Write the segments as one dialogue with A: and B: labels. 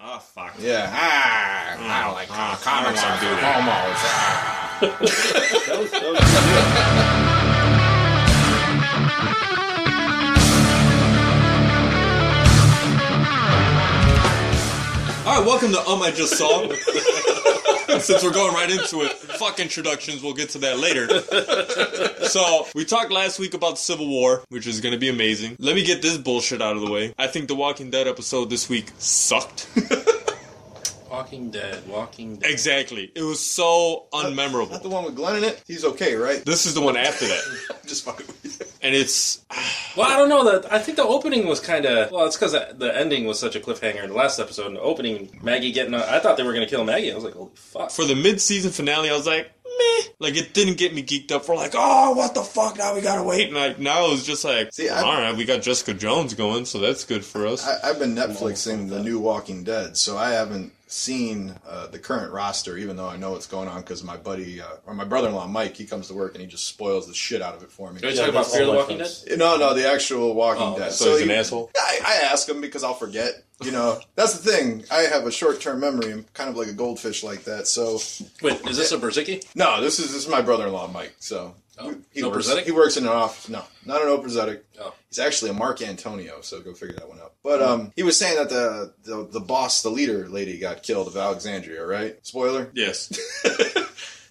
A: oh fuck.
B: Yeah. Ah, I don't like
A: Ah,
B: ah, comics.
A: I
B: are
A: don't wanna do
B: for homos.
A: that.
B: Ah.
C: That was, that was
D: All right, welcome to Um I Just Saw. Since we're going right into it, fuck introductions, we'll get to that later. So, we talked last week about Civil War, which is going to be amazing. Let me get this bullshit out of the way. I think the Walking Dead episode this week sucked.
C: Walking Dead, Walking Dead.
D: exactly. It was so
B: Not
D: unmemorable.
B: the one with Glenn in it. He's okay, right?
D: This is the one after that.
B: Just fucking with you.
D: And it's
C: Well, I don't know. That I think the opening was kind of well. It's because the ending was such a cliffhanger in the last episode. And the opening, Maggie getting. I thought they were going to kill Maggie. I was like, holy fuck.
D: for the mid-season finale, I was like, meh. Like, it didn't get me geeked up for like, oh, what the fuck, now we gotta wait. And like, now it was just like,
B: See, I-
D: all right, we got Jessica Jones going, so that's good for us.
B: I, I've been Netflixing the new Walking Dead, so I haven't seen uh, the current roster, even though I know what's going on because my buddy uh, or my brother-in-law Mike, he comes to work and he just spoils the shit out of it for me.
C: Did I
B: Yeah.
C: talk about
E: that's
C: Fear the
E: all my
C: Walking Dead?
E: friends.
B: No, no, the actual Walking
C: Oh,
B: Dead.
D: so, he's an
B: he-
D: asshole.
B: I, I ask him because I'll forget. You know, that's the thing. I have a short-term memory. I'm kind of like a goldfish like that. So
C: Wait, is this a Berzicki?
B: no, this is this is my brother-in-law Mike. So
C: Oh,
B: he
C: no
B: works.
C: prosthetic?
B: He works in an office. No, not an Opresetic.
C: Oh.
B: He's actually a Mark Antonio, so go figure that one out. But um, he was saying that the, the the boss, the leader lady, got killed of Alexandria, right? Spoiler,
D: Yes,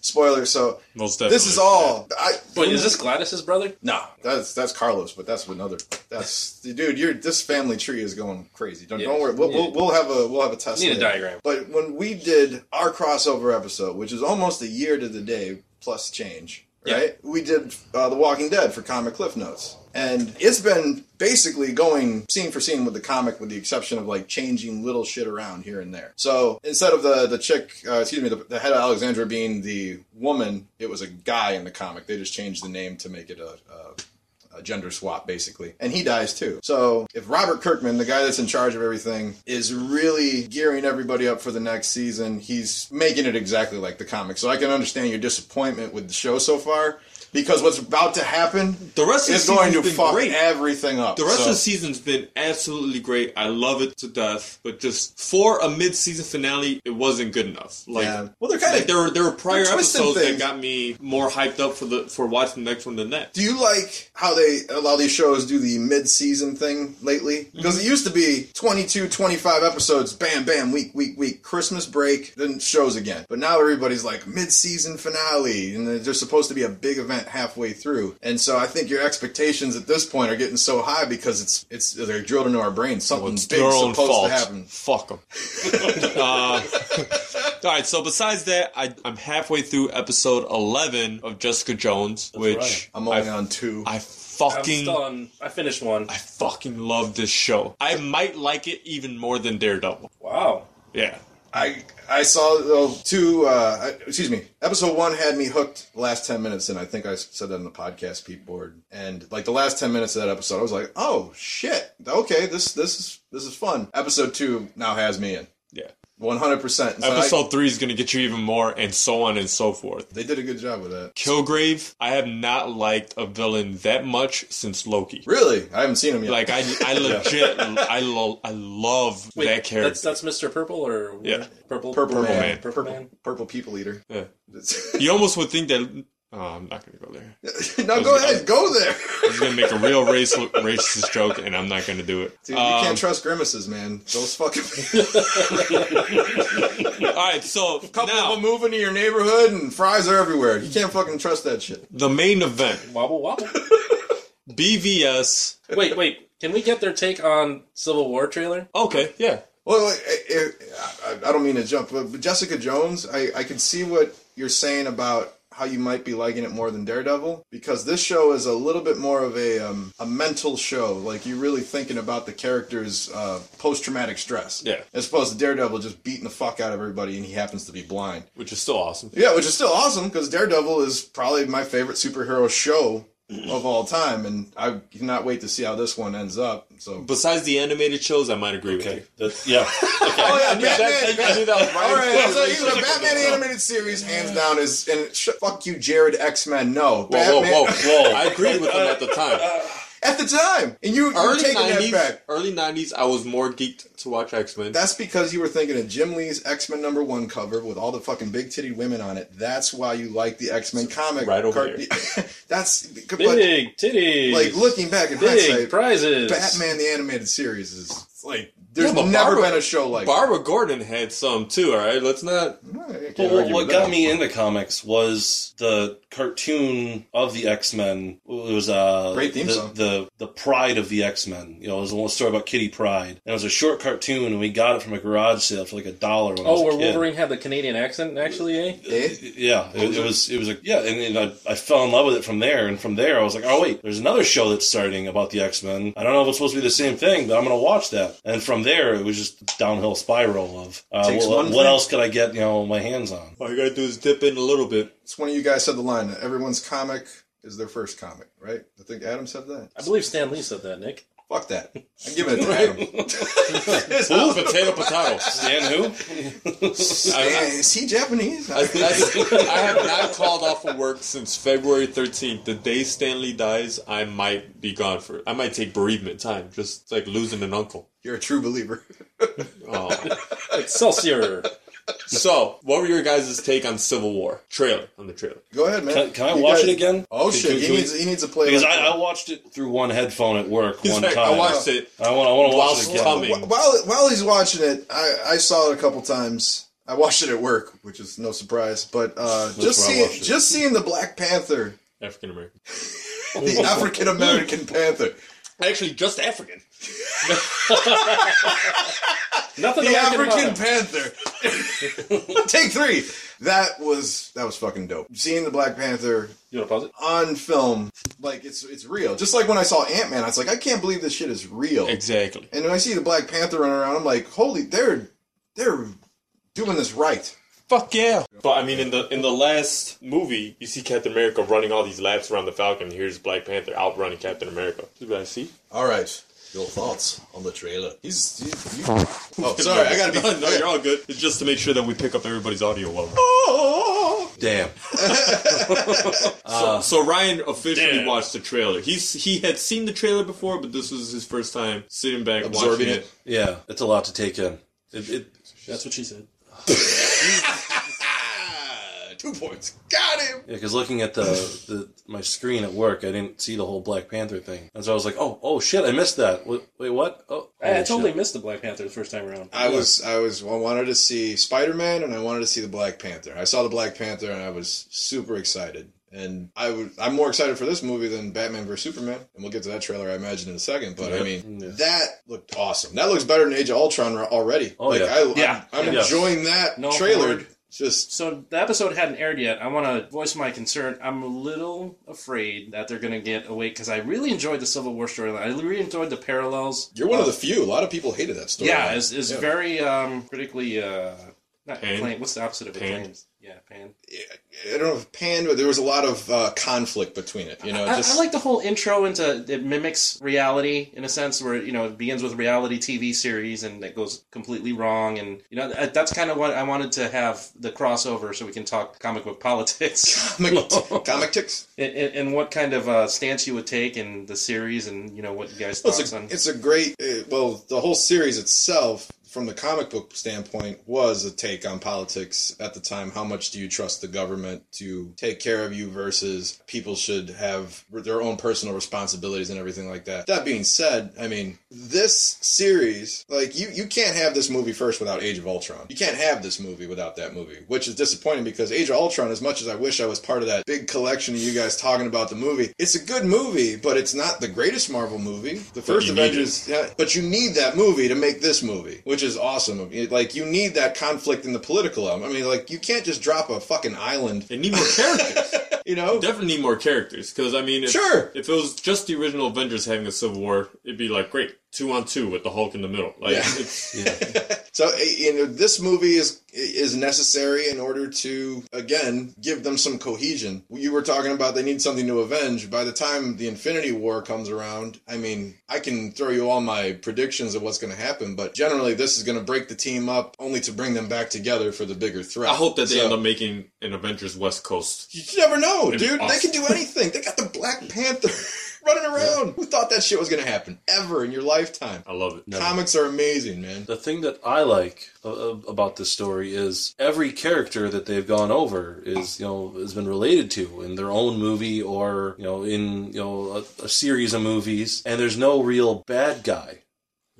B: spoiler. So
D: most definitely.
B: this is all. I,
C: Wait, is this Gladys's brother?
B: No, that's that's Carlos, but that's another. That's dude. You're this family tree is going crazy. Don't, don't
C: Yeah.
B: worry. We'll, we'll, we'll have a we'll have a test.
C: Need a
B: later.
C: diagram.
B: But when we did our crossover episode, which is almost a year to the day plus change,
C: Yeah.
B: right? We did uh, The Walking Dead for Comic Cliff Notes. And it's been basically going scene for scene with the comic, with the exception of like changing little shit around here and there. So instead of the the chick, uh, excuse me, the, the head of Alexandra being the woman, it was a guy in the comic. They just changed the name to make it a, a a gender swap basically and he dies too so if robert kirkman the guy that's in charge of everything is really gearing everybody up for the next season he's making it exactly like the comic so i can understand your disappointment with the show so far because what's about to happen
D: The rest of the
B: is going
D: season's
B: to
D: been
B: fuck
D: great.
B: everything up
D: The rest
B: So-
D: of the season's been absolutely great. I love it to death, but just for a mid-season finale, it wasn't good enough. Like,
B: Yeah. well they're kind
D: like
B: of
D: there were there were prior
B: They're twisting
D: episodes
B: things.
D: that got me more hyped up for the for watching the next one than that.
B: Do you like how they a lot of these shows do the mid-season thing lately? Because it used to be 22, 25 episodes, bam, bam, week, week, week, Christmas break, then shows again. But now everybody's like mid-season finale, and there's supposed to be a big event halfway through. And so I think your expectations at this point are getting so high because it's it's they're drilled into our brains something
D: It's
B: big's
D: their own
B: supposed
D: fault.
B: to happen.
D: Fuck them. uh, all right. So besides that, I, I'm halfway through episode 11 of Jessica Jones, which
E: right.
B: I'm only
D: I,
B: on two.
D: I
C: I'm
D: fucking
C: still on. I finished one.
D: I fucking love this show. I might like it even more than Daredevil.
C: Wow.
D: Yeah.
B: I I saw though two. Uh, I- excuse me. Episode one had me hooked. The last ten minutes, and I think I said that in the podcast peep board. And like the last ten minutes of that episode, I was like, "Oh shit! Okay, this this is this is fun." Episode two now has me in
D: Yeah.
B: one hundred percent.
D: Episode three is going to get you even more, and so on and so forth.
B: They did a good job with that.
D: Kilgrave, I have not liked a villain that much since Loki.
B: Really, I haven't seen him yet.
D: Like I, I legit, I, lo- I love
C: Wait,
D: that character.
C: That's, that's Mr. Purple or
D: Yeah.
C: Purple
B: Purple, man.
D: Man.
C: Purple
B: Purple,
C: Man.
B: purple people eater.
D: Yeah.
B: no,
D: You almost would think that. Oh, I'm not gonna go there.
B: go ahead, go there.
D: I was gonna make a real race, racist joke, and I'm not gonna do it.
B: Dude, you
D: Um,
B: can't trust grimaces, man. Those fucking
D: all right, so
B: couple of them
D: now
B: move into your neighborhood and fries are everywhere. You can't fucking trust that shit.
D: the main event:
C: Wobble wobble.
D: BVS.
C: wait, wait. Can we get their take on Civil War trailer?
D: Okay, yeah.
B: Well, like, i i I, I don't mean to jump, but but Jessica Jones, I, I can see what you're saying about how you might be liking it more than Daredevil because this show is a little bit more of a um, a mental show. Like you're really thinking about the character's uh, post traumatic stress.
D: Yeah.
B: As opposed to Daredevil just beating the fuck out of everybody and he happens to be blind.
D: Which is still awesome.
B: Yeah, which is still awesome because Daredevil is probably my favorite superhero show of all time, and I cannot wait to see how this one ends up. So,
D: Besides the animated shows, I might agree
E: Okay.
D: with
E: That's, yeah.
B: oh yeah,
D: you. That- that- I knew that was right.
B: All right, so you know, Batman animated series, hands down, is and sh- fuck you, Jared X Men. No,
E: Whoa, whoa,
B: Batman.
E: whoa, whoa. I agreed with him at the time.
B: at the time, and you you're
D: Early
B: taking that back.
D: nineties, early nineties. I was more geeked to watch X Men.
B: That's because you were thinking of Jim Lee's X Men number one cover with all the fucking big titty women on it. That's why you like the X Men comic.
D: Right over
B: That's but
C: Big titties.
B: like looking back in
C: Big
B: hindsight,
C: prizes.
B: Batman the animated series is like there's
D: Yeah, but
B: never
D: Barbara-
B: been a show like.
D: Barbara Gordon had some too. All right, let's not.
B: that.
A: Well, what- what got me into comics was the cartoon of the X Men. It was uh,
B: Great theme
A: the,
B: song.
A: the the Pride of the X Men. You know, it was a little story about Kitty Pride, and it was a short cartoon, and we got it from a garage sale for like a dollar. When I was
C: Oh,
A: a
C: where
A: kid.
C: Wolverine had the Canadian accent, actually, eh?
B: Eh?
A: Yeah, it, it was it was like yeah, and, and I, I fell in love with it from there. And from there, I was like, oh wait, there's another show that's starting about the X Men. I don't know if it's supposed to be the same thing, but I'm gonna watch that. And from there, it was just downhill spiral of uh,
B: Takes
A: what,
B: one
A: what
B: thing-
A: else could I get you know my hands on.
D: All you gotta do is dip in a little bit.
B: It's one of you guys said the line. that Everyone's comic is their first comic, right? I think Adam said that.
C: I believe Stan Lee said that, Nick.
B: Fuck that. I'm giving it to Adam.
D: Ooh, potato, potato.
A: Dan who?
B: Eh, is he Japanese?
D: I, I- I have not called off of work since February 13th. The day Stanley dies, I might be gone for. I might take bereavement time, just like losing an uncle.
B: You're a true believer.
D: Oh.
C: Excelsior.
D: so, what were your guys' take on Civil War trailer? On the trailer,
B: Go ahead, man.
A: Can, can I
B: You
A: watch
B: guys-
A: it again?
D: Can-
B: Oh shit!
D: can-
B: he
D: can we-
B: needs he needs a play.
A: Because
B: like
A: I,
B: that.
A: I watched it through one headphone at work
D: He's
A: one
D: like,
A: time.
D: I watched it.
A: I want. I want to watch
D: Whilst
A: it again.
D: coming.
B: Wh- while while he's watching it, I, I saw it a couple times. I watched it at work, which is no surprise. But uh, just
A: where I
B: seeing
A: watched it.
B: just seeing the Black Panther,
D: African American.
B: the African American Panther,
D: Actually, just African.
C: Nothing
B: the
C: to like about
B: African
C: it.
B: Panther. Take three. That was that was fucking dope. Seeing the Black Panther
C: You want to pause it?
B: on film, like it's it's real. Just like when I saw Ant Man, I was like, I can't believe this shit is real.
D: Exactly.
B: And when I see the Black Panther running around, I'm like, holy, they're they're doing this right.
D: Fuck yeah! But I mean, in the in the last movie, you see Captain America running all these laps around the Falcon. Here's Black Panther outrunning Captain America. You guys see?
B: All right. Your thoughts on the trailer? He's. He, you, oh, sorry. I gotta be.
D: No, no, you're all good. It's just to make sure that we pick up everybody's audio well.
B: Oh!
A: Damn.
D: Uh, So Ryan officially
A: Damn.
D: watched the trailer. He's he had seen the trailer before, but this was his first time sitting back
B: Absorbing
D: watching it.
B: it.
A: Yeah, it's a lot to take in. It, it,
C: That's what she said.
B: Ah, two points. Got him.
A: Yeah, because looking at the, the my screen at work, I didn't see the whole Black Panther thing, and so I was like, "Oh, oh shit, I missed that." Wait, wait what? Oh,
C: I,
E: Eh,
C: I
A: holy
C: totally
A: shit.
C: missed the Black Panther the first time around.
B: I was. I was. I wanted to see Spider Man, and I wanted to see the Black Panther. I saw the Black Panther, and I was super excited. And I would. I'm more excited for this movie than Batman vs Superman, and we'll get to that trailer, I imagine, in a second. But I
D: Yeah.
B: mean,
A: Yeah.
B: that looked awesome. That looks better than Age of Ultron ra- already.
A: Oh,
B: like,
A: yeah.
B: I,
C: Yeah.
B: I'm, I'm
A: Yeah.
B: enjoying that
C: No
B: trailer.
C: hard-
B: Just
C: So the episode hadn't aired yet. I want to voice my concern. I'm a little afraid that they're going to get away because I really enjoyed the Civil War storyline. I really enjoyed the parallels.
B: you're one of the few. A lot of people hated that story.
C: Yeah, is is
B: Yeah.
C: very um, critically uh, not
D: Pan?
C: acclaimed. What's the opposite of
D: Pan?
C: acclaimed? Yeah, pan.
B: I don't know if panned, but there was a lot of uh, conflict between it. You know,
C: I,
B: just
C: I like the whole intro into it mimics reality in a sense where you know it begins with a reality TV series and it goes completely wrong and you know that, that's kind of what I wanted to have the crossover so we can talk comic book politics
B: comic, comic ticks.
C: and, and, and what kind of uh, stance you would take in the series and you know what you guys
B: Well,
C: thoughts
B: It's a,
C: on
B: it's a great. Uh, well, the whole series itself, from the comic book standpoint, was a take on politics at the time. How much do you trust the government to take care of you versus people should have their own personal responsibilities and everything like that. That being said, I mean, this series, like you, you can't have this movie first without Age of Ultron. You can't have this movie without that movie, which is disappointing because Age of Ultron, as much as I wish I was part of that big collection of you guys talking about the movie, it's a good movie, but it's not the greatest Marvel movie. The first
D: you need
B: Avengers, yeah, but you need that movie to make this movie, which is awesome. It- like you need that conflict in the political element. I mean, like you can't just drop a fucking island,
D: They need more characters.
B: you know?
D: Definitely need more characters because I mean, if,
B: Sure.
D: if it was just the original Avengers having a Civil War, it'd be like great two on two with the Hulk in the middle. Like
B: Yeah.
D: it's,
B: So eh, you know, this movie is is necessary in order to again give them some cohesion. You were talking about they need something to avenge. By the time the Infinity War comes around, I mean, I can throw you all my predictions of what's going to happen, but generally this is going to break the team up, only to bring them back together for the bigger threat.
D: I hope that they
B: So-
D: end up making an Avengers West Coast.
B: You never know,
D: It'd be
B: dude. They
D: awesome.
B: can do anything. They got the Black Panther. running around. Who thought that shit was gonna happen ever in your lifetime?
D: I love it.
A: No.
B: Comics are amazing, man.
A: The thing that I like uh, uh, about this story is every character that they've gone over is you know has been related to in their own movie or you know in you know a, a series of movies, and there's no real bad guy.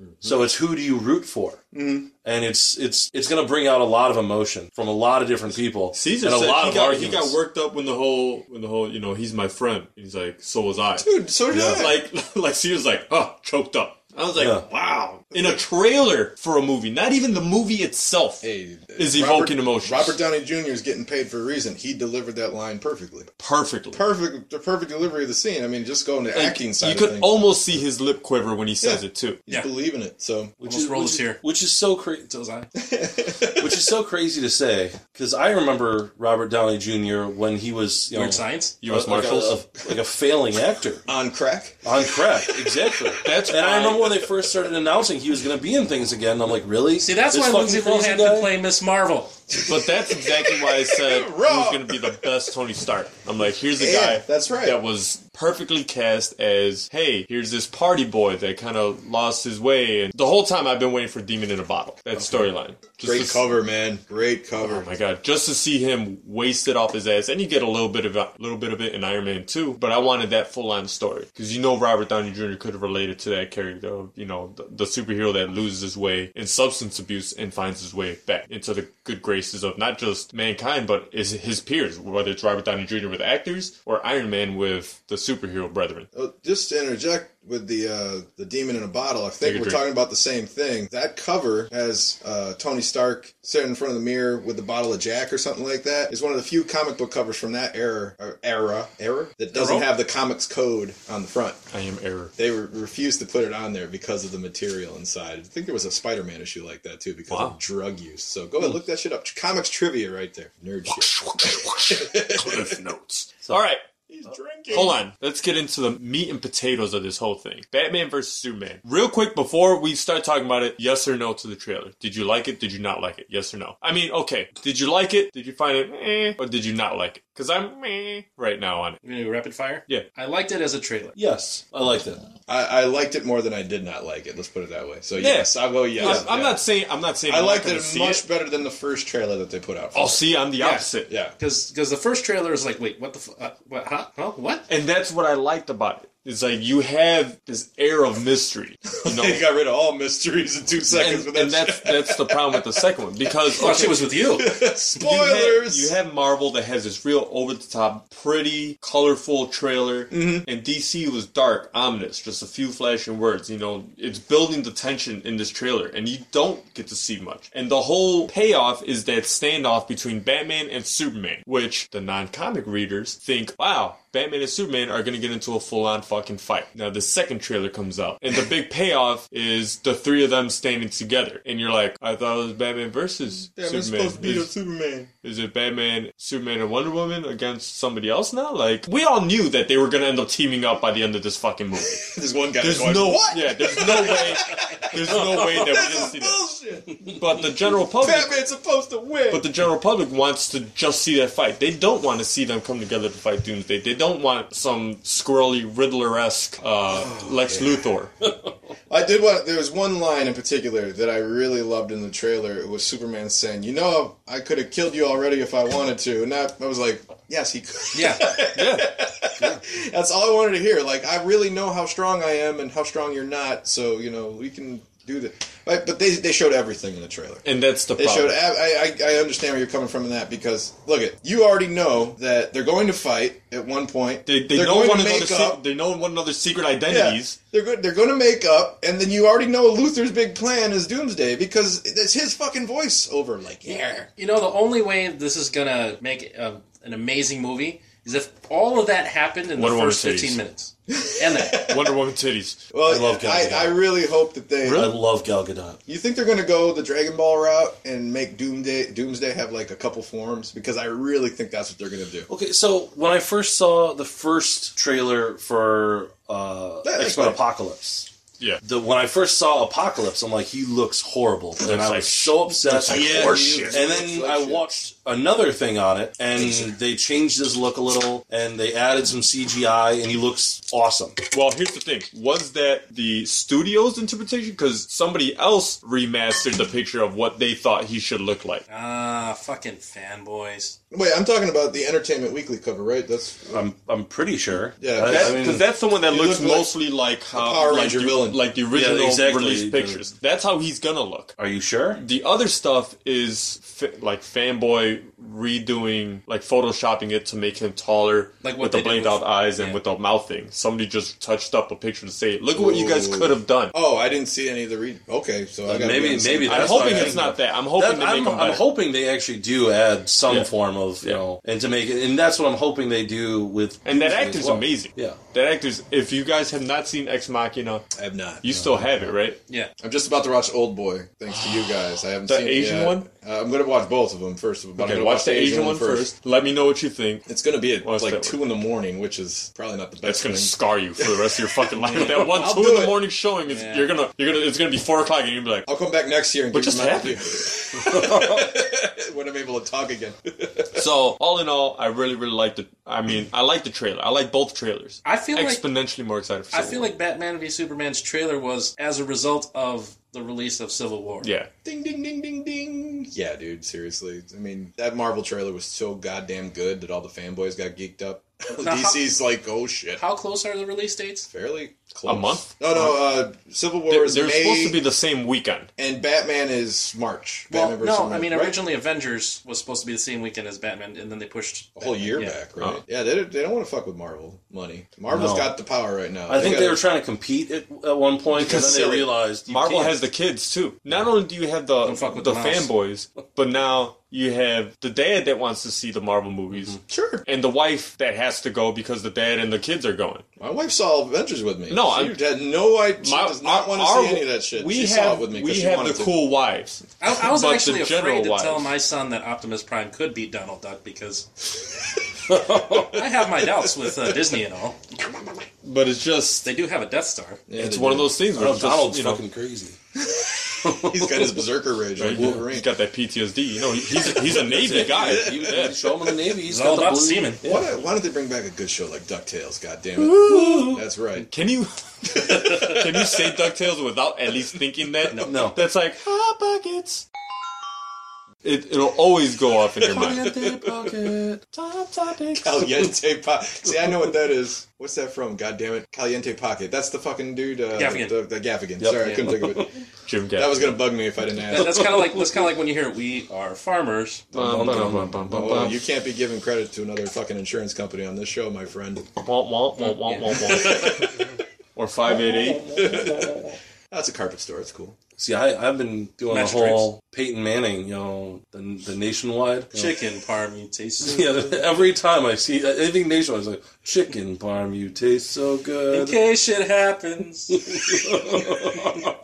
D: Mm-hmm.
A: So it's who do you root for,
B: Mhm.
A: and it's it's it's going to bring out a lot of emotion from a lot of different people
D: Caesar
A: and a
D: said
A: lot
D: he,
A: of
D: got, he
A: arguments.
D: got worked up when the whole when the whole you know he's my friend. He's like so was I.
B: Dude, so did
A: Yeah.
B: I.
D: Like like Caesar's like oh choked up. I was like
A: Yeah.
D: wow in a trailer for a movie. Not even the movie itself.
B: Hey,
D: Is evoking emotions.
B: Robert Downey Jr. is getting paid for a reason. He delivered that line perfectly.
D: Perfectly.
B: Perfect, the perfect delivery of the scene. I mean, just going to
D: Like,
B: acting side
D: you
B: of
D: could
B: things.
D: almost see his lip quiver when he says
B: Yeah.
D: it too.
B: He's
C: Yeah.
B: believing it. So
A: which
C: Almost rolled
A: which
C: a tear.
A: which is so crazy.
C: So was I.
A: which is so crazy to say because I remember Robert Downey Jr. when he was you know
C: Weird science.
D: U.S.
A: like a,
D: Marshals.
A: a- like a failing actor
B: on crack.
A: on crack exactly.
D: That's
A: and I
D: why-
A: remember when they first started announcing he was going to be in things again. I'm like, really?
C: See, that's
A: This
C: why
A: fucking
C: Lindsay Lohan
A: crazy
C: had
A: guy?
C: to play Miss Marvel.
D: But that's exactly why I said who's
B: Raw.
D: going to be the best Tony Stark. I'm like, here's a
B: Yeah,
D: guy
B: that's right.
D: that was perfectly cast as, hey, here's this party boy that kind of lost his way, and the whole time I've been waiting for Demon in a Bottle. That storyline, Just
B: Great
D: to s-
B: cover, man. Great cover.
D: Oh my god, just to see him wasted off his ass, and you get a little bit of a little bit of it in Iron Man 2, but I wanted that full on story because you know Robert Downey Jr. could have related to that character, of, you know, the, the superhero that loses his way in substance abuse and finds his way back into the good graces of not just mankind but is his peers, whether it's Robert Downey Jr. with actors or Iron Man with the superhero brethren.
B: Oh, Just to interject with the uh, the demon in a bottle, I think
D: Take a
B: we're
D: drink.
B: talking about the same thing. That cover has uh, Tony Stark sitting in front of the mirror with the bottle of Jack or something like that. It's one of the few comic book covers from that era or era era that doesn't
C: Era?
B: have the comics code on the front.
D: I am error.
B: They re- refused to put it on there because of the material inside. I think there was a Spider-Man issue like that too because
D: Wow.
B: of drug use. So go ahead, look that shit up. Comics trivia right there. Nerd shit.
D: Cliff notes. All right.
B: He's drinking.
D: Hold on. Let's get into the meat and potatoes of this whole thing. Batman versus Superman. Real quick before we start talking about it, yes or no to the trailer. Did you like it? Did you not like it? Yes or no? I mean, okay. Did you like it? Did you find it eh? Or did you not like it? Because I'm eh right now on it.
C: You gonna do rapid fire?
D: Yeah.
C: I liked it as a trailer.
A: Yes, I like that.
B: I, I liked it more than I did not like it. Let's put it that way. So
D: Yeah.
B: yes, I'll go yes.
D: I'm, I'm
B: Yeah.
D: not saying I'm not saying
B: I
D: I'm
B: liked
D: not gonna
B: it
D: see
B: much better than the first trailer that they put out.
D: Oh, see, I'm the
C: Yeah.
D: opposite.
B: yeah.
C: Because the first trailer is like, wait, what the fu- uh, what, huh? Huh? What?
D: And that's what I liked about it. It's like you have this air of mystery. You know?
B: They got rid of all mysteries in two seconds
D: and,
B: with
D: and
B: that.
D: that's that's the problem with the second one because
C: Oh,
D: okay,
C: she was with you.
B: shit. Spoilers.
D: You have, you have Marvel that has this real over the top, pretty, colorful trailer,
B: Mm-hmm.
D: and DC was dark, ominous, just a few flashing words. You know, it's building the tension in this trailer, and you don't get to see much. And the whole payoff is that standoff between Batman and Superman, which the non comic readers think, wow. Batman and Superman are going to get into a full on fucking fight. Now, the second trailer comes out, and the big payoff is the three of them standing together. And you're like, I thought it was Batman versus
B: Damn, it's
D: Superman.
B: supposed to be the
D: It's-
B: Superman.
D: is it Batman, Superman, and Wonder Woman against somebody else now? Like, we all knew that they were gonna end up teaming up by the end of this fucking movie.
B: There's one guy.
D: There's
B: going,
D: no,
B: what?
D: yeah, there's no way, there's no way that we didn't
B: This
D: see
B: is
D: that.
B: bullshit.
D: But the general public,
B: Batman's supposed to win.
D: but the general public wants to just see that fight. They don't want to see them come together to fight Doomsday. They don't want some squirrely Riddler-esque uh,
B: Oh,
D: Lex Luthor.
B: I did want. There was one line in particular that I really loved in the trailer. It was Superman saying, "You know, I could have killed you already if I wanted to," and that I was like, "Yes, he could."
C: Yeah.
B: That's all I wanted to hear. Like, I really know how strong I am and how strong you're not, so, you know, we can do that. But, but they, they showed everything in the trailer.
D: And that's the
B: They
D: problem.
B: showed. I, I, I understand where you're coming from in that because look, it you already know that they're going to fight at one point.
D: they, they
B: They're
D: know
B: going
D: one
B: to
D: another.
B: make
D: Se-
B: up.
D: they know one another's secret
B: Yeah,
D: identities.
B: they're good. They're going to make up, and then you already know Luther's big plan is Doomsday because it's his fucking voice over. Like, yeah,
C: You know, the only way this is gonna make a, an amazing movie is if all of that happened in
D: Wonder
C: the
D: Woman
C: first
D: titties.
C: fifteen minutes. And that.
D: Wonder Woman titties.
B: Well, I,
A: I love Gal
B: I,
A: Gadot.
B: really hope that they.
A: I love Gal Gadot.
B: You think they're going to go the Dragon Ball route and make Doomsday Doomsday have like a couple forms? Because I really think that's what they're going to do.
A: Okay, so when I first saw the first trailer for uh,
B: That
A: X Men
B: explains-
A: Apocalypse,
D: Yeah.
A: The, when I first saw Apocalypse, I'm like, he looks horrible, and I
D: like
A: was so upset.
D: like
A: Yeah,
D: horseshit.
A: And then
B: Like
A: I
B: shit.
A: watched another thing on it, and they changed his look a little, and they added some CGI, and he looks awesome.
D: Well, here's the thing. Was that the studio's interpretation? Because somebody else remastered the picture of what they thought he should look like.
C: Ah, fucking fanboys.
B: Wait, I'm talking about the Entertainment Weekly cover, right? That's
A: I'm I'm pretty sure.
B: Yeah.
A: I,
D: Because
A: I mean,
D: that's the one that
B: He
D: looks
B: looked like
D: mostly like how
B: Power
D: like
B: Ranger
D: the,
B: villain.
D: like the original
A: Yeah, exactly.
D: release pictures. That's how he's gonna look.
A: are you sure?
D: The other stuff is fa- like fanboy redoing, like photoshopping it to make him taller,
C: Like what
D: with the
C: they did
D: blanked
C: with-
D: out eyes and
C: yeah.
D: with the mouth thing. Somebody just touched up a picture to say, "Look at what you guys
B: Ooh.
D: could have done."
B: oh, I didn't see any of the read. Okay, so I got
A: Maybe- maybe
D: I'm
A: that's
D: hoping
A: not
D: it's
A: bad.
D: not that. I'm hoping
A: That-
D: they make
A: I'm,
D: him
A: I'm
D: better.
A: hoping they actually do add some
D: Yeah.
A: form of you
D: Yeah.
A: know, and to make it, and that's what I'm hoping they do with.
D: And that
A: Doomsday
D: actor's
A: as well.
D: amazing.
A: Yeah.
D: That actor's. If you guys have not seen Ex Machina,
B: I have not.
D: you still have it, right?
C: Yeah.
B: I'm just about to watch Old Boy. Thanks to you guys, I haven't
D: The
B: seen it
D: Asian
B: yet.
D: one?
B: Uh, I'm gonna watch both of them first. But I'm
D: Okay,
B: gonna
D: watch the Asian one first. Let me know what you think.
B: It's gonna be at
D: Watch
B: like
D: that
B: two in the morning, which is probably not the
D: That's
B: best.
D: gonna
B: thing.
D: scar you for the rest of your fucking life. That one
B: I'll
D: two
B: do
D: in the
B: it.
D: morning showing is
C: Yeah.
D: you're gonna you're gonna it's gonna be four o'clock and you'll be like,
B: I'll come back next year and
D: What
B: give
D: just
B: you my review. when I'm able to talk again.
D: So all in all, I really really like the. I mean, I like the trailer. I like both trailers.
C: I feel like
D: exponentially more excited for.
C: I
D: Civil
C: feel
D: War.
C: like Batman v Superman's trailer was as a result of the release of Civil War.
D: yeah.
B: ding ding ding ding ding. Yeah, dude, seriously. I mean, that Marvel trailer was so goddamn good that all the fanboys got geeked up.
C: Now, how-
B: DC's like, oh shit.
C: How close are the release dates?
B: Fairly close.
D: A month?
B: No, no. Uh, Civil War
D: They're,
B: is
D: they're
B: May,
D: supposed to be the same weekend.
B: and Batman is March.
C: Well,
B: Batman versus
C: no, I
B: Superman,
C: mean
B: right?
C: originally Avengers was supposed to be the same weekend as Batman, and then they pushed
B: a whole year
C: Yeah.
B: back, right?
D: Oh.
B: Yeah, they, they don't want to fuck with Marvel money. Marvel's
A: No.
B: got the power right now.
A: I think they
B: gotta-
A: were trying to compete at, at one point,
B: Because
A: and then
B: silly.
A: they realized you
D: Marvel
A: can't.
D: has the kids too. Not only do you have the
C: Don't fuck with
D: the,
C: the mouse.
D: fanboys, but now you have the dad that wants to see the Marvel movies.
B: Mm-hmm. Sure,
D: And the wife that has to go because the dad and the kids are going.
B: my wife saw Avengers with me.
D: No,
B: she
D: I-
B: had no idea. She
D: My-
B: does not want to
D: our-
B: see any of that shit.
D: We
B: she
D: have
B: saw it with me. 'cause
D: we
B: she
D: have
B: wanted
D: the
B: to.
D: cool wives.
C: I, I was
D: But the
C: actually
D: general
C: afraid to
D: wives.
C: tell my son that Optimus Prime could beat Donald Duck because I have my doubts with uh, Disney and all.
D: But it's just
C: They do have a Death Star.
B: Yeah,
D: it's
B: they
D: one of
B: do.
D: those things where
A: Oh,
D: it's just,
A: Donald's
D: you know,
A: fucking crazy.
B: He's got his berserker rage like
D: He's
B: Wolverine.
D: got that PTSD. You know, he- he's a, he's a Navy guy.
A: You,
D: Yeah.
A: you show him in the Navy. He's
C: It's all
A: got
C: about
A: the
C: semen.
A: blue.
B: Why, why don't they bring back a good show like DuckTales? God damn it. That's right.
D: Can you can you say Ducktales without at least thinking that? No,
A: No.
D: That's like hot buckets. It it'll always go off in your mind. Top topics.
B: Caliente Pocket. See, I know what that is. What's that from? God damn it. Caliente Pocket. That's the fucking dude. Uh,
C: Gaffigan.
B: The, the Gaffigan. Sorry, I
C: Yeah.
B: couldn't think of it.
D: Jim Gaffigan.
B: That was going to bug me if I didn't
C: That-
B: ask.
C: That's kind of like that's kind of like when you hear "We are farmers."
D: Bum, bum, bum, bum, bum,
B: Oh,
D: bum.
B: you can't be giving credit to another fucking insurance company on this show, my friend.
D: Womp, womp, womp, womp, womp, womp. Or five eight eight.
B: That's a carpet store. It's cool.
A: See, I, I've been doing
C: Match
A: the whole Peyton Manning, you know, the, the nationwide. you know.
C: Chicken parmutation.
A: Yeah, every time I see anything nationwide, it's like, chicken parm, you taste so
C: In
A: good.
C: case it happens.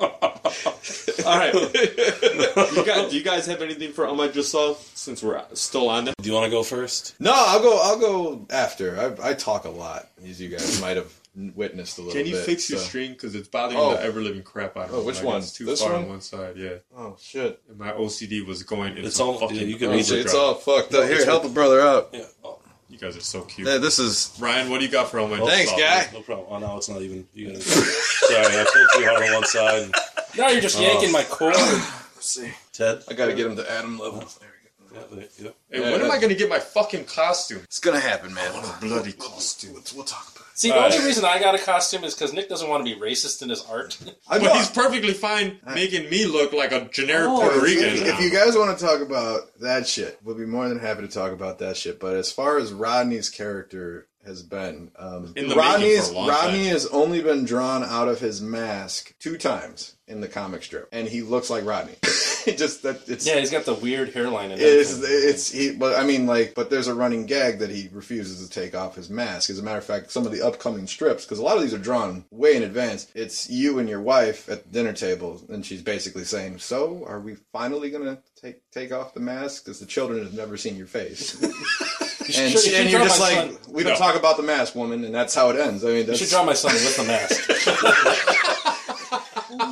D: All right. You guys, do you guys have anything for Um I Just Saw since we're still on that?
A: Do you want to go first?
B: No, I'll go. I'll go after. I, I talk a lot, as you guys might have witnessed a little bit.
D: Can you fix your
B: so-
D: stream because it's bothering
B: Oh.
D: the ever living crap out of me?
B: Oh, which
D: Like,
B: one?
D: It's too
B: This
D: far on
B: one?
D: one side. Yeah,
B: Oh shit!
D: And my OCD was going. Into
A: It's all-
D: fucking.
A: yeah, you can
B: Oh, shit,
D: overdrive.
B: It's all fucked up. Here, help a brother out.
A: Yeah. Oh,
D: You guys are so cute.
B: Yeah, this is.
D: Ryan, what do you got for Omen?
B: Thanks, guy.
A: no problem. Oh, no, it's not even. You gotta, sorry, I pulled too hard on one side.
C: now you're just
D: Oh.
C: yanking my cord.
B: Let's see.
A: Ted?
B: I gotta get him to Adam level. There we go.
A: Yeah, there- yeah.
D: Hey, when am I going to get my fucking costume?
B: It's gonna happen, man.
D: Bloody costume.
B: We'll talk about it.
C: See, the only reason I got a costume is because Nick doesn't want to be racist in his art.
B: I
D: But he's perfectly fine making me look like a generic
C: Oh,
D: Puerto Rican.
B: Uh, if,
D: now.
B: if you guys want to talk about that shit, we'll be more than happy to talk about that shit. But as far as Rodney's character has been, um,
D: In the making
B: Rodney's
D: for a long
B: Rodney
D: time.
B: has only been drawn out of his mask two times in the comic strip, and he looks like Rodney. It just that it's
C: yeah, he's got the weird hairline. And
B: It's
C: everything.
B: it's he, but I mean like, but there's a running gag that he refuses to take off his mask. As a matter of fact, some of the upcoming strips, because a lot of these are drawn way in advance. It's you and your wife at the dinner table, and she's basically saying, "So, are we finally gonna take take off the mask? Because the children have never seen your face." and
C: should-
B: she-
C: you should
B: and you're
C: draw
B: just
C: my
B: like,
C: son.
B: "We don't
D: No.
B: talk about the mask, woman," and that's how it ends. I mean,
C: I
B: that's
C: should draw my son with the mask.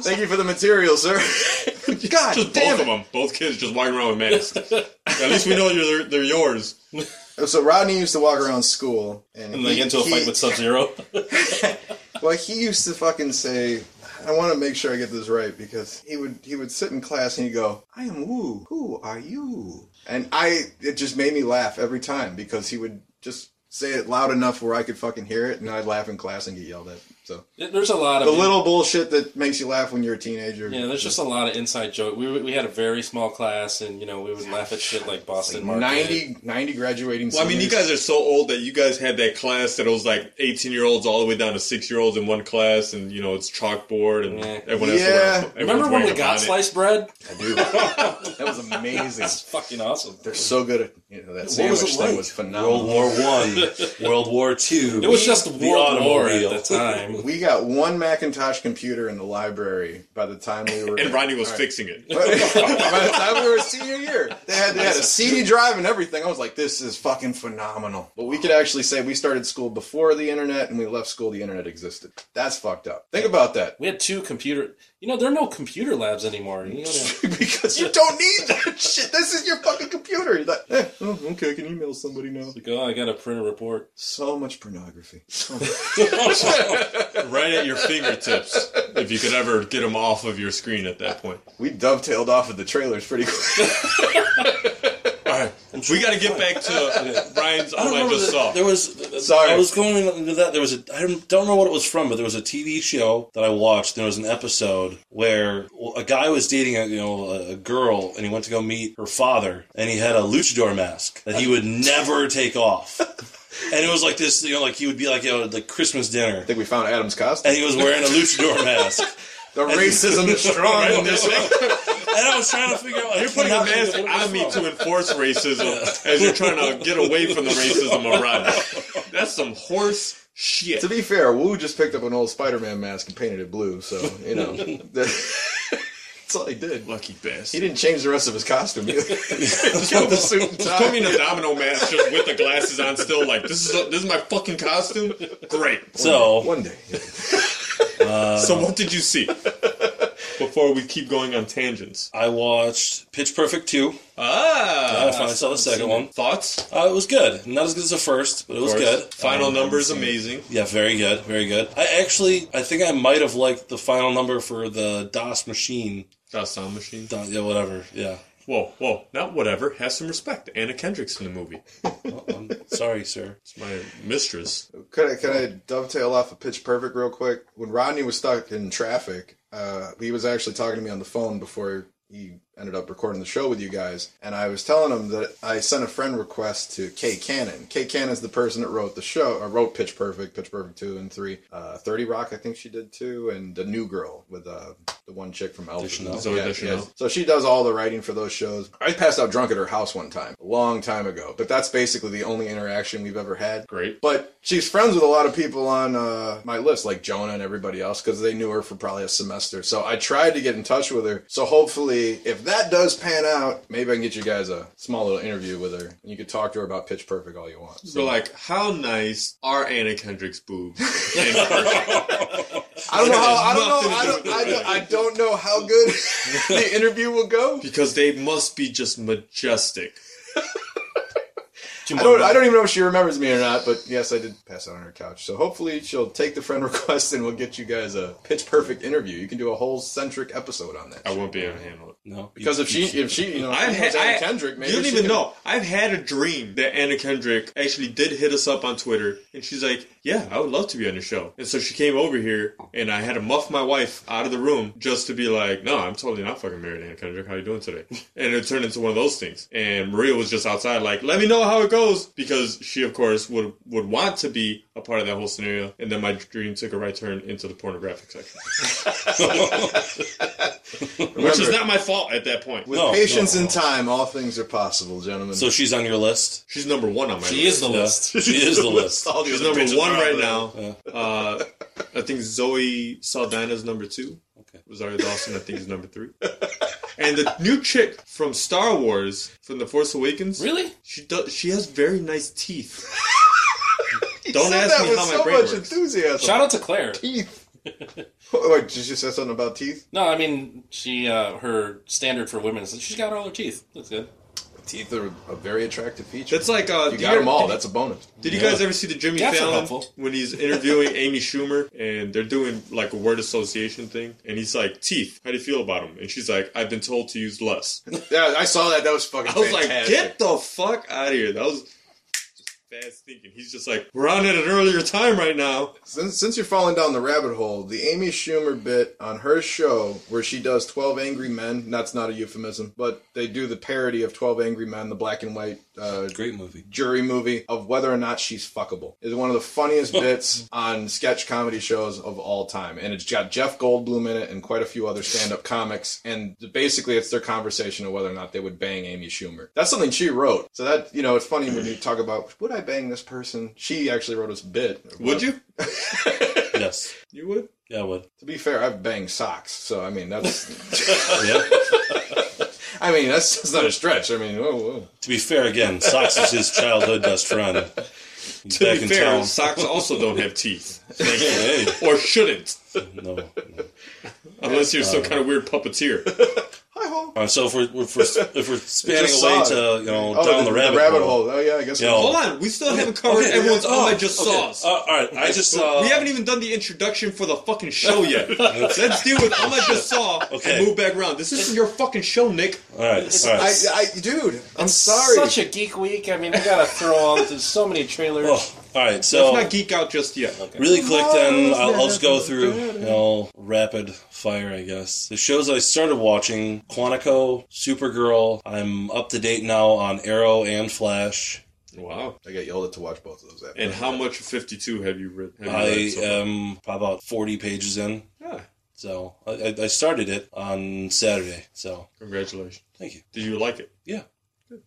B: Thank you for the material, sir. God
D: Just
B: damn
D: both
B: it.
D: of them, both kids just walking around with masks. At least we know you're, they're, they're yours.
B: So Rodney used to walk around school and,
A: And they
B: he-
A: get into a
B: he-
A: fight with Sub Zero.
B: Well, he used to fucking say, "I want to make sure I get this right," because he would he would sit in class and he'd go, "I am Wu. Who are you?" And I it just made me laugh every time because he would just say it loud enough where I could fucking hear it, and I'd laugh in class and get yelled at. So
A: there's a lot of
B: the little bullshit that makes you laugh when you're a teenager.
C: Yeah, there's just a lot of inside joke. We, were- we had a very small class, and you know we would laugh at shit like Boston Market.
B: 90, 90 graduating.
D: Well, I mean, you
B: seniors.
D: guys are so old that you guys had that class that it was like 18 year olds all the way down to 6 year olds in one class, and you know, it's chalkboard and
C: Yeah.
D: everyone has to wear a-
B: Yeah.
D: everyone's
C: Remember when
D: wearing
C: we
D: a
C: got
D: bonnet.
C: sliced bread?
B: I do. that was amazing.
C: It's fucking awesome.
B: They're so good at you know that
C: What was
B: sandwich
C: it
B: thing
C: like?
B: was
A: World
B: phenomenal.
A: War One, World War Two.
C: It was just
A: the
C: World War at
A: automobile.
C: the time.
B: We got one Macintosh computer in the library by the time we were.
D: And Ronnie was
B: All right.
D: fixing it.
B: By the time we were senior year, they had, they had a CD drive and everything. I was like, this is fucking phenomenal. But we could actually say we started school before the internet and we left school, the internet existed. That's fucked up. Think about that.
C: We had two computer. You know, there are no computer labs anymore. You know,
B: because you don't need that shit. This is your fucking computer. You're like, eh, oh, okay, I can email somebody now.
C: like, oh, I got to print a report.
B: So much pornography.
D: right at your fingertips, if you could ever get them off of your screen at that point.
B: We dovetailed off of the trailers pretty quick.
D: All right, we got to get back to Ryan's.
A: I
D: Oh, I
A: remember
D: just
A: that-
D: saw.
A: There was.
B: Sorry.
A: I was going into that. There was a. I don't don't remember what it was from, but there was a TV show that I watched. There was an episode where a guy was dating a you know a a girl, and he went to go meet her father, and he had a luchador mask that he would never take off, and it was like this. You know, like he would be like you know like Christmas dinner,
B: I think we found Adam's
A: and
B: costume.
A: he was wearing a luchador mask.
B: The racism is strong in this
A: And I was trying to figure out.
D: You're putting a mask on me to enforce racism as you're trying to get away from the racism of Ronnie. That's some horse shit.
B: To be fair, Wu just picked up an old Spider-Man mask and painted it blue, so you know that's all he did.
D: Lucky
B: He
D: bastard.
B: didn't change the rest of his costume either. just got the suit and
D: Put me
B: tie.
D: in a domino mask just with the glasses on, still like this is this is my fucking costume. Great.
A: So
B: One day,
D: So what did you see? Before we keep going on tangents.
A: I watched Pitch Perfect two. I
D: Ah.
A: finally saw the second one.
D: Thoughts?
A: Uh, it was good. Not as good as the first, but it was good.
D: Final number is amazing.
A: Yeah, very good, very good. I actually, I think I might have liked the final number for the DOS machine.
D: Dot sound machine.
A: Do- yeah, whatever. Yeah.
D: Whoa, whoa, not whatever. Have some respect. Anna Kendrick's in the movie.
A: Well, I'm sorry, sir.
D: It's my mistress.
B: could I, could I dovetail off of Pitch Perfect real quick? When Rodney was stuck in traffic, uh, he was actually talking to me on the phone before he ended up recording the show with you guys, and I was telling him that I sent a friend request to Kay Cannon. Kay Cannon's the person that wrote the show, or wrote Pitch Perfect, Pitch Perfect two and three, uh, Thirty Rock, I think she did too, and the New Girl with uh, the one chick from Elvis.
A: Deschanel.
D: Zoe Deschanel.
B: So she does all the writing for those shows. I passed out drunk at her house one time, a long time ago, but that's basically the only interaction we've ever had.
D: Great.
B: But she's friends with a lot of people on uh, my list, like Jonah and everybody else, because they knew her for probably a semester. So I tried to get in touch with her. So hopefully, if that does pan out, maybe I can get you guys a small little interview with her. And you could talk to her about Pitch Perfect all you want.
D: So like, how nice are Anna Kendrick's boobs? And her-
B: I don't know how. I don't
D: Nothing
B: know. I
D: to do
B: don't,
D: with
B: I don't, I don't know how good the interview will go.
D: because they must be just majestic.
B: I don't, I don't even know if she remembers me or not, but yes, I did pass out on her couch. So hopefully she'll take the friend request and we'll get you guys a pitch perfect interview. You can do a whole centric episode on that.
D: I won't be able to handle it.
A: No.
B: because if she, if she, you know,
D: I've
B: if it was
D: had
B: Anna
D: I,
B: Kendrick, maybe
D: you don't
B: she
D: even
B: can-
D: know. I've had a dream that Anna Kendrick actually did hit us up on Twitter, and she's like, "Yeah, I would love to be on the show." And so she came over here, and I had to muff my wife out of the room just to be like, "No, I'm totally not fucking married, Anna Kendrick. How you doing today?" And it turned into one of those things. And Maria was just outside, like, "Let me know how it goes," because she, of course, would would want to be a part of that whole scenario. And then my dream took a right turn into the pornographic section, which is
B: Remember,
D: not my fault at that point.
B: with
A: No,
B: patience
A: no,
B: and time, all things are possible, gentlemen.
A: So she's on your list.
D: She's number one on my
C: She
D: list.
C: is the
A: Yeah.
C: list.
A: She is the list.
B: All the
D: She's
B: other
D: number
B: bitches
D: one
B: are
D: right
B: there.
D: now. Uh, I think Zoe Saldana's number two.
A: Okay.
D: Rosario Dawson, I think, is number three. And the new chick from Star Wars, from The Force Awakens,
C: Really?
D: she does. She has very nice teeth.
B: You
D: Don't
B: said
D: ask
B: that
D: me
B: with
D: how my
B: so
D: brain
B: much
D: works.
B: enthusiasm.
C: Shout out to Claire.
B: Keith. Wait, did you say something about teeth?
C: No, I mean she uh, her standard for women is that she's got all her teeth. Looks good.
B: Teeth are a very attractive feature.
D: That's like uh,
B: you
D: do
B: got them all.
D: Did,
B: That's a bonus.
D: did you
A: Yeah.
D: guys ever see the Jimmy
C: That's not
D: Fallon
C: helpful.
D: when he's interviewing Amy Schumer and they're doing like a word association thing and he's like teeth. How do you feel about them? And she's like, I've been told to use less.
B: Yeah, I saw that. That was fucking.
D: I was like,
B: fantastic.
D: get the fuck out of here. That was just fast thinking. He's just like, we're on at an earlier time right now.
B: Since, since you're falling down the rabbit hole, the Amy Schumer bit on her show where she does 12 Angry Men, and that's not a euphemism, but they do the parody of 12 Angry Men, the black and white uh,
A: Great movie.
B: jury movie of whether or not she's fuckable, is one of the funniest bits on sketch comedy shows of all time. And it's got Jeff Goldblum in it and quite a few other stand up comics. And basically, it's their conversation of whether or not they would bang Amy Schumer. That's something she wrote. So that, you know, it's funny when you talk about, would I bang this person? She actually wrote this bit.
D: Would you?
A: Yes.
D: You would?
A: Yeah, I would.
B: To be fair, I've banged socks, so I mean that's.
A: Oh, Yeah.
B: I mean that's, that's not a stretch. I mean, whoa, whoa.
A: to be fair, again, Socks is his childhood best friend. He's
D: To
A: back
D: be
A: in
D: fair,
A: town.
D: socks also don't have teeth.
A: Hey,
D: Or shouldn't.
A: no. no.
D: Unless you're
A: Uh,
D: some kind of weird puppeteer.
A: oh.
B: Hi ho.
A: All right, so if we're, if we're, if we're spanning
B: Just saw
A: away to you know down the, rabbit, hole,
B: Oh yeah, I guess.
A: Yeah.
D: Hold on, we still haven't covered
A: Okay,
D: everyone's
A: yeah,
D: all I
A: oh,
D: just
A: okay.
D: saws.
A: Uh, all right, I just uh, saw.
D: we haven't even done the introduction for the fucking show yet. Let's deal with all I just saw
A: Okay.
D: and move back around. This isn't your fucking show, Nick.
A: All right, all right.
B: I, I, dude, I'm sorry.
C: Such a geek week. I mean, we gotta throw on to so many trailers.
A: oh, all right,
D: Let's
A: so
D: not geek out just yet.
A: Really quick, then I'll, I'll just go through, you know, rapid fire, I guess. The shows I started watching Quantico, Supergirl. I'm up to date now on Arrow and Flash.
D: Wow.
B: I got yelled at to watch both of those. After.
D: And how much of 52 have you read? Have you
A: I uh,
D: read so far?
A: am probably about 40 pages in.
D: Ah,
A: So I, I- I started it on Saturday. So
D: congratulations.
A: thank you.
D: Did you like it?
A: Yeah.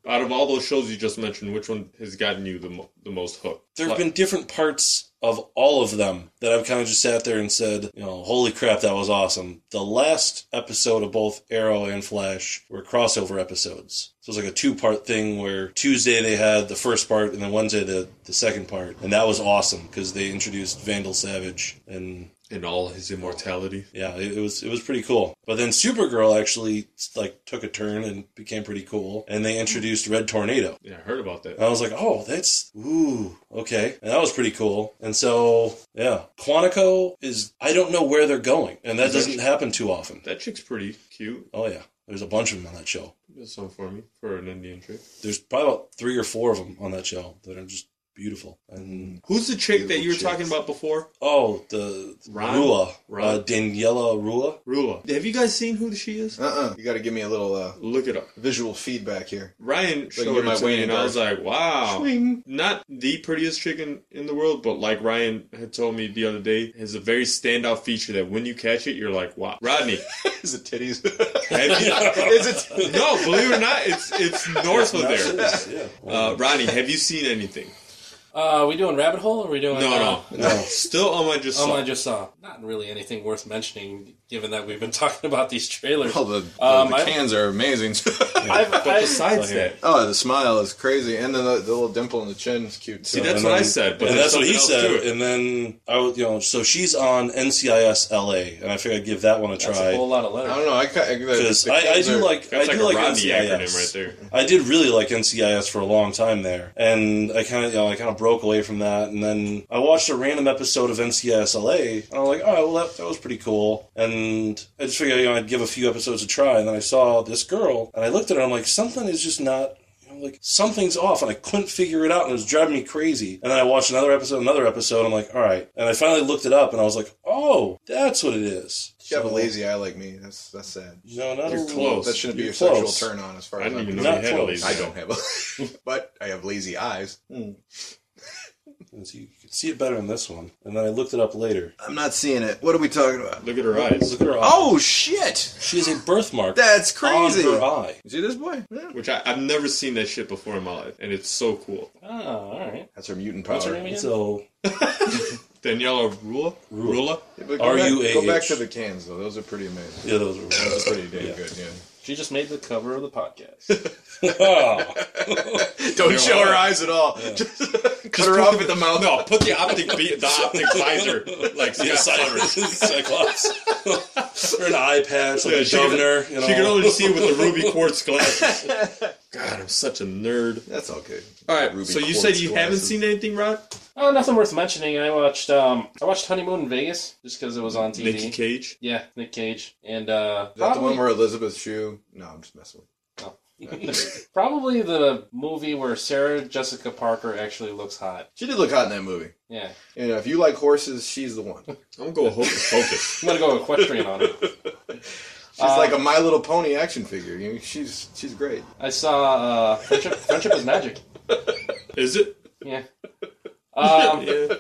D: Out of all those shows you just mentioned, which one has gotten you the, mo- the most hooked?
A: There have
D: Like-
A: been different parts of all of them that I've kind of just sat there and said, you know, holy crap, that was awesome. The last episode of both Arrow and Flash were crossover episodes. So it was like a two part thing where Tuesday they had the first part and then Wednesday the, the second part. And that was awesome because they introduced Vandal Savage and
D: in all his immortality.
A: yeah, it, it was it was pretty cool. But then Supergirl actually like took a turn and became pretty cool. And they introduced Red Tornado.
D: Yeah, I heard about that.
A: And I was like, oh, that's ooh, okay. And that was pretty cool. And so yeah. Quantico is I don't know where they're going. And that doesn't happen too often.
D: That chick's pretty cute.
A: Oh yeah. There's a bunch of them on that show.
D: That's some for me for an Indian chick.
A: There's probably about three or four of them on that show that are just beautiful. And
D: Who's the chick that you were
B: Beautiful
D: talking
B: chicks.
D: about before?
A: oh, the
D: Ron?
A: Rua.
D: Ron?
A: Uh, Daniela Rua.
D: Rula. Have you guys seen who she is?
B: Uh-uh. You got to give me a little uh,
D: Look it up.
B: visual feedback here.
D: Ryan
B: can
D: showed
B: get
D: her
B: my
D: to me,
B: waiting
D: and I was like, "Wow,
B: Swing.
D: not the prettiest chicken in the world, but like Ryan had told me the other day, has a very standout feature that when you catch it, you're like, wow, Rodney."
B: Is it titties?
D: Have you,
B: Is it?
D: no, believe it or not, it's it's north of there.
A: Yeah.
D: Uh, Rodney, have you seen anything?
C: Uh, we doing rabbit hole? Or we doing?
D: No,
C: uh,
D: no, no. Still on my just.
C: Um,
D: saw.
C: I just saw not really anything worth mentioning, given that we've been talking about these trailers.
B: Well, the, the,
C: Um,
B: the
C: I-
B: cans are amazing.
C: I've,
D: But
C: I've-
D: besides that,
B: oh, the smile is crazy, and then the, the little dimple in the chin is cute.
D: see,
B: too.
D: that's
A: And
D: what I
A: then-
D: said, but
A: and
D: there's
A: that's what he
D: something else to
A: said.
D: it.
A: And then I would, you know, so she's on NCIS LA, and I figured I'd give that one a
C: that's
A: try.
C: a whole lot of
B: I
C: letters.
B: don't know. I, ca- I, the,
A: because
B: the
A: I, I
B: cans
A: do
B: are-
A: like I
D: That's like
A: do
D: a
A: like
D: Rodney
A: NCIS.
D: acronym right there.
A: I did really like NCIS for a long time there, and I kind of you know I kind of broke away from that, and then I watched a random episode of NCIS LA, and I'm like, oh well that, that was pretty cool, and I just figured you know I'd give a few episodes a try, and then I saw this girl, and I looked at her, and I'm like something is just not. you know, Like something's off, and I couldn't figure it out, and it was driving me crazy. And then I watched another episode, another episode. I'm like, all right. And I finally looked it up, and I was like, oh, that's what it is.
B: You have a
A: So,
B: lazy eye like me. That's that's sad.
A: No, not
D: You're
A: a-
D: close.
B: That shouldn't be
A: You're
B: a
A: close.
B: sexual turn on as far
D: I
B: as
D: didn't
B: I'm
D: even know
A: Not
D: he had a
A: close.
D: lazy
B: I
D: eye.
B: don't have a, but I have lazy eyes.
A: And so you could see it better in this one. And then I looked it up later.
B: I'm not seeing it. What are we talking about?
D: Look at her eyes.
A: Look at her eye.
B: Oh shit!
A: She has a birthmark
B: That's
A: on
B: crazy.
A: her
B: You
A: eye.
B: see this boy? Yeah.
D: Which I, I've never seen that shit before in my life, and it's so cool.
C: Oh, all right.
B: That's her mutant
C: What's her name
B: power.
C: again?
A: So,
D: Daniela Rula,
A: Rula.
D: Rula,
B: Yeah, but
A: R
B: go back-
A: U A
B: Go back
A: H.
B: to the cans though. Those are pretty amazing.
A: yeah, those were.
B: Those are pretty damn
A: Yeah.
B: good. Yeah.
C: She just made the cover of the podcast.
A: Oh.
B: Don't show her eyes at all. Just cut her off at the mouth.
D: No, put the optic be- the optic visor like
A: Yeah,
D: yeah,
A: Cy- Cyclops. or an eye patch, like
D: Yeah,
A: a
D: she can-
A: governor. you know.
D: She can only see with the ruby quartz glasses. God, I'm such a nerd.
B: That's all good.
D: All right,
B: Ruby
D: so you
B: quartz
D: said you haven't
B: glasses.
D: seen anything, Rod?
C: oh, nothing worth mentioning. I watched um, I watched Honeymoon in Vegas just because it was on TV.
D: Nicky Cage.
C: yeah, Nick Cage, and uh,
B: Is that the
C: probably-
B: one where Elizabeth Shue? No, I'm just messing with
C: Probably the movie where Sarah Jessica Parker actually looks hot.
B: you. She did look hot in that movie.
C: Yeah.
B: You know, if you like horses, she's the one. She's
D: I'm going hocus pocus.
C: I'm going to go equestrian on it. Um,
B: like a My Little Pony action figure. You know, she's she's great.
C: I saw uh, Friendship, Friendship is Magic.
D: Is it?
C: Yeah. Um,
D: Yeah.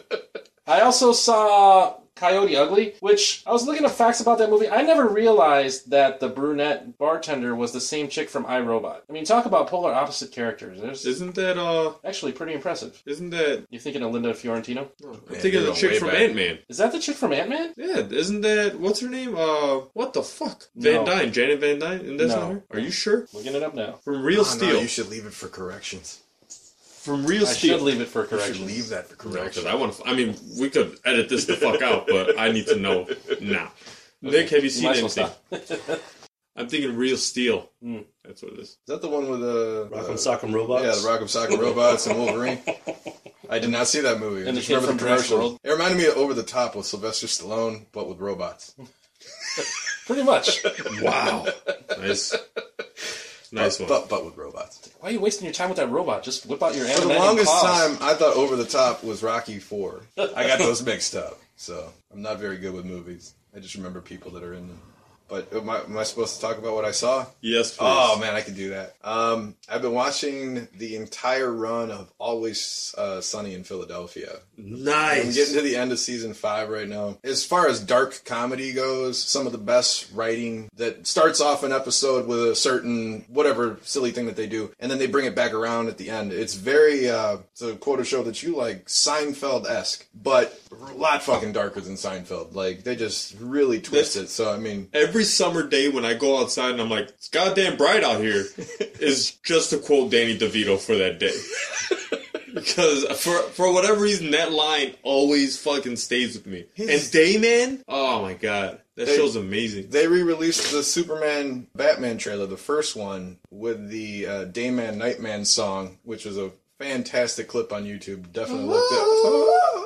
C: I also saw Coyote Ugly, which I was looking at facts about that movie. I never realized that the brunette bartender was the same chick from iRobot. I mean, talk about polar opposite characters. There's
D: Isn't that uh?
C: actually pretty impressive.
D: Isn't that?
C: You're thinking of Linda Fiorentino?
D: I'm thinking of
B: you're
D: the
B: going
D: chick
B: way
D: from
B: back.
D: Ant Man.
C: Is that the chick from Ant Man?
D: Yeah, isn't that what's her name? Uh, what the fuck?
C: No.
D: Van Dyne, Janet Van Dyne, and that's
C: No.
D: not her. Are you sure?
C: Looking it up now.
D: From Real
B: Oh, no,
D: Steel.
B: you should leave it for corrections.
D: From Real
C: I
D: Steel.
C: should leave it for
B: You should
C: correction.
B: leave that for
D: No, 'cause
B: corrections.
D: I want to. I mean, we could edit this the fuck out, but I need to know now. Nick, have you
C: You
D: seen
C: might as well
D: anything?
C: stop.
D: I'm thinking Real Steel.
C: Hmm.
D: That's what it is.
B: Is that the one with uh,
A: Rock'em
B: uh,
A: Sock'em Robots.
B: Yeah, the Rock'em Sock'em Robots and Wolverine. I did not see that movie. I
C: And the
B: just
C: kid
B: remember the
C: from Jurassic
B: commercial.
C: World.
B: It reminded me of Over the Top with Sylvester Stallone, but with robots.
C: Pretty much.
D: Wow. nice. Nice
B: but,
D: one.
B: But, but with robots.
C: Why are you wasting your time with that robot? Just whip out your
B: For the
C: animating
B: longest
C: claws.
B: time, I thought Over the Top was Rocky Four. I got those mixed up, so I'm not very good with movies. I just remember people that are in them. But am I, am I supposed to talk about what I saw?
D: yes, please.
B: Oh man, I could do that. Um, I've been watching the entire run of Always uh, Sunny in Philadelphia. I'm getting
D: Nice.
B: to the end of season five right now. As far as dark comedy goes, some of the best writing that starts off an episode with a certain whatever silly thing that they do, and then they bring it back around at the end. It's very uh, to quote a show that you like, Seinfeld esque, but a lot fucking darker than Seinfeld. Like they just really twist it. So I mean,
D: Every summer day when I go outside and I'm like, it's goddamn bright out here, is just to quote Danny DeVito for that day. because for for whatever reason, that line always fucking stays with me. And Dayman, oh my god, that
B: They-
D: show's amazing.
B: They re-released the Superman Batman trailer, the first one, with the uh, Dayman Nightman song, which was a fantastic clip on YouTube. Definitely looked it.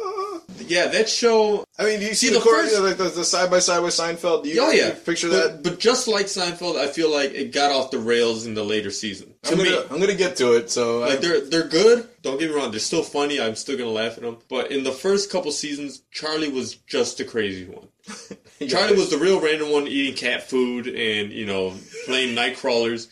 D: Yeah, that show.
B: I mean, do you see,
D: See,
B: the,
D: the
B: choreo-
D: first-
B: like the, the side by side with Seinfeld? Do you,
D: Oh
B: you
D: yeah,
B: picture
D: But-
B: that?
D: But just like Seinfeld, I feel like it got off the rails in the later season. To
B: I'm
D: me,
B: gonna, I'm gonna get to it. So uh, I-
D: Like they're they're good. Don't get me wrong. They're still funny. I'm still gonna laugh at them. But in the first couple seasons, Charlie was just the crazy one.
B: yeah.
D: Charlie was the real random one, eating cat food and you know playing night crawlers.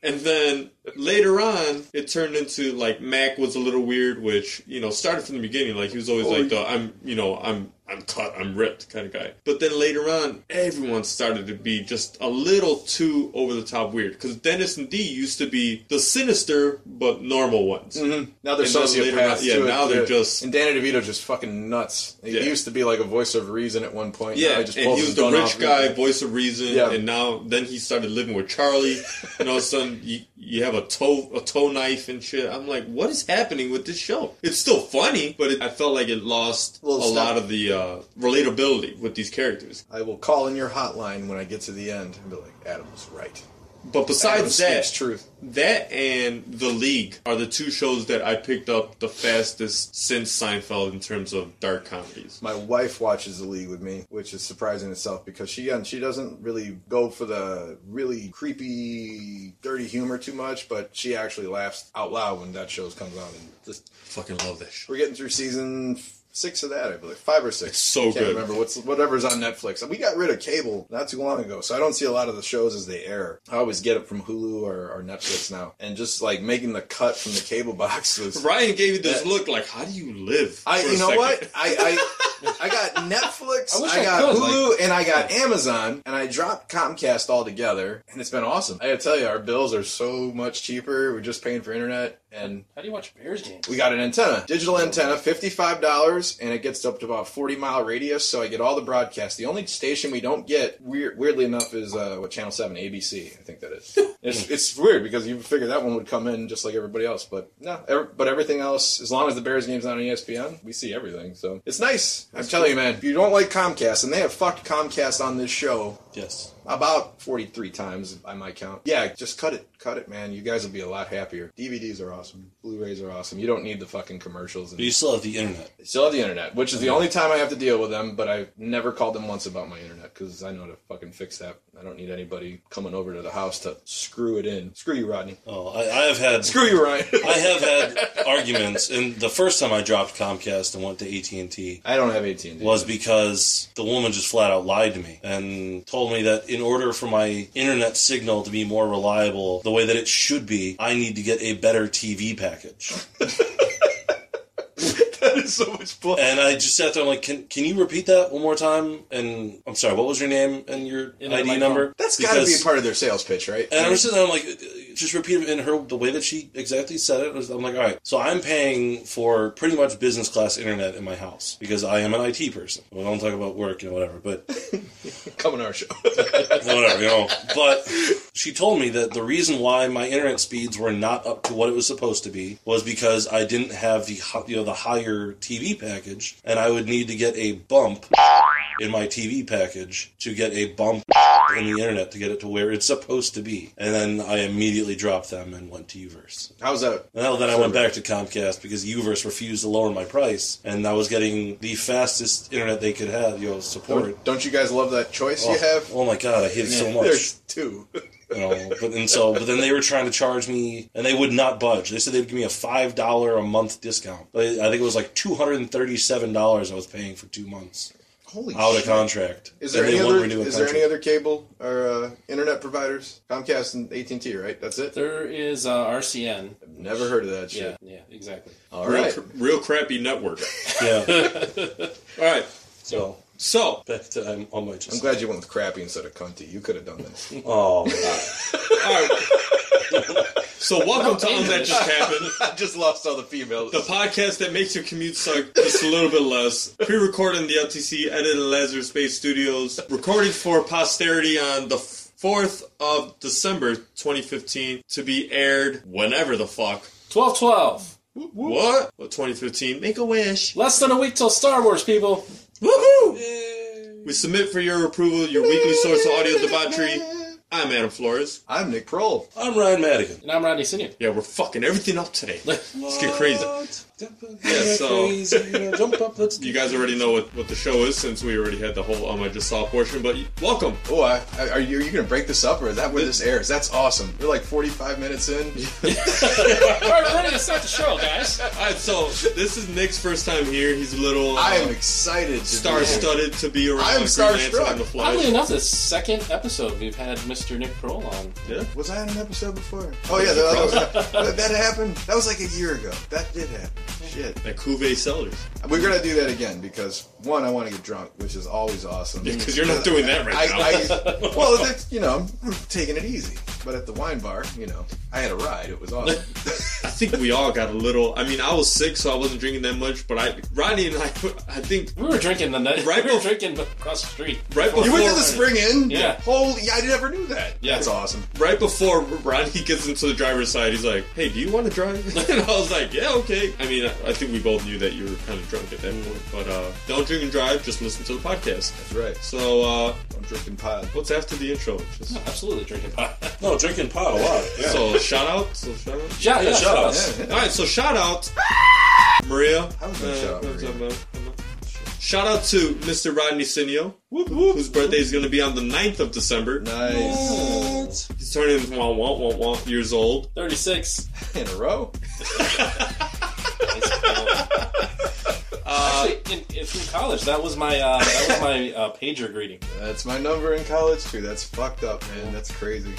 D: And then later on, it turned into like Mac was a little weird, which you know started from the beginning. Like he was always like the I'm you know I'm I'm cut I'm ripped kind of guy. But then later on, everyone started to be just a little too over the top weird. Because Dennis and Dee used to be the sinister but normal ones.
B: now they're
D: and then later
B: sociopaths.
D: on- yeah,
B: too,
D: now they're just-
B: and Danny DeVito just fucking nuts. He
D: Yeah.
B: used to be like a voice of reason at one point. now
D: Yeah,
B: he just
D: and
B: pulls
D: he was
B: his
D: the
B: gun
D: rich
B: off
D: guy,
B: and-
D: voice of reason,
B: Yeah.
D: and now then he started living with Charlie, and all of a sudden you, you have a toe a toe knife and shit. I'm like, what is happening with this show? It's still funny, but it, I felt like it lost a,
B: Little step.
D: lot of the uh, relatability with these characters.
B: I will call in your hotline when I get to the end and be like, Adam's right.
D: But
B: Adam
D: besides
B: speaks
D: that,
B: truth.
D: that and The League are the two shows that I picked up the fastest since Seinfeld in terms of dark comedies.
B: My wife watches the league with me, which is surprising itself because she and she doesn't really go for the really creepy, dirty humor too much, but she actually laughs out loud when that show comes on. And just,
D: Fucking love that show.
B: we're getting through season f- six of that, I believe, five or six.
D: It's so
B: Can't
D: good.
B: remember what's whatever's on Netflix. We got rid of cable not too long ago, so I don't see a lot of the shows as they air. I always get it from Hulu or, or Netflix now, and just like making the cut from the cable box was
D: Ryan gave me this
B: That-
D: look like, how do you live?
B: I,
D: for a
B: you know
D: second?
B: what? I, I, I got Netflix,
C: I wish
B: I,
C: I
B: got
C: could,
B: Hulu, and I got Amazon, and I dropped Comcast altogether, and it's been awesome. I gotta tell you, our bills are so much cheaper. We're just paying for internet, and
C: How do you watch Bears games?
B: we got an antenna, digital antenna, fifty-five dollars. hours, and it gets up to about 40 mile radius, so I get all the broadcasts. The only station we don't get, weird, weirdly enough, is uh, what Channel 7, ABC, I think that is. it's, it's weird because you figure that one would come in just like everybody else, but no. ev- but everything else, as long as the Bears game's not on E ESPN, we see everything, so it's nice. I'm telling you, man, if you don't like Comcast, and they have fucked Comcast on this show
A: Yes.
B: about 43 times by my count. Yeah, just cut it. Cut it, man. You guys will be a lot happier. DVDs are awesome. Blu-rays are awesome. You don't need the fucking commercials. And
A: But you still have the internet.
B: you still have the internet, which is the only time I have to deal with them, but I've never called them once about my internet because I know how to fucking fix that. I don't need anybody coming over to the house to screw it in. Screw you, Rodney.
A: Oh, I, I have had
B: Screw you, Ryan.
A: I have had arguments, and the first time I dropped Comcast and went to AT and T
B: I don't have AT&T.
A: was because the woman just flat out lied to me and told me that in order for my internet signal to be more reliable, the way that it should be, I need to get a better TV package.
B: that is so much bull.
A: And I just sat there I'm like, can can you repeat that one more time? And I'm sorry, what was your name and your
C: In
A: ID
C: my
A: number?
C: phone.
B: That's got to be
A: Because-
B: part of their sales pitch, right?
A: And I'm sitting there, I'm like, uh, just repeat it in her the way that she exactly said it. I'm like, all right, so I'm paying for pretty much business class internet in my house because I am an IT person. We don't talk about work and whatever, but
B: Come on our show.
A: whatever, you know. But she told me that the reason why my internet speeds were not up to what it was supposed to be was because I didn't have the hi- you know the higher TV package, and I would need to get a bump in my TV package to get a bump in the internet to get it to where it's supposed to be. And then I immediately dropped them and went to Uverse.
B: How's that?
A: Well, then I went back to Comcast because Uverse refused to lower my price, and I was getting the fastest internet they could have, you know, support.
B: Don't, don't you guys love that choice you have?
A: oh my god, I hate it so much.
B: There's two.
A: you know, but and so but then they were trying to charge me and they would not budge. They said they'd give me a five dollar a month discount. But I think it was like two hundred and thirty seven dollars I was paying for two months
B: Holy
A: out of
B: shit.
A: contract.
B: Is there
A: And
B: any
A: they wouldn't
B: other?
A: renew a
B: Is there any
A: contract.
B: other cable or uh, internet providers? Comcast and AT and T, right? That's it.
C: There is uh, RCN.
B: Never heard of that shit.
C: Yeah, yeah, exactly.
B: All
D: Real,
B: right.
D: cr- real crappy network.
A: Yeah.
D: All right.
A: So
D: So,
A: back to I'm on my
B: I'm glad you went with crappy instead of cunty. You could have done this.
A: Oh God.
D: all right. So, welcome to Um That Just Happened,
B: I just lost all the females.
D: the podcast that makes your commute suck just a little bit less. Pre recorded in the LTC, edited in Lazarus Space Studios, recorded for posterity on the 4th of December 2015 to be aired whenever the fuck.
C: 12 12.
D: What? Well, 2015. Make a wish.
C: Less than a week till Star Wars, people.
D: Woohoo! We submit for your approval your weekly source of audio debauchery. I'm Adam Flores.
B: I'm Nick Prohl.
A: I'm Ryan Madigan.
C: And I'm Rodney Sinian.
D: Yeah, we're fucking everything up today. Let's get crazy.
A: Yeah,
D: so-
A: crazy. Jump up, let's
D: You guys already know what, what the show is since we already had the whole um I just saw portion, but welcome.
B: Oh, I, I, are you are you gonna break this up or is that where this airs? That's awesome. We're like 45 minutes in.
C: All right, we're ready to start the show, guys.
D: Alright, so this is Nick's first time here. He's a little
B: I am excited. to be
D: star
B: here.
D: studded to be around
B: I am
D: Green Lantern
B: starstruck.
D: on the fly.
C: Oddly enough, this second episode we've had Mr. Nick Kroll on.
D: Yeah.
B: Was I on an episode before? Oh yeah, that, that, was, that happened. That was like a year ago. That did happen. Shit.
D: At Cuvée Sellers.
B: We're gonna do that again because one, I want to get drunk, which is always awesome.
D: Because you're not doing that right now.
B: Mm. I, I well, that's, you know, I'm taking it easy. But at the wine bar, you know, I had a ride. It was awesome.
D: I think we all got a little. I mean, I was sick, so I wasn't drinking that much. But I, Ronnie and I, I think
C: We were drinking the night.
D: Right
C: we were
D: bef-
C: drinking across the street.
D: right before
B: you went to the Spring Inn.
C: Yeah.
B: Holy, I never knew that.
C: Yeah.
B: That's awesome.
D: right before Ronnie gets into the driver's side, he's like, "Hey, do you want to drive?" and I was like, "Yeah, okay." I mean, I, I think we both knew that you were kind of drunk at that point, but uh, don't drink and drive. Just listen to the podcast.
B: That's right.
D: So, uh,
B: I'm drinking pie.
D: what's after the intro? Just,
C: Absolutely drinking pot.
A: No, drinking pot a lot. Yeah.
D: So, shout out. So, shout out.
C: Yeah, yeah,
A: shut up.
C: us.
B: Yeah, yeah.
D: All right, so shout out Maria. Uh,
B: How was my shout out,
D: what's
B: Maria?
D: up, man? Come on. Shout out to Mr. Rodney Sinio, whose birthday is going to be on the 9th of December.
B: Nice.
D: He's turning wah, wah, wah, wah, years old.
C: 36.
B: In a row.
C: Uh, Actually, in, in, through college, that was my uh, that was my uh, pager greeting.
B: That's my number in college too. That's fucked up, man. That's crazy.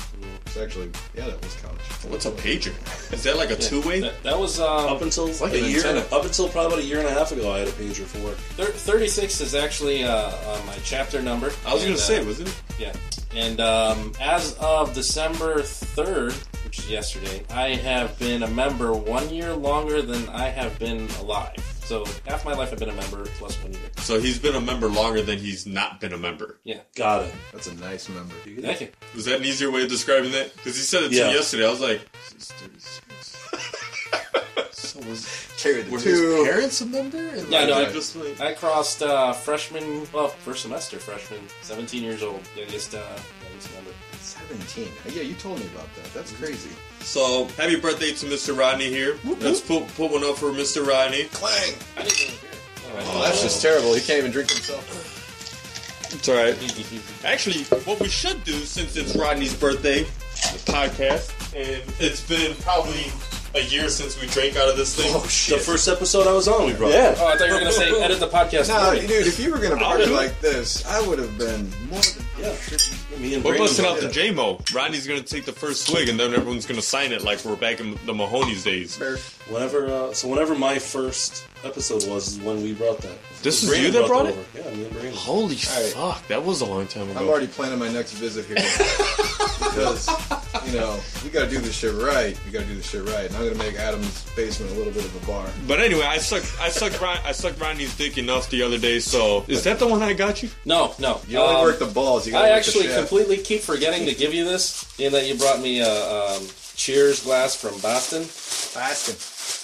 B: It's actually, yeah, that was college.
D: What's a pager? Is that like a two way?
C: That, that was um,
D: Oh.
A: Up until
B: like
A: a
B: an
A: year,
B: antenna.
A: up until probably about a year and a half ago, I had a pager for work.
C: thir- 36 is actually uh, uh, my chapter number.
D: I was
C: And,
D: going to say,
C: uh,
D: was it?
C: Yeah. And um, as of December 3rd, which is yesterday, I have been a member one year longer than I have been alive. So half my life I've been a member, plus one year.
D: So he's been a member longer than he's not been a member.
C: Yeah.
A: Got it.
B: That's a nice member.
C: Thank you.
D: Was that an easier way of describing that? Because he said it to
A: Yeah.
D: me yesterday. I was like, he's 36. so was
B: Carry the
D: were
B: two.
D: his parents a member? And
C: Yeah, no, I-
D: just like,
C: I crossed uh, freshman, well, first semester freshman, 17 years old. Yeah, just, uh, I just remember.
B: 17. Yeah, you told me about that. That's crazy.
D: so happy birthday to Mr. Rodney here. Let's put put one up for Mr. Rodney.
B: Clang!
C: I didn't even hear it.
B: Oh, that's just terrible. He can't even drink himself.
D: It's all right.
C: Oh,
D: Actually, what we should do since it's Rodney's birthday, the podcast, and it's been probably a year since we drank out of this thing.
B: Oh, shit.
A: The first episode I was on, we brought.
C: Oh, I thought you were going to say edit the podcast.
B: Nah,
C: recording.
B: dude, if you were gonna party
D: do it.
B: like this, I would have been more than
A: Yeah. Me and
D: We're
A: Brandon-
D: busting out the
B: yeah.
D: J Mo. Rodney's gonna take the first swig, and then everyone's gonna sign it like we're back in the Mahoney's days.
B: fair.
A: Whenever, uh, so whenever my first episode was, is when we brought that.
D: This is
A: Brandon
D: you that brought it?
A: over. Yeah, me and Brandon.
D: Holy
B: right.
D: fuck, that was a long time ago.
B: I'm already planning my next visit here because you know we gotta do this shit right. We gotta do this shit right, and I'm gonna make Adam's basement a little bit of a bar.
D: but anyway, I sucked. I sucked. Ron, I sucked Rodney's dick enough the other day. So is that the one I got you?
C: No, no.
B: You only
C: Um,
B: work the balls. You gotta
C: I
B: work
C: actually
B: the shaft.
C: completely keep forgetting to give you this, in that you brought me a um, cheers glass from Boston.
B: Asking.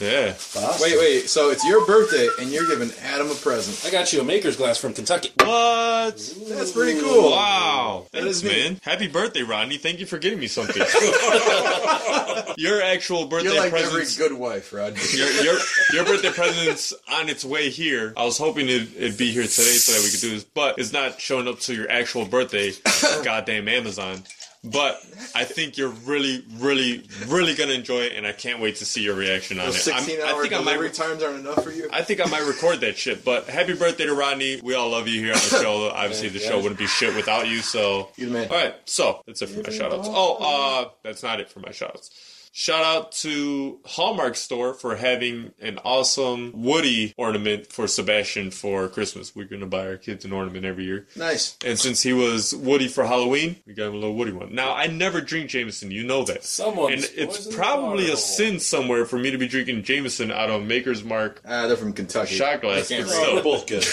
D: Yeah.
A: Boston.
B: Wait, wait. So it's your birthday, and you're giving Adam a present.
C: I got you a maker's glass from Kentucky.
D: What?
B: That's pretty cool.
D: Wow.
B: That
D: Thanks,
B: is neat.
D: man. Happy birthday, Rodney. Thank you for getting me something. your actual birthday
B: You're like
D: presents.
B: every good wife, Rod.
D: your, your, your birthday present's on its way here. I was hoping it'd, it'd be here today so that we could do this, but it's not showing up to your actual birthday. Goddamn Amazon. But I think you're really, really, really gonna enjoy it, and I can't wait to see your reaction on
B: Those
D: it. I'm-
B: 16
D: I
B: hour
D: think I might
B: delivery times aren't enough for you.
D: I think I might record that shit, but happy birthday to Rodney. We all love you here on the show. Obviously, the show wouldn't be shit without you, so.
B: You the man.
D: All right, so that's it for my shout outs. Oh, uh, that's not it for my shout outs. Shout out to Hallmark Store for having an awesome Woody ornament for Sebastian for Christmas. We're going to buy our kids an ornament every year.
B: Nice.
D: And since he was Woody for Halloween, we got him a little Woody one. Now, I never drink Jameson. You know that.
C: Someone's
D: And it's
C: poisoned the
D: probably a
C: water.
D: sin somewhere for me to be drinking Jameson out of Maker's Mark
B: Ah, they're from Kentucky.
D: shot glass.
C: I can't
D: But
A: Oh, we're
D: still,
A: both good.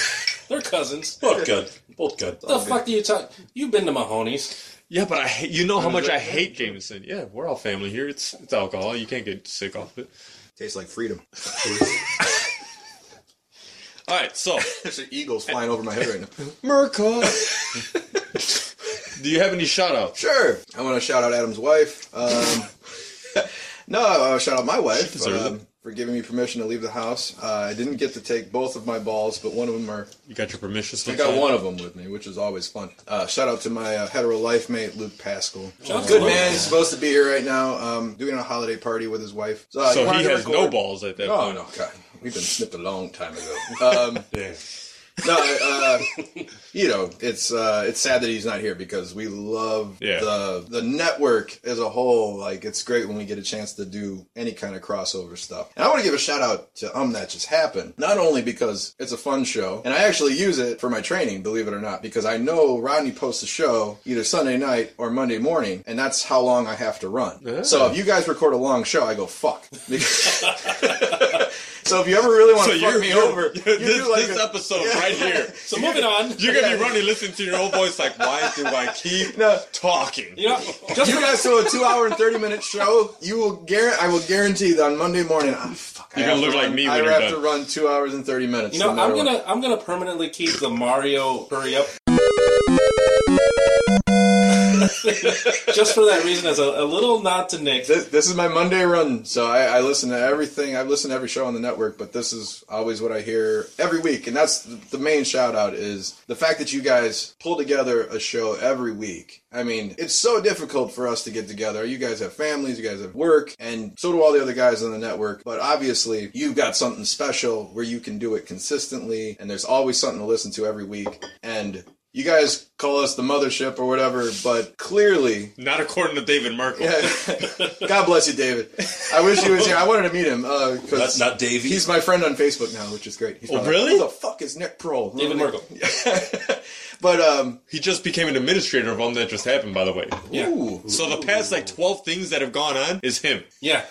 C: They're cousins. What
A: Both good. Both good.
C: the fuck do you talk? You've been to Mahoney's.
D: yeah, but I hate, you know how much I hate Jameson. Yeah, we're all family here. It's it's alcohol. You can't get sick off it.
B: Tastes like freedom.
D: All right, so
B: There's an eagles flying over my head right now.
D: Merca. Do you have any shout outs?
B: Sure. I want to shout out Adam's wife. Um, no, I want to shout out my wife
D: deserves
B: um, for giving me permission to leave the house. Uh, I didn't get to take both of my balls, but one of them are.
D: You got your permission?
B: I got one of them with me, which is always fun. Uh, shout out to my uh, hetero life mate, Luke Pascal.
C: Shout out
B: Good
C: to Luke.
B: man. He's supposed to be here right now, um, doing a holiday party with his wife. So, uh,
D: So
B: wanted
D: he
B: to
D: has
B: record-
D: no balls at that
B: Oh
D: point.
B: no, God, we've been snipped a long time ago. Um,
A: Yeah.
B: no, uh, you know, it's uh, it's sad that he's not here because we love
D: Yeah.
B: the the network as a whole. Like, it's great when we get a chance to do any kind of crossover stuff. And I want to give a shout out to Um That Just Happened, not only because it's a fun show, and I actually use it for my training, believe it or not, because I know Rodney posts a show either Sunday night or Monday morning, and that's how long I have to run. So if you guys record a long show, I go fuck. Because- So if you ever really want
D: So
B: to fuck
D: you're
B: me
D: you're-
B: over, you
D: This,
B: do like
D: this
B: a-
D: episode right here.
C: So moving on.
D: You're gonna be running, listening to your own voice, like, why do I keep
B: No.
D: talking?
C: You know, just
B: you guys do a two hour and thirty minute show. You will guarantee. I will guarantee that on Monday morning. Ah, fuck.
D: You're
B: I have
D: gonna look
B: to
D: like
B: run-
D: me
B: I
D: when you're
B: have
D: done.
B: to run two hours and thirty minutes.
C: You know,
B: no matter
C: I'm
B: what.
C: gonna I'm gonna permanently keep the Mario hurry up. Just for that reason, as a, a little nod to Nick.
B: This, this is my Monday run, so I, I listen to everything. I've listened to every show on the network, but this is always what I hear every week, and that's the, the main shout out is the fact that you guys pull together a show every week. I mean, it's so difficult for us to get together. You guys have families, you guys have work, and so do all the other guys on the network. But obviously, you've got something special where you can do it consistently, and there's always something to listen to every week. And you guys call us the mothership or whatever, but clearly
D: Not according to David Merkel.
B: God bless you, David. I wish he was here. I wanted to meet him. Uh, 'cause
A: That's not Davey.
B: He's my friend on Facebook now, which is great. He's probably
D: really?
B: Like, Who the fuck is Nick Pearl?
C: David Merkel.
B: but um,
D: He just became an administrator of all that just happened, by the way.
C: Yeah.
B: ooh,
D: So the past like twelve things that have gone on is him.
C: Yeah.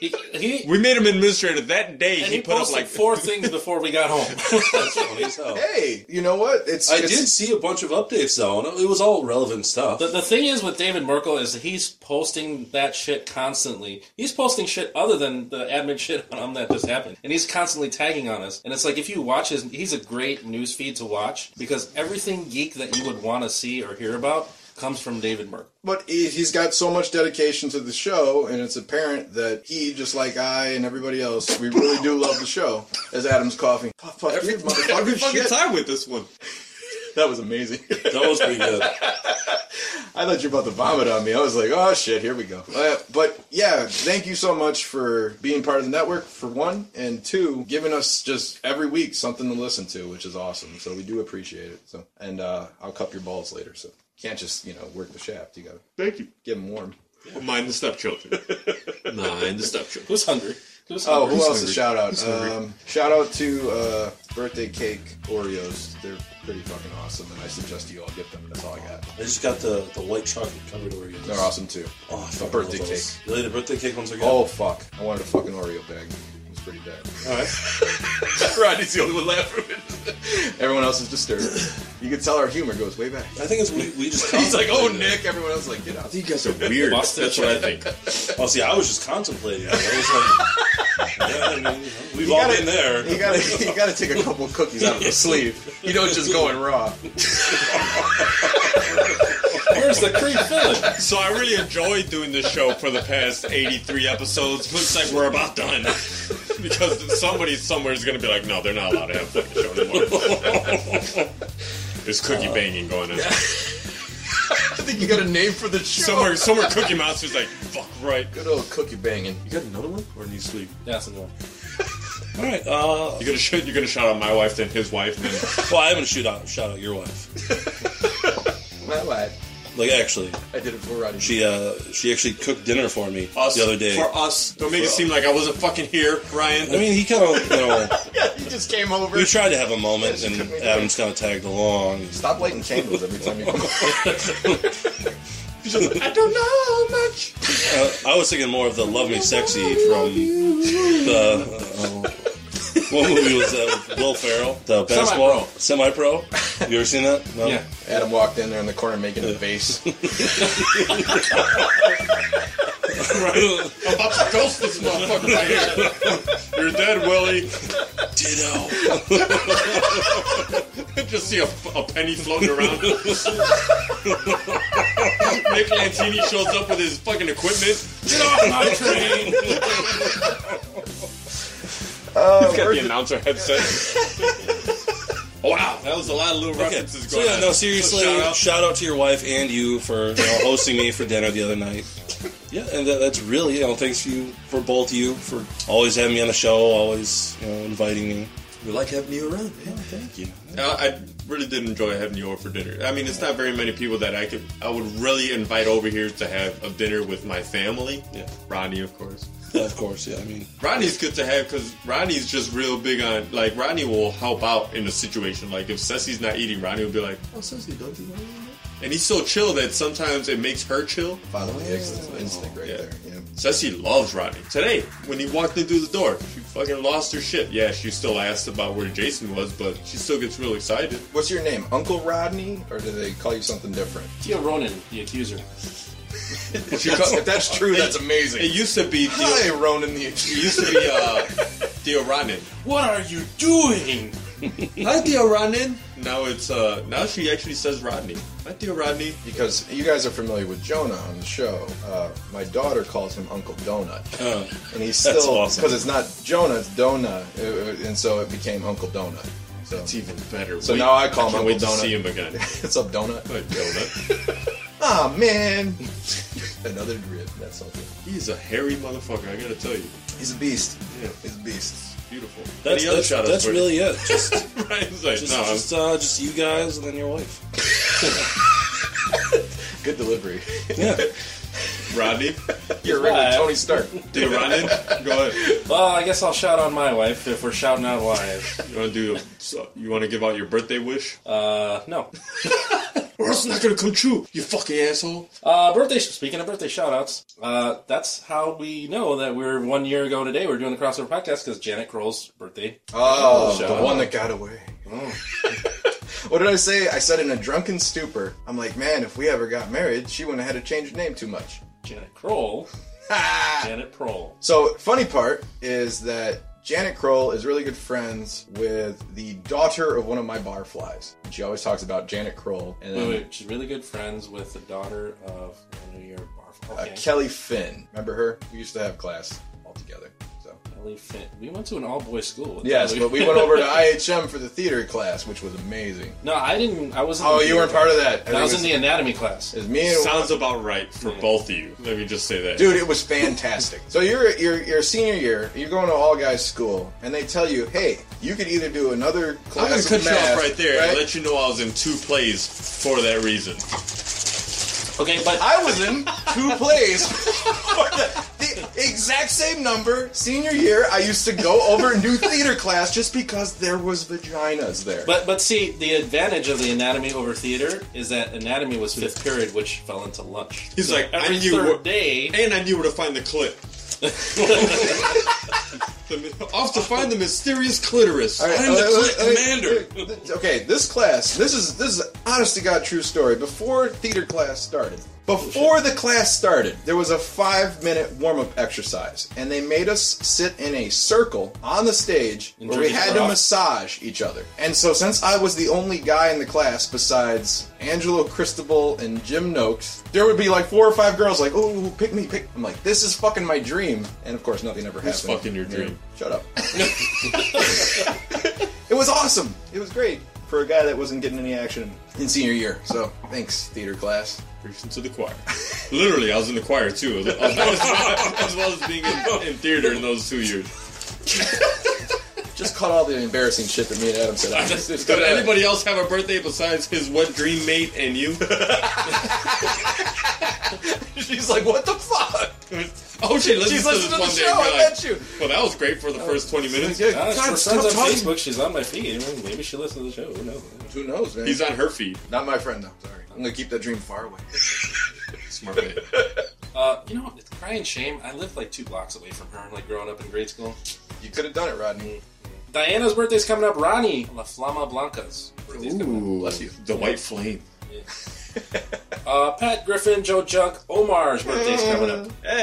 E: He, he,
D: We made him administrator that day.
E: and
D: He,
E: he
D: put up
E: posted
D: like
E: four things before we got home.
A: That's funny as hell.
B: Hey, you know what? It's
A: I
B: it's-
A: did see a bunch of updates though, and it was all relevant stuff.
E: The, the thing is with David Merkel is that he's posting that shit constantly. He's posting shit other than the admin shit on him that just happened, and he's constantly tagging on us. And it's like if you watch his, he's a great news feed to watch because everything geek that you would want to see or hear about comes from David Merkel.
B: But he- he's got so much dedication to the show, and it's apparent that he, just like I and everybody else, we really do love the show. As Adam's coughing, puff puff, every,
D: every
B: motherfucking
D: fucking
B: shit.
D: time with this one.
B: That was amazing.
A: That was pretty good.
B: I thought you were about to vomit on me. I was like, oh shit, here we go. Uh, but yeah, thank you so much for being part of the network for one, and two, giving us just every week something to listen to, which is awesome. So we do appreciate it. So and uh, I'll cup your balls later. So can't just you know work the shaft. You gotta
D: Thank you.
B: get them warm.
D: Oh, Mind the stepchildren. Mind the stepchildren.
E: Who's hungry? Who's
B: Oh,
E: hungry?
B: who else is shout out? Um, shout out to uh, birthday cake Oreos. They're pretty fucking awesome, and I suggest you all get them. That's all I got.
A: I just got the, the white chocolate covered Oreos.
B: They're awesome too.
A: Oh, I fucking
B: Birthday
A: love those. Really, the birthday cake ones are good.
B: Oh fuck! I wanted a fucking Oreo bag. It was pretty bad.
A: all right.
D: Rodney's the only one laughing.
B: Everyone else is disturbed. You can tell our humor goes way back.
A: I think it's we, we just.
D: He's like, oh, Nick.
B: Nick, everyone else is like, get out.
D: You guys are weird. That's what I think.
A: Oh, see, I was just contemplating. it. I was like, yeah, I mean, we've all
B: gotta-
A: been there.
B: You gotta, you gotta take a couple cookies out of your sleeve. You don't just go in raw.
E: Where's the creep filling?
D: So I really enjoyed doing this show for the past 83 episodes. Looks like we're about done. Because somebody somewhere is going to be like, no, they're not allowed to have a fucking show anymore. There's
A: Uh,
D: cookie banging going on.
B: I think you got a name for the show.
D: Somewhere, somewhere Cookie Monster's like, fuck right.
B: Good old cookie banging.
A: You got another one, or need sleep?
E: That's another one.
A: All right. Uh,
D: You're gonna shoot. You're gonna shout out my wife, then his wife, then
A: well, I haven't shoot out shout out your wife.
B: My wife.
A: Like, actually,
B: I did it for Roddy.
A: she uh, she actually cooked dinner for me
D: us
A: the other day.
D: For us, don't make it seem like I wasn't fucking here, Ryan.
A: I mean, he kind of, you know,
B: yeah, you just came over.
A: we tried to have a moment,
B: Yeah, she
A: and
B: cooked me dinner.
A: Adam's kind of tagged along.
B: Stop lighting candles every time you come over.
D: I don't know how much.
A: Uh, I was thinking more of the "Love Me Sexy" from the uh, what movie was that? With Will Ferrell, the basketball semi-pro. You ever seen that? No.
E: Yeah.
D: Oh.
B: Adam walked in there in the corner making a face.
D: I'm about to ghost this motherfucker right here. You're dead, Willie.
A: Ditto.
D: Just see a, a penny floating around. Nick Lantini shows up with his fucking equipment. Get off my train! He's got the announcer headset. wow, that was a lot of little
A: Okay.
D: references
A: So
D: going
A: yeah,
D: on.
A: no, seriously,
D: So shout
A: shout, out.
D: out.
A: to your wife and you for you know, hosting me for dinner the other night. Yeah, and that, that's really you know thanks to you for both of you for always having me on the show, always you know inviting me. We like having you around. Yeah, thank you.
D: Uh, I really did enjoy having you over for dinner. I mean, it's not very many people that I could, I would really invite over here to have a dinner with my family.
A: Yeah.
D: Rodney, of course.
A: Yeah, of course. Yeah, I mean,
D: Rodney's good to have because Rodney's just real big on like Rodney will help out in a situation. Like if Ceci's not eating, Rodney will be like, "Oh, Ceci, don't you want?" to eat?" And he's so chill that sometimes it makes her chill.
B: Follow the exit instinct right
D: Yeah.
B: there. Yeah.
D: Ceci loves Rodney. Today, when he walked in through the door, she fucking lost her shit. Yeah, she still asked about where Jason was, but she still gets real excited.
B: What's your name? Uncle Rodney? Or do they call you something different?
E: Tia Ronan, the accuser.
B: If, you call- if that's true, that's amazing.
D: It used to be
B: Hi,
D: Theo,
B: Ronan the Accuser.
D: it used to be uh, Theo Rodney.
E: What are you doing?
D: Hi, Theo Rodney. Now it's uh, now she actually says Rodney. Hi, Theo Rodney.
B: Because you guys are familiar with Jonah on the show. Uh, my daughter calls him Uncle Donut.
A: uh,
B: And he's
A: That's
B: still, because
A: awesome.
B: it's not Jonah, it's Dona. It- it- And so it became Uncle Donut. So
D: It's even better.
B: So now I call
D: can't
B: him
D: wait
B: Uncle
D: to
B: Donut.
D: see him again.
B: what's up, Donut?
D: Good donut.
B: Aw, man. Another rib. That's something.
D: He's a hairy motherfucker. I gotta tell you,
B: He's a beast.
D: Yeah.
B: He's a beast.
D: beautiful.
A: that's
D: Any other
A: that's,
D: shout-outs
A: that's
D: for you?
A: really it. Just
D: Ryan's like,
A: just,
D: no, I'm-
A: just, uh, just you guys and then your wife.
B: Good delivery.
A: Yeah.
D: Rodney,
B: You're regular
E: Bye.
B: Tony Stark.
D: Theo Rodney, go ahead.
E: Well, I guess I'll shout out my wife if we're shouting out wives.
D: You wanna do? A, so, you wanna give out your birthday wish?
E: Uh, no.
D: or else it's not gonna come true, you fucking asshole.
E: Uh, birthday. Speaking of birthday shout-outs, uh, that's how we know that we're one year ago today. We're doing the crossover podcast because Janet Kroll's birthday.
B: Oh,
E: Shut up.
B: the one that got away. what did I say? I said in a drunken stupor. I'm like, man, if we ever got married, she wouldn't have had to change her name too much.
E: Janet Kroll.
B: Ha!
E: Janet Kroll.
B: So, funny part is that Janet Kroll is really good friends with the daughter of one of my barflies. And she always talks about Janet Kroll and then
E: Wait, wait, she's really good friends with the daughter of one of your barf.
B: Uh,
E: Okay.
B: Kelly Finn. Remember her? We used to have class all together. So.
E: Kelly Finn. We went to an all-boys school.
B: Yes, but we went over to IHM for the theater class, which was amazing.
E: No, I didn't. I wasn't.
B: Oh, you weren't part of that.
E: I was in the anatomy class.
B: It was me and
D: Sounds about right for both of you. Let me just say that.
B: Dude, it was fantastic. so you're you're your senior year, you're going to all guys school, and they tell you, hey, you could either do another class
D: I'm gonna
B: of
D: cut you
B: math,
D: off right there
B: right?
D: and let you know I was in two plays for that reason.
E: Okay, but
B: I was in two plays for the, the exact same number. Senior year, I used to go over and do theater class just because there was vaginas there.
E: But but see, the advantage of the anatomy over theater is that anatomy was fifth period, which fell into lunch.
D: He's like, I
E: Every
D: knew
E: third
D: what-
E: day,
D: And I knew where to find the clit. The- Off to find the mysterious clitoris.
B: All right,
D: I'm the
B: uh,
D: clit
B: uh, uh,
D: commander.
B: th- Okay, this class, this is this is honest to god true story. Before theater class started, before the class started, there was a five minute warm up exercise, and they made us sit in a circle on the stage where we
E: drink
B: had to
E: grog.
B: massage each other. And so, since I was the only guy in the class besides Angelo Cristobal and Jim Noakes, there would be like four or five girls like, "Oh, pick me, pick." I'm like, "This is fucking my dream," and of course, nothing ever happened.
D: fucking your dream?
B: Shut up. It was awesome. It was great for a guy that wasn't getting any action in senior year. So thanks, theater class.
D: Preaching to the choir. Literally, I was in the choir too, as as well as, as, well as being in, in theater in those two years.
B: Just cut all the embarrassing shit that me and Adam said. I just, just cut
D: Did
B: it out.
D: anybody else have a birthday besides his wet dream mate and you?
B: She's like, what the fuck?
D: oh, she listens
B: She's
D: to this
B: listening to
D: one
B: the
D: day. and be
B: show. I
D: like,
B: bet Oh, you.
D: Well, that was great for the first 20 minutes.
B: Yeah,
E: uh,
B: God,
E: her
B: stop
E: friends on
B: talking.
E: Facebook, she's on my feed. I mean, Maybe she listens to the show. Who knows?
B: Who knows, man?
D: He's on her feed.
B: not my friend though. Sorry, I'm gonna keep that dream far away.
D: Smart man.
E: Uh, you know, what? it's crying shame. I lived like two blocks away from her, like growing up in grade school.
B: You could have done it, Rodney.
E: Diana's birthday's coming up. Ronnie La Flama Blanca's birthday's coming
B: Bless you.
D: The white flame.
E: up. Uh, Pat Griffin, Joe Junk, Omar's birthday's coming up,
D: Yeah,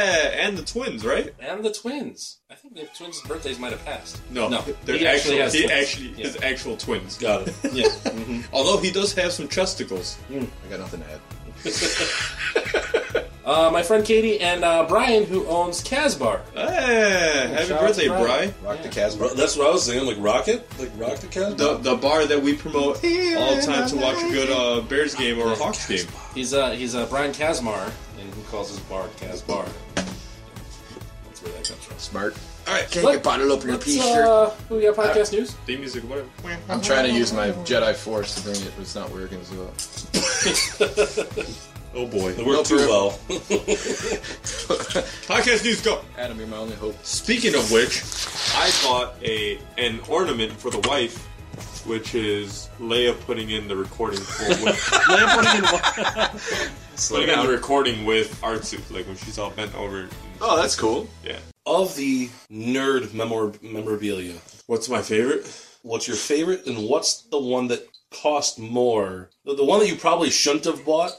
D: and the twins, right?
E: and the twins. I think the twins' birthdays might have passed.
D: No,
E: no,
D: they're
E: he
D: actually,
E: has
D: he
E: twins.
D: actually
E: Yeah.
D: his actual twins. Mm-hmm.
A: Got it.
E: yeah. mhm.
D: Although he does have some chesticles.
B: I got nothing to add.
E: Uh, my friend Katie and uh, Brian, who owns Casbar.
D: Hey, happy
E: shout out
D: birthday,
E: to Brian.
D: Bri.
B: Rock the
E: Yeah.
B: Casbah.
A: Ro- That's what I was saying. Like Rocket, like Rock the Cat.
D: The, the bar that we promote all the time to watch a good uh,
E: Ah,
D: Bears game or a Hawks game.
E: He's uh he's uh Brian Casmar, and he calls his bar Casbar. That's where that comes from.
B: Smart.
D: All right,
B: Can't get bottled up in your
E: Let's,
B: P-shirt.
E: uh, who we got podcast news?
D: theme music, whatever.
B: I'm trying to use my Jedi Force to bring it, but it's not working so well.
D: Oh boy,
A: It
D: the
A: worked too
B: Nope.
A: well.
D: podcast news go.
B: Adam, you're my only hope.
D: Speaking of which, I bought a an ornament for the wife, which is Leia putting in the recording for with, putting in the recording with Artsu, like when she's all bent over.
B: Oh, that's cool.
D: Yeah.
A: Of the nerd memor- memorabilia,
D: What's my favorite?
A: what's your favorite, and what's the one that cost more? The, the one that you probably shouldn't have bought,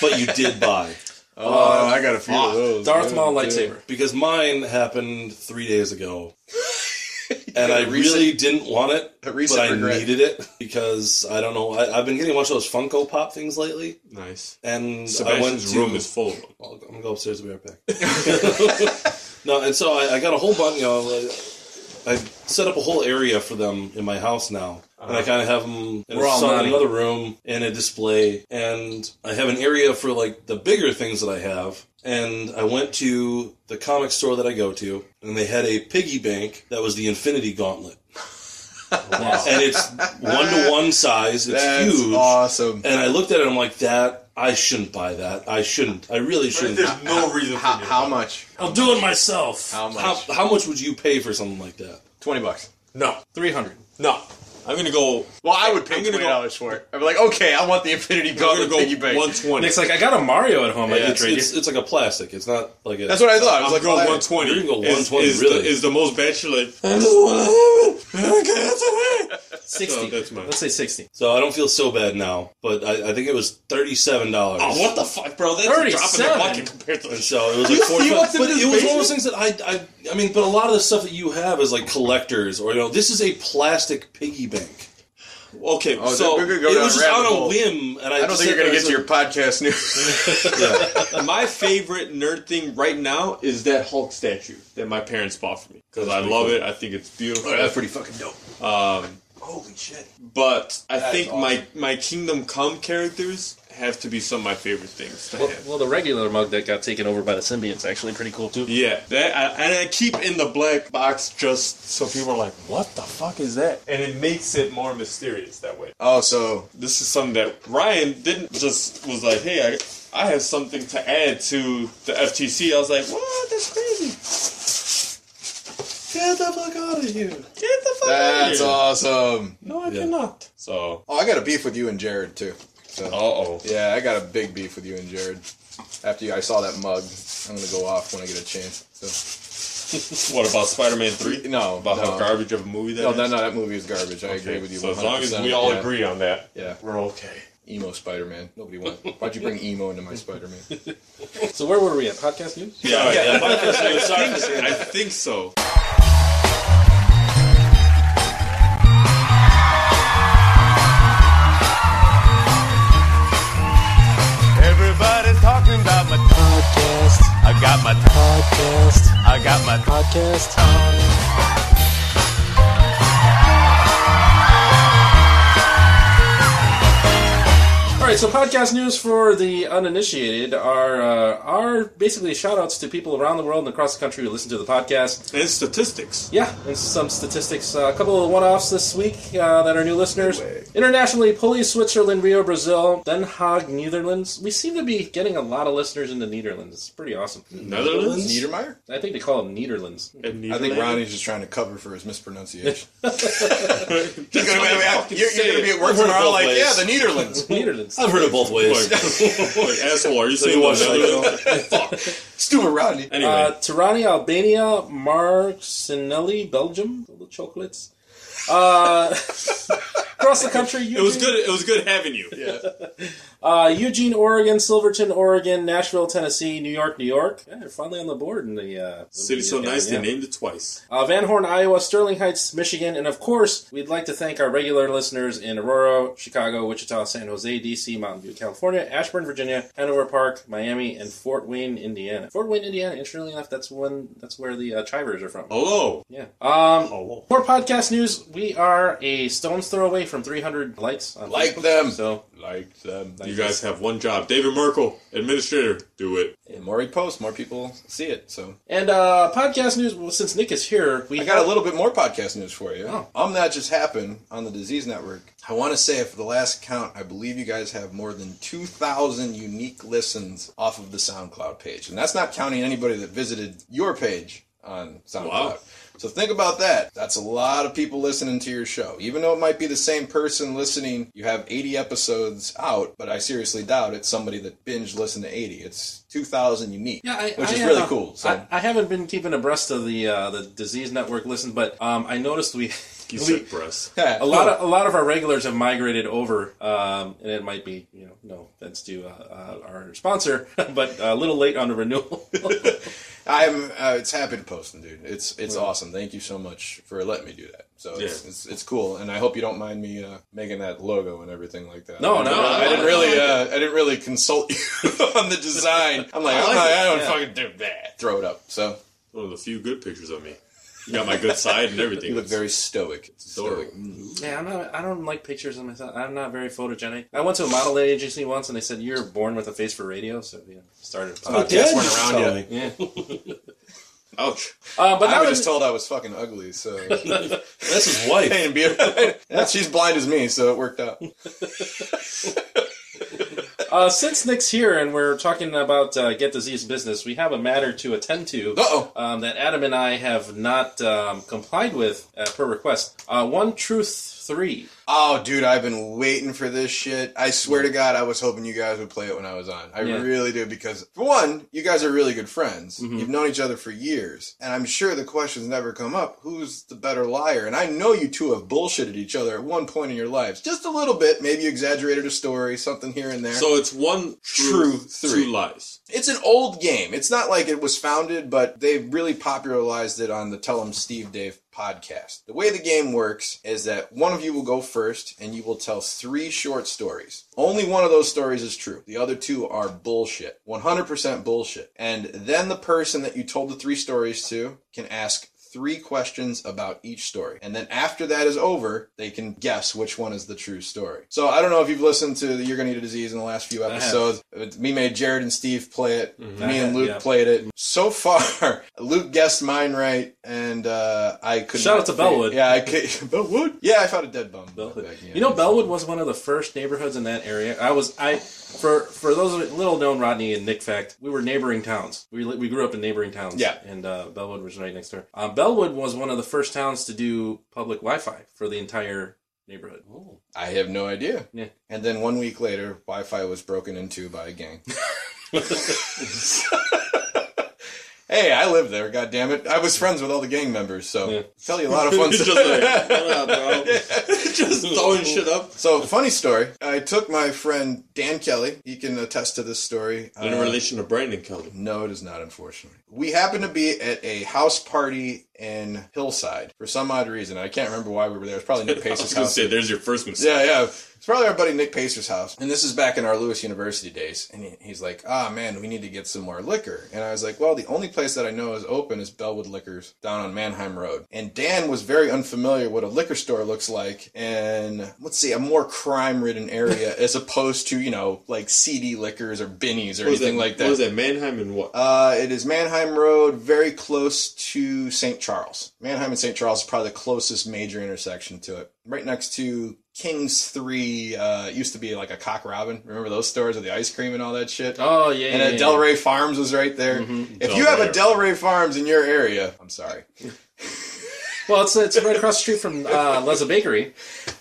A: but you did buy.
B: Oh, I got a few of those.
E: Darth Maul
B: Yeah.
E: lightsaber.
A: Because mine happened three days ago, and
B: a
A: I
B: recent-
A: really didn't want it,
B: a
A: but
B: recent
A: I
B: regret.
A: needed it because I don't know. I, I've been getting a bunch of those Funko Pop things lately,
D: Nice.
A: and I went
D: Sebastian's
A: to,
D: room is full of them.
A: I'll, I'm gonna go upstairs to be right back. no, and so I, I got a whole bunch. You know, I, I set up a whole area for them in my house now, and I kind of have them
E: Uh-huh.
A: in,
E: We're
A: a,
E: all
A: some-
E: nodding.
A: another room in a display, and I have an area for like the bigger things that I have. And I went to the comic store that I go to, and they had a piggy bank that was the Infinity Gauntlet, and it's one to one size. It's
B: That's
A: huge.
B: awesome.
A: And I looked at it, I'm like, that, I shouldn't buy that. I shouldn't. I really shouldn't.
D: There's no reason for
B: How,
D: me to
B: how much?
A: I'll do it myself.
E: Um,
B: How much?
A: How, how much would you pay for something like that?
B: Twenty bucks.
D: No,
E: Three hundred.
D: no. I'm gonna go.
F: Well, I would
D: I'm
F: pay
D: gonna
F: twenty
D: go-
F: dollars for it. I'd be like, okay, I want the Infinity
D: I'm
F: Gauntlet
D: gonna
F: piggy
D: go
F: bank.
D: 120.
E: Nick's like, I got a Mario at home. I can
A: it's,
E: trade you.
A: it's, it's like a plastic. It's not like a.
B: That's what I thought. I was
D: I'm
B: like,
D: going
B: well,
D: 120.
A: You can go
D: Is-
A: 120,
D: is,
A: really.
D: the, is the most bachelor. I just want to have it. Okay, that's away.
E: sixty.
D: Oh, that's mine.
E: Let's say sixty.
A: So I don't feel so bad now, but I, I think it was thirty-seven dollars.
D: Oh, what the fuck, bro? That's a drop in
E: 37.
D: the bucket compared to the
A: And
D: shit.
A: so it was like four.
D: see what's in
A: but
D: this
A: it was one of those
D: basement?
A: things that I, I, I mean, but a lot of the stuff that you have is like collectors, or you know, this is a plastic piggy bank.
D: Okay,
F: Oh,
D: so
F: we're gonna go
A: it
F: down
A: was
F: a
A: just
F: rabbit
A: out
F: hole.
A: of whim, and I,
F: I don't
A: just sat
F: think you're gonna
A: there
F: get
A: and
F: to your podcast news.
D: my favorite nerd thing right now is that Hulk statue that my parents bought for me because I love it. I think it's beautiful.
F: pretty fucking dope.
D: Um,
F: Holy shit!
D: but I
F: That is
D: think my my Kingdom Come characters have to be some of my favorite things. To
E: Well,
D: have.
E: well, the regular mug that got taken over by the symbiote's actually pretty cool too.
D: Yeah, that I, and I keep in the black box just so people are like, "What the fuck is that?" And it makes it more mysterious that way.
B: oh, so
D: This is something that Ryan didn't just was like, "Hey, I, I have something to add to the FTC." I was like, "What? That's crazy." Get the fuck out of here! Get the fuck out of
B: that's
D: here!
B: awesome.
D: No, I cannot. So,
B: Oh, I got a beef with you and Jared too. So
D: uh oh.
B: yeah, I got a big beef with you and Jared. After you, I saw that mug. I'm gonna go off when I get a chance. So
D: What about Spider-Man Three?
B: no,
D: About
B: no.
D: how garbage of a movie that
B: No,
D: is?
B: no, no, that movie is garbage. I agree with you.
D: So as long as
B: 100%.
D: we all
B: Yeah,
D: agree on that,
B: yeah,
D: we're okay.
B: emo Spider-Man. Nobody wants. Why'd you bring emo into my Spider-Man?
E: So where were we at? Podcast news.
D: Yeah, all right, yeah.
A: Sorry, sorry.
D: I think so.
G: Everybody's talking about my podcast. I got my podcast. I got my podcast.
E: All right, so podcast news for the uninitiated are uh, are basically shout outs to people around the world and across the country who listen to the podcast.
D: And statistics.
E: Yeah, and some statistics, uh, a couple of one offs this week uh, that are new listeners. Internationally, Pulley, Switzerland, Rio, Brazil, Den Haag, Netherlands. We seem to be getting a lot of listeners in the Netherlands. It's pretty awesome.
D: Netherlands.
B: Niedermeyer?
E: I think they call them Netherlands.
B: I think Ronnie's just trying to cover for his mispronunciation. He's gonna be like, you're, you're gonna be at work
A: I've heard
B: tomorrow,
A: both
B: like,
A: ways.
B: yeah, the Netherlands.
E: Netherlands.
A: I've heard it both ways.
D: Like, asshole, are you saying
A: you
D: what
A: watch
D: Netherlands?
B: Stupid Rodney.
D: Anyway,
E: Uh, Tirani, Albania, Marcinelli, Belgium, the chocolates. Uh, across the country,
D: it was good. It was good having you.
E: Uh, Eugene, Oregon, Silverton, Oregon, Nashville, Tennessee, New York, New York. Yeah, they're finally on the board in the uh,
D: City so nice they named it twice.
E: Uh, Van Horn, Iowa, Sterling Heights, Michigan, and of course, we'd like to thank our regular listeners in Aurora, Chicago, Wichita, San Jose, DC, Mountain View, California, Ashburn, Virginia, Hanover Park, Miami, and Fort Wayne, Indiana. Fort Wayne, Indiana. Interestingly enough, that's when that's where the uh, Chivers are
B: Oh.
E: from.
D: Hello.
E: Yeah. Um,
D: Hello.
E: more podcast news. We are a stone's throw away from 300 likes. On
B: Like
E: Facebook.
B: them.
E: So
B: Like them.
D: You guys have one job. David Merkel, administrator, do it.
B: The more we post, more people see it. So
E: and uh, podcast news. Well, since Nick is here, we
B: I got a little bit more podcast news for you.
E: Oh.
B: Um, that just happened on the Disease Network. I want to say, for the last count, I believe you guys have more than two thousand unique listens off of the SoundCloud page, and that's not counting anybody that visited your page on SoundCloud.
D: Wow.
B: So think about that. That's a lot of people listening to your show. Even though it might be the same person listening, you have 80 episodes out, but I seriously doubt it's somebody that binge listened to 80. It's 2,000 unique,
E: Yeah, I,
B: which
E: I,
B: is really
E: uh,
B: cool. So
E: I, I haven't been keeping abreast of the uh, the disease network listen, but um, I noticed we.
D: You
E: we-
D: said press.
B: Yeah.
E: a lot of a lot of our regulars have migrated over, um, and it might be you know no offense to uh, uh, our sponsor, but a little late on the renewal.
B: I'm. Uh, it's happy to post them, dude. It's it's awesome. Thank you so much for letting me do that. So it's,
D: Yeah.
B: it's it's cool, and I hope you don't mind me uh, making that logo and everything like that.
E: No,
B: I
E: no,
B: didn't-
E: no,
B: I didn't
E: no,
B: really. Uh, I didn't really consult you on the design. I'm like, I'm not- I don't fucking
D: do that.
B: throw it up. So
D: One of the few good pictures of me. You got my good side and everything.
B: you look very stoic.
D: Adorable.
B: Stoic.
E: yeah, I'm not. I don't like pictures of myself. I'm not very photogenic. I went to a model agency once, and they said you're born with a face for radio, so yeah, started. a podcast.
A: Dead.
B: weren't around
A: Sorry.
E: Yeah,
D: Ouch.
E: uh, but
B: I
E: now
B: was
E: that-
B: just told I was fucking ugly, so
A: That's his wife.
B: and beautiful. she's blind as me, so it worked out.
E: Uh, since Nick's here and we're talking about uh, Get Disease Business, we have a matter to attend to
B: Uh-oh.
E: um, that Adam and I have not um, complied with uh, per request. Uh, One Truth 3.
B: Oh, dude, I've been waiting for this shit. I swear to God, I was hoping you guys would play it when I was on. I
E: Yeah.
B: really do because, for one, you guys are really good friends. You've known each other for years, and I'm sure the questions never come up. Who's the better liar? And I know you two have bullshitted each other at one point in your lives, just a little bit. Maybe you exaggerated a story, something here and there.
D: So it's one
B: True
D: truth,
B: three.
D: two lies.
B: it's an old game. It's not like it was founded, but they really popularized it on the Tell 'em Steve Dave podcast. The way the game works is that one of you will go first and you will tell three short stories. Only one of those stories is true. The other two are bullshit. 100% bullshit. And then the person that you told the three stories to can ask three questions about each story. And then after that is over, they can guess which one is the true story. So I don't know if you've listened to the You're Gonna Need a Disease in the last few episodes. It- Me made Jared and Steve play it. Me and Luke
E: Mm-hmm. yeah.
B: played it. So far, Luke guessed mine right, and uh, I could
E: Shout
B: not
E: out to
B: figure-
E: Bellwood.
B: Yeah, I could Bellwood. Yeah, I found a dead bum.
E: Bellwood.
B: Back, yeah.
E: You know, Bellwood was one of the first neighborhoods in that area. I was I for for those of- little known Rodney and Nick fact, we were neighboring towns. We li- we grew up in neighboring towns.
B: Yeah.
E: and uh, Bellwood was right next door. Uh, Bellwood was one of the first towns to do public Wi-Fi for the entire neighborhood.
B: I have no idea.
E: Yeah.
B: And then one week later, Wi-Fi was broken into by a gang. hey, I lived there. God damn it! I was friends with all the gang members, so tell you a lot of fun
D: Just
B: stuff.
D: like, what up, bro? Just throwing shit up.
B: So funny story. I took my friend Dan Kelly. He can attest to this story.
D: In
B: Uh,
D: relation to Brandon Kelly.
B: No, it is not, unfortunately. We happened to be at a house party in Hillside for some odd reason. I can't remember why we were there. It was probably Nick
D: I was
B: Pace's
D: gonna
B: house.
D: say, there's your first mistake.
B: Yeah, yeah. It's probably our buddy Nick Pacer's house. And this is back in our Lewis University days. And he- he's like, ah, man, we need to get some more liquor. And I was like, well, the only place that I know is open is Bellwood Liquors down on Mannheim Road. And Dan was very unfamiliar what a liquor store looks like in, let's see, a more crime ridden area as opposed to, you know, like CD liquors or binnies or
D: What was
B: anything like that.
D: What was that? Mannheim and what?
B: Uh, it is Mannheim Road, very close to St. Charles. Mannheim and St. Charles is probably the closest major intersection to it. Right next to King's Three, uh, it used to be like a Cock Robin. Remember those stores with the ice cream and all that shit?
E: Oh yeah,
B: and
E: yeah,
B: uh,
E: yeah. Mm-hmm.
B: Delray Farms was right there. If you have a Delray Farms in your area, I'm sorry.
E: Well, it's it's right across the street from uh, Leza Bakery.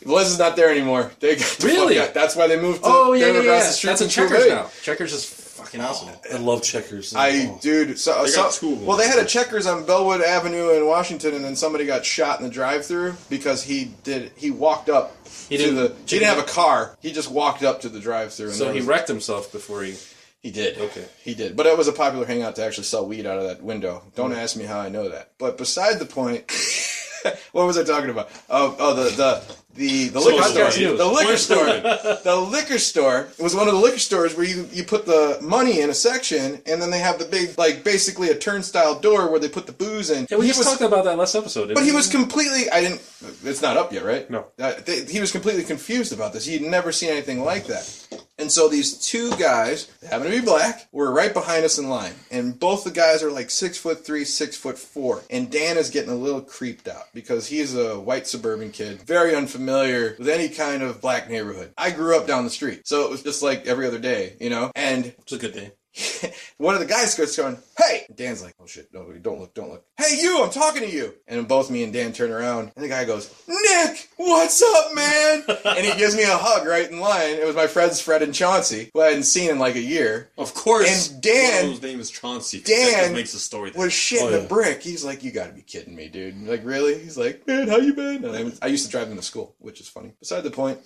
B: Liz is not there anymore. They got the fuck
E: Really?
B: out. That's why they moved to
E: Oh yeah,
B: they were
E: yeah,
B: across
E: yeah.
B: the street
E: That's in
B: from
E: Checkers Oh,
B: Trouvé.
E: now. Checkers is fucking awesome.
A: I love checkers.
B: I
A: Oh.
B: dude, so,
D: They got
B: so-
D: two of them.
B: well, they had a Checkers on Bellwood Avenue in Washington, and then somebody got shot in the drive-through because he did he walked up
E: He
B: to
E: didn't-
B: the he didn't have a car. He just walked up to the drive-through. and
E: So
B: there
E: he
B: was-
E: wrecked himself before he.
B: he did.
E: Okay.
B: He did. But it was a popular hangout to actually sell weed out of that window. Don't ask me how I know that. But beside the point, what was I talking about? Oh, oh the the the, the liquor
D: story.
B: store. The liquor store. the liquor store was one of the liquor stores where you, you put the money in a section and then they have the big like basically a turnstile door where they put the booze in.
E: Yeah, we
B: He
E: just
B: was-
E: talked about that last episode.
B: but he was completely. I didn't. It's not up yet, right?
E: No.
B: Uh, th- he was completely confused about this. He'd never seen anything like that. And so these two guys, that happen to be black, were right behind us in line. And both the guys are like six foot three, six foot four. And Dan is getting a little creeped out because he's a white suburban kid, very unfamiliar with any kind of black neighborhood. I grew up down the street, so it was just like every other day, you know. And
E: It's a good day.
B: one of the guys goes going, "Hey!" And Dan's like, "Oh shit, no, don't look, don't look." Hey, you! I'm talking to you. And both me and Dan turn around, and the guy goes, "Nick, what's up, man?" and he gives me a hug right in line. It was my friends Fred and Chauncey, who I hadn't seen in like a year.
D: Of course.
B: And Dan-
D: One of those name is Chauncey.
B: Dan
D: That just makes the story.
B: Was shit
A: Oh,
B: in a
A: yeah.
B: brick. He's like, "You got to be kidding me, dude!" I'm like, really? He's like, "Man, how you been?" And I, was- I used to drive him to school, which is funny. Beside the point.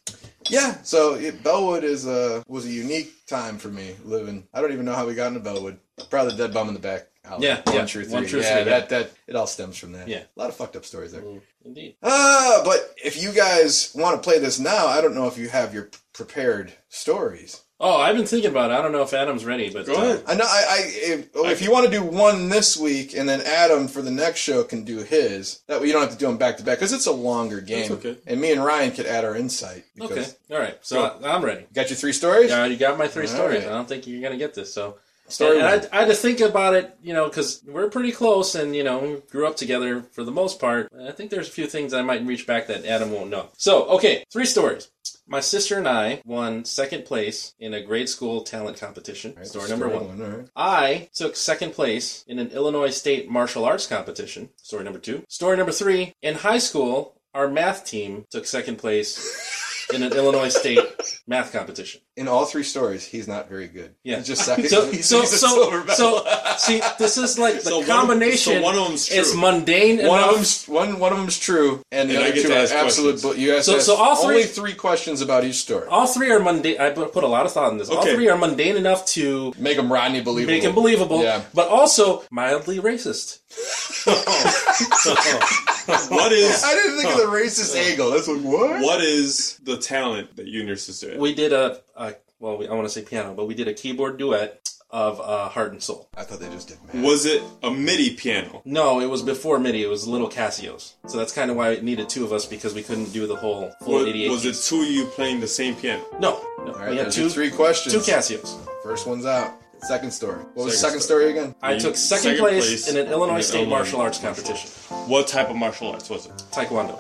B: Yeah, so it, Bellwood is a was a unique time for me living. I don't even know how we got into Bellwood. Probably the dead bum in the back. alley.
E: Yeah,
B: one
E: yeah.
B: true three.
E: One true
B: yeah,
E: three,
B: that that it all stems from that.
E: Yeah. Mm.
B: a lot of fucked up stories there.
E: Indeed.
B: Ah, but if you guys want to play this now, I don't know if you have your p- prepared stories.
E: Oh, I've been thinking about it. I don't know if Adam's ready, but
D: Go ahead.
B: I know. I, I if, oh, if you want to do one this week and then Adam for the next show can do his. That way you don't have to do them back to back because it's a longer game.
D: okay.
B: And me and Ryan could add our insight. Because
E: uh, Okay. All right. So I, I'm ready.
B: Got your three stories.
E: Yeah, you got my three
B: All
E: stories.
B: right.
E: I don't think you're gonna get this. So,
B: Story
E: and I,
B: one.
E: I had to think about it, you know, because we're pretty close, and you know, we grew up together for the most part. And I think there's a few things I might reach back that Adam won't know. So, okay, three stories. My sister and I won second place in a grade school talent competition. story number one.
B: all right.
E: I took second place in an Illinois State martial arts competition. Story number two. Story number three. In high school, our math team took second place in an Illinois State math competition.
B: In all three stories, he's not very good.
E: Yeah.
B: He's just second.
E: So,
B: he's,
E: so,
B: he's a
E: so,
B: silver medal.
E: so, see, this is like the
D: So one of-
E: combination.
D: so one of them's
E: It's
D: true.
E: mundane.
B: one
E: enough.
B: of them's one one of them's true, and the
D: And I
B: other
D: get
B: two
D: to
B: are
D: ask
B: absolute.
D: questions.
B: bu- you asked
E: So- so all three-
B: only three questions about each story.
E: All three are mundane. I put put a lot of thought in this. All
D: Okay.
E: three are mundane enough to
B: Make him Rodney believable.
E: make him believable,
B: Yeah.
E: but also mildly racist.
D: What is
B: I didn't think of the racist angle. That's like what?
D: what is the talent that you and your sister have?
E: We did a, a well, we, I want to say piano, but we did a keyboard duet of uh, Heart and Soul.
B: I thought they just did math.
D: Was it a MIDI piano?
E: No, it was before MIDI. It was Little Casios. So that's kind of why it needed two of us because we couldn't do the whole full
D: Was,
E: 88.
D: was it two of you playing the same piano?
E: No,
B: All
E: no.
B: right,
E: we had
B: there's
E: two
B: your three questions.
E: two Casios.
B: First one's out. Second story. What was the
D: Second
B: second story, again?
E: I
D: You-
E: took second,
D: second
E: place,
D: place
E: in an Illinois
D: in the
E: State
D: Illinois
E: martial arts
D: martial
E: competition,
D: What type of martial arts was it?
E: Taekwondo.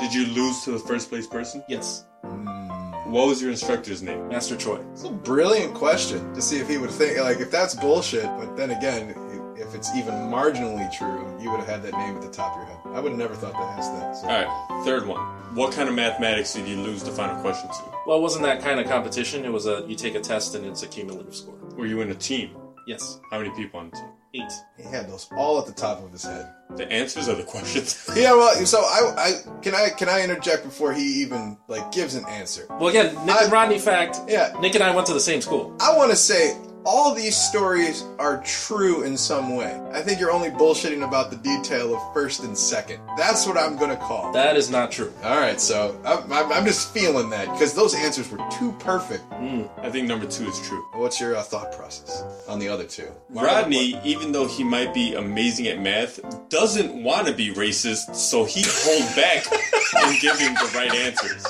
D: Did you lose to the first place person?
E: Yes,
D: What was your instructor's name?
E: Master Choi.
B: It's a brilliant question to see if he would think like if that's bullshit. But then again, i- if it's even marginally true, you would have had that name at the top of your head. I would have never thought to ask that. So.
D: All right, third one. What kind of mathematics did you lose the final question to?
E: Well, it wasn't that kind of competition. It was a you take a test and it's a cumulative score.
D: Were you in a team?
E: Yes,
D: How many people on the team?
E: eight.
B: He had those all at the top of his head.
D: The answers are the questions.
B: Yeah, well, so I, I can I can I interject before he even like gives an answer.
E: Well, again, Nick
B: I-
E: and Rodney fact.
B: Yeah.
E: Nick and I went to the same school.
B: I want to say all these stories are true in some way. I think you're only bullshitting about the detail of first and second. That's what I'm gonna call.
E: That is not true.
B: all right, so I'm, I'm, I'm just feeling that because those answers were too perfect.
D: I think number two is true.
B: What's your uh, thought process on the other two?
D: Rodney, even though he might be amazing at math, doesn't want to be racist, so he holds back in giving the right answers.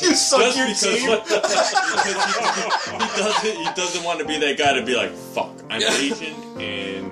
B: you suck
D: Just because, because he, he doesn't he doesn't want to be that guy to be like, fuck, I'm Asian and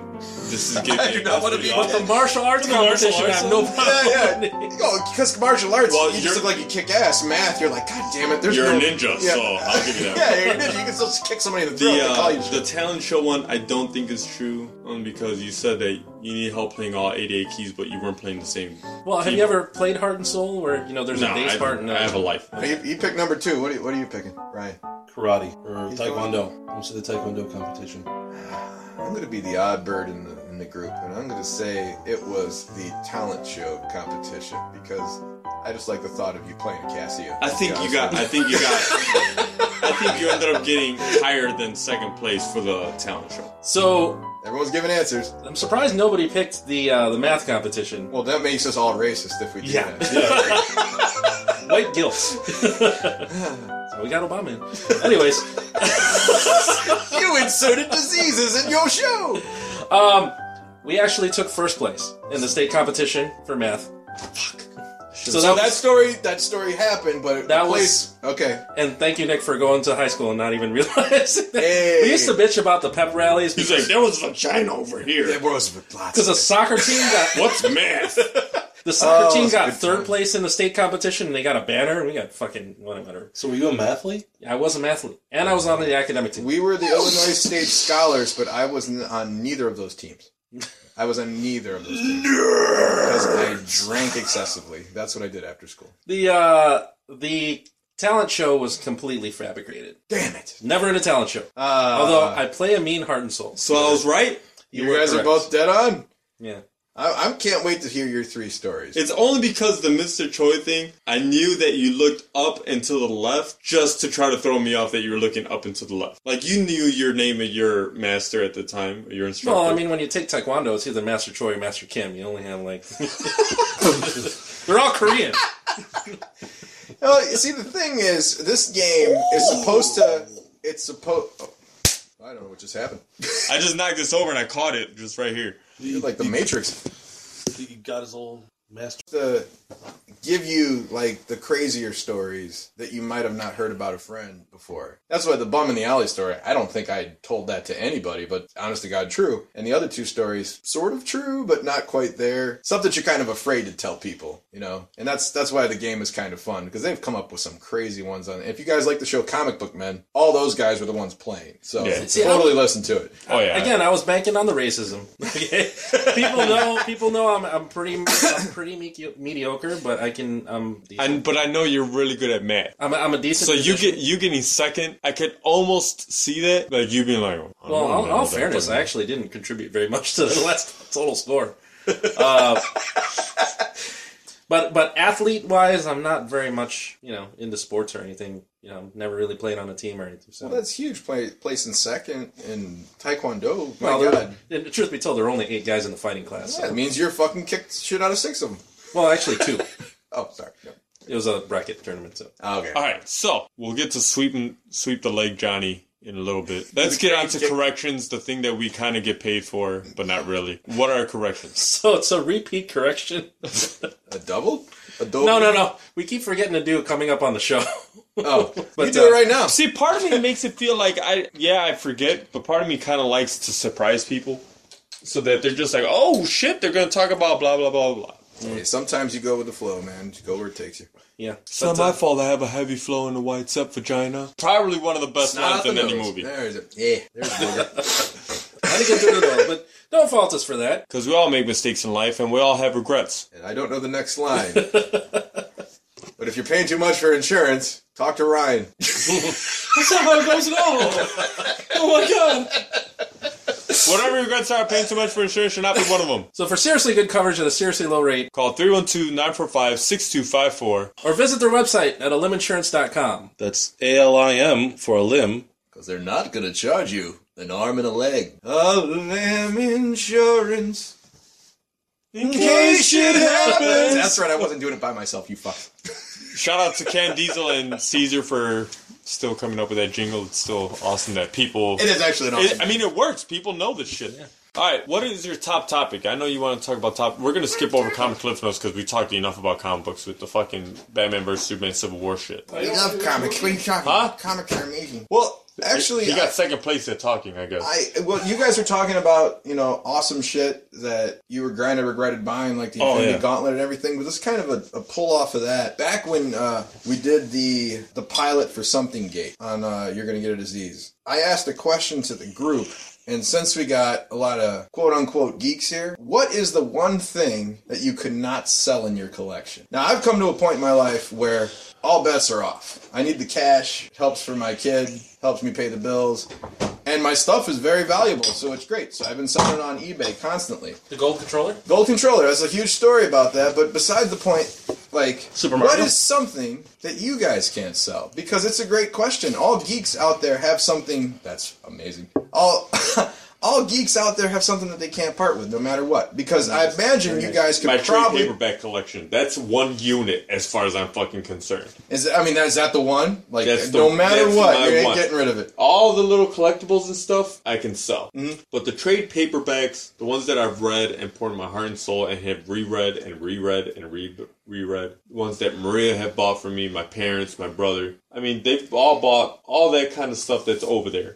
D: this is giving.
B: I do not
D: that's
B: wanna
D: what
B: be
D: he
B: like
D: does."
E: The martial arts competition, I have no problem.
B: Yeah,
E: with
B: yeah.
E: it.
B: because martial arts,
D: Well,
B: you
D: you're-
B: just look like you kick ass. Math, you're like, God damn it, there's
D: You're
B: no...
D: a ninja, so I'll give you that.
B: yeah, you're a ninja. You can still kick somebody in the throat.
D: The,
B: they call you
D: uh, the
B: shit.
D: talent show one, I don't think is true, only because you said that you need help playing all 88 keys, but you weren't playing the same.
E: Well, have you ever played Heart and Soul, where you know there's
D: No,
E: a bass
D: I,
E: part and
D: I have a
E: a
D: life.
B: Hey, you, you pick number two. What are you, what are you picking, Ryan?
A: Karate or
B: He's
A: Taekwondo. I'm to the Taekwondo competition.
B: I'm going to be the odd bird in the in the group, and I'm going to say it was the talent show competition because I just like the thought of you playing Cassia.
D: I think you got. I think you got. I think you ended up getting higher than second place for the talent show.
E: So
B: Everyone's giving answers.
E: I'm surprised nobody picked the uh, the math competition.
B: Well, that makes us all racist if we do
E: Yeah.
B: that.
E: White guilt. so we got Obama in. Anyways,
B: you inserted diseases in your show.
E: we actually took first place in the state competition for math. Fuck. So,
B: So
E: that,
B: that story, that story happened, but
E: That
B: that place, was okay.
E: and thank you, Nick, for going to high school and not even realizing. that.
B: Hey.
E: We used to bitch about the pep rallies
D: He's like,
E: because
D: there was vagina over here.
B: was with lots.
E: because the soccer team got
D: What's math?
E: the soccer
B: Oh,
E: team
B: that's a
E: got
B: good
E: third
B: time.
E: place in the state competition and they got a banner. We got fucking whatever.
A: So were you a mathlete?
E: I was an athlete and I was on the academic team.
B: We were the Illinois State Scholars, but I wasn't on neither of those teams. I was on neither of those teams because I drank excessively. That's what I did after school.
E: The uh the talent show was completely fabricated.
B: Damn it!
E: Never in a talent show.
B: Uh,
E: Although I play a mean heart and soul.
D: So I was right.
B: you,
E: were
B: guys are
E: correct.
B: both dead on.
E: Yeah.
B: I, I can't wait to hear your three stories.
D: It's only because the Mr. Choi thing. I knew that you looked up and to the left just to try to throw me off that you were looking up and to the left. Like you knew your name of your master at the time, or your instructor.
E: Well, I mean, when you take Taekwondo, it's either Master Choi or Master Kim. You only have like they're all Korean.
B: Well, Oh, you see, the thing is, this game is supposed to. It's supposed. I don't know what just happened.
D: I just knocked this over and I caught it just right here.
B: You're like the Matrix.
A: He got his old master.
B: to give you like the crazier stories that you might have not heard about a friend before. That's why the bum in the alley story, I don't think I told that to anybody, but honest to God, true. And the other two stories, sort of true, but not quite there. Stuff that you're kind of afraid to tell people, you know? And that's that's why the game is kind of fun, because they've come up with some crazy ones on If you guys like the show Comic Book Men, all those guys were the ones playing. So
D: Yeah.
E: See,
B: totally listen to it.
D: Oh yeah.
E: Again, I was banking on the racism. Okay? people know, people know I'm, I'm pretty, I'm pretty medio- mediocre, but I can, um,
D: And but I know you're really good at math.
E: I'm, a, I'm a decent.
D: So you
E: musician.
D: get you getting second. I could almost see that, like you being like, oh, I
E: Well,
D: don't
E: all,
D: know
E: all
D: that.
E: fairness, I actually didn't contribute very much to the last total score. Uh, but but athlete wise, I'm not very much you know into sports or anything. You know, never really played on a team or anything. So.
B: Well, that's huge. Play, place in second in Taekwondo. My
E: Well, there-
B: God.
E: and the truth be told, there are only eight guys in the fighting class. so-
B: That means you're fucking kicked shit out of six of them.
E: Well, actually, two.
B: Oh, sorry. No.
E: It was a bracket tournament. So.
B: Okay.
D: All right, so we'll get to sweep and sweep the leg, Johnny, in a little bit. Let's get on to corrections, the thing that we kind of get paid for, but not really. What are corrections?
E: so it's a repeat correction.
B: A double? A double?
E: No, no, no. We keep forgetting to do coming up on the show.
B: Oh, you
E: But,
B: do
E: uh,
B: it right now.
D: See, part of me makes it feel like I, yeah, I forget, but part of me kind of likes to surprise people, so that they're just like, oh shit, they're gonna talk about blah blah blah blah.
B: Hey, sometimes you go with the flow, man. You go where it takes you.
E: yeah. uh,
D: It's not my fault I have a heavy flow in the white up vagina. Probably one of the best lines in any
B: Nothing else.
D: movie.
B: There's it. Yeah. There's booger.
E: I think it's doing well, but don't fault us for that.
D: Because we all make mistakes in life and we all have regrets.
B: and I don't know the next line. but if you're paying too much for insurance, talk to Ryan.
D: That's not how it goes at all. Oh my god. Whatever regrets are, paying too much for insurance should not be one of them.
E: So for seriously good coverage at a seriously low rate,
D: Call 312 945 6254.
E: or visit their website at aliminsurance.com.
A: That's A L I M for a limb.
B: Because they're not going to charge you an arm and a leg. Of them insurance. In case it happens. That's right. I wasn't doing it by myself, you fuck.
D: Shout out to Cam Diesel and Caesar for still coming up with that jingle. It's still awesome that people.
B: It is actually an awesome.
D: It, I mean, it works. People know this shit. All right, what is your top topic? I know you want to talk about top. We're gonna skip over comic cliff notes because we talked enough about comic books with the fucking Batman vs Superman Civil War shit.
B: We love comics. We talk
D: Huh?
B: comics are amazing. Well, actually,
D: he
B: I-
D: got second place at talking, I guess.
B: I well, you guys are talking about you know awesome shit that you were kind of regretted buying, like the
A: Oh,
B: Infinity
A: yeah.
B: Gauntlet and everything. But this is kind of a, a pull off of that. Back when uh, we did the the pilot for Something Gate on uh, You're Gonna Get a Disease, I asked a question to the group. And since we got a lot of quote unquote geeks here, what is the one thing that you could not sell in your collection? Now, I've come to a point in my life where all bets are off. I need the cash, it helps for my kid, helps me pay the bills, and my stuff is very valuable, so it's great. So I've been selling it on eBay constantly.
E: The gold controller?
B: Gold controller, that's a huge story about that, but besides the point, like,
E: Super
B: what
E: Mario?
B: is something that you guys can't sell? Because it's a great question. All geeks out there have something that's amazing. All. All geeks out there have something that they can't part with, no matter what. Because I imagine you guys
D: My
B: could
D: trade
B: probably.
D: paperback collection. That's one unit as far as I'm fucking concerned.
B: Is I mean, is that the one? Like,
D: That's the-
B: no matter
D: that's
B: what,
D: my
B: you ain't
D: one.
B: getting rid of it.
D: All the little collectibles and stuff I can sell. But the trade paperbacks, the ones that I've read and poured my heart and soul and have reread and reread and re- reread, the ones that Maria had bought for me, my parents, my brother. I mean, they've all bought all that kind of stuff that's over there.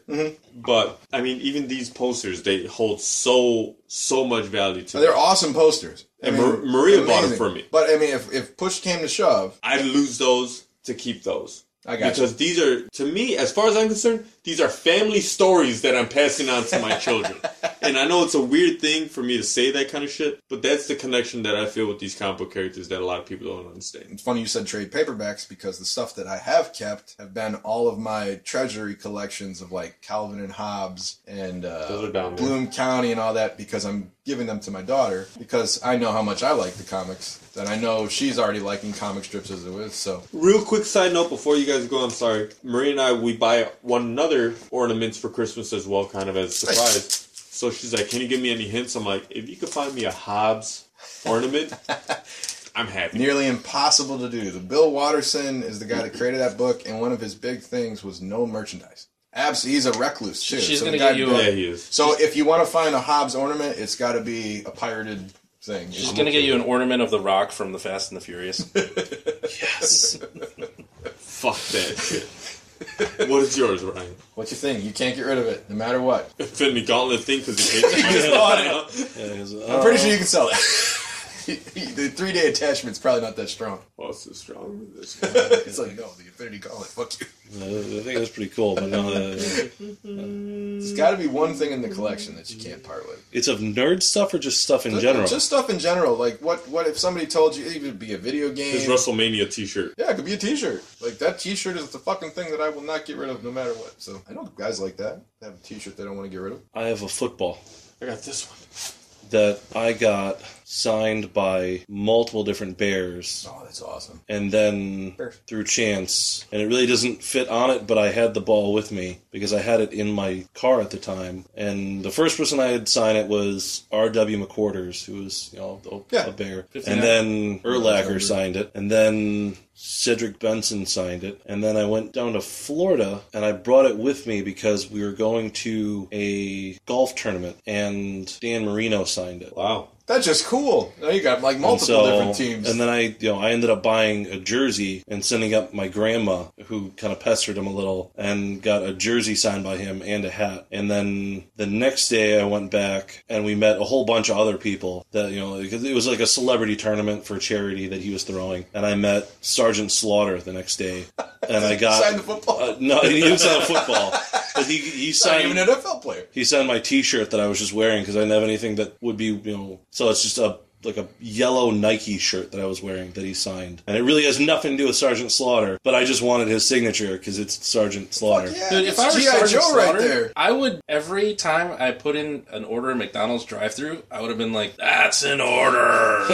D: But I mean, even these posters, they hold so so much value to me.
B: They're awesome posters. I
D: And Mar- Maria bought it
B: amazing.
D: for me.
B: But I mean, if, if push came to shove,
D: I'd lose those to keep those.
B: I got
D: because these are, to me, as far as I'm concerned, these are family stories that I'm passing on to my children. And I know it's a weird thing for me to say that kind of shit, but that's the connection that I feel with these comic book characters that a lot of people don't understand.
B: It's funny you said trade paperbacks because the stuff that I have kept have been all of my treasury collections of like Calvin and Hobbes and
D: Those
B: uh,
D: are down there.
B: Bloom County and all that because I'm giving them to my daughter because I know how much I like the comics and I know she's already liking comic strips as it is. So
D: Real quick side note before you guys go, I'm sorry. Maria and I, we buy one another ornaments for Christmas as well, kind of as a surprise. So she's like, Can you give me any hints? I'm like, If you could find me a Hobbs ornament, I'm happy.
B: nearly impossible to do. The Bill Watterson is the guy that created that book and one of his big things was no merchandise. Abs, he's a recluse too.
E: She's
B: So the
E: gonna
B: guy
E: get you
B: built-
D: Yeah, he is.
B: So if you want to find a Hobbes ornament, it's got to be a pirated thing.
E: She's going to get you an ornament of the rock from the Fast and the Furious.
D: Fuck that shit. What is yours, Ryan?
B: What's your thing? You can't get rid of it, no matter what.
D: Infinity Gauntlet thing because he hates it.
A: Yeah, he's,
B: I'm
A: uh,
B: pretty sure you can sell it. the three day attachment's probably not that strong.
D: Oh, it's so strong. It's-
B: it's like, no, the Infinity Gauntlet, fuck you.
A: I think that's pretty cool. But no, uh,
B: There's got to be one thing in the collection that you can't part with.
A: it's of nerd stuff or just stuff in general.
B: Just stuff in general. Like, what What if somebody told you, it would be a video game.
D: His WrestleMania T-shirt.
B: yeah, it could be a t shirt. Like, that t shirt is the fucking thing that I will not get rid of no matter what. So, I know guys like that. They have a t shirt they don't want to get rid of.
A: I have a football
D: I got this one.
A: that I got signed by multiple different bears.
B: Oh, that's awesome.
A: and then through chance and it really doesn't fit on it but i had the ball with me because i had it in my car at the time and the first person i had sign it was rw mcquarters who was you know a,
B: Yeah.
A: a bear and then erlacher signed it and then cedric benson signed it and then i went down to florida and i brought it with me because we were going to a golf tournament and dan marino signed it
D: Wow.
B: That's just cool. Now you got, like,
A: and
B: multiple
A: so-
B: different teams.
A: And then I, you know, I ended up buying a jersey and sending up my grandma, who kind of pestered him a little, and got a jersey signed by him and a hat. And then the next day, I went back and we met a whole bunch of other people that you know, because it was like a celebrity tournament for charity that he was throwing. And I met Sergeant Slaughter the next day, and I got
B: Signed the football.
A: Uh, no, he didn't sign a football, but he he
B: not
A: signed
B: even an NFL player.
A: he signed my T-shirt that I was just wearing because I didn't have anything that would be you know. So it's just a like a yellow Nike shirt that I was wearing that he signed, and it really has nothing to do with Sergeant Slaughter. But I just wanted his signature because it's Sergeant Slaughter.
B: Yeah,
E: Dude, if I were
B: G.I.
E: Sergeant
B: Joe
E: Slaughter,
B: right there.
E: I would every time I put in an order at McDonald's drive-through, I would have been like, "That's an order."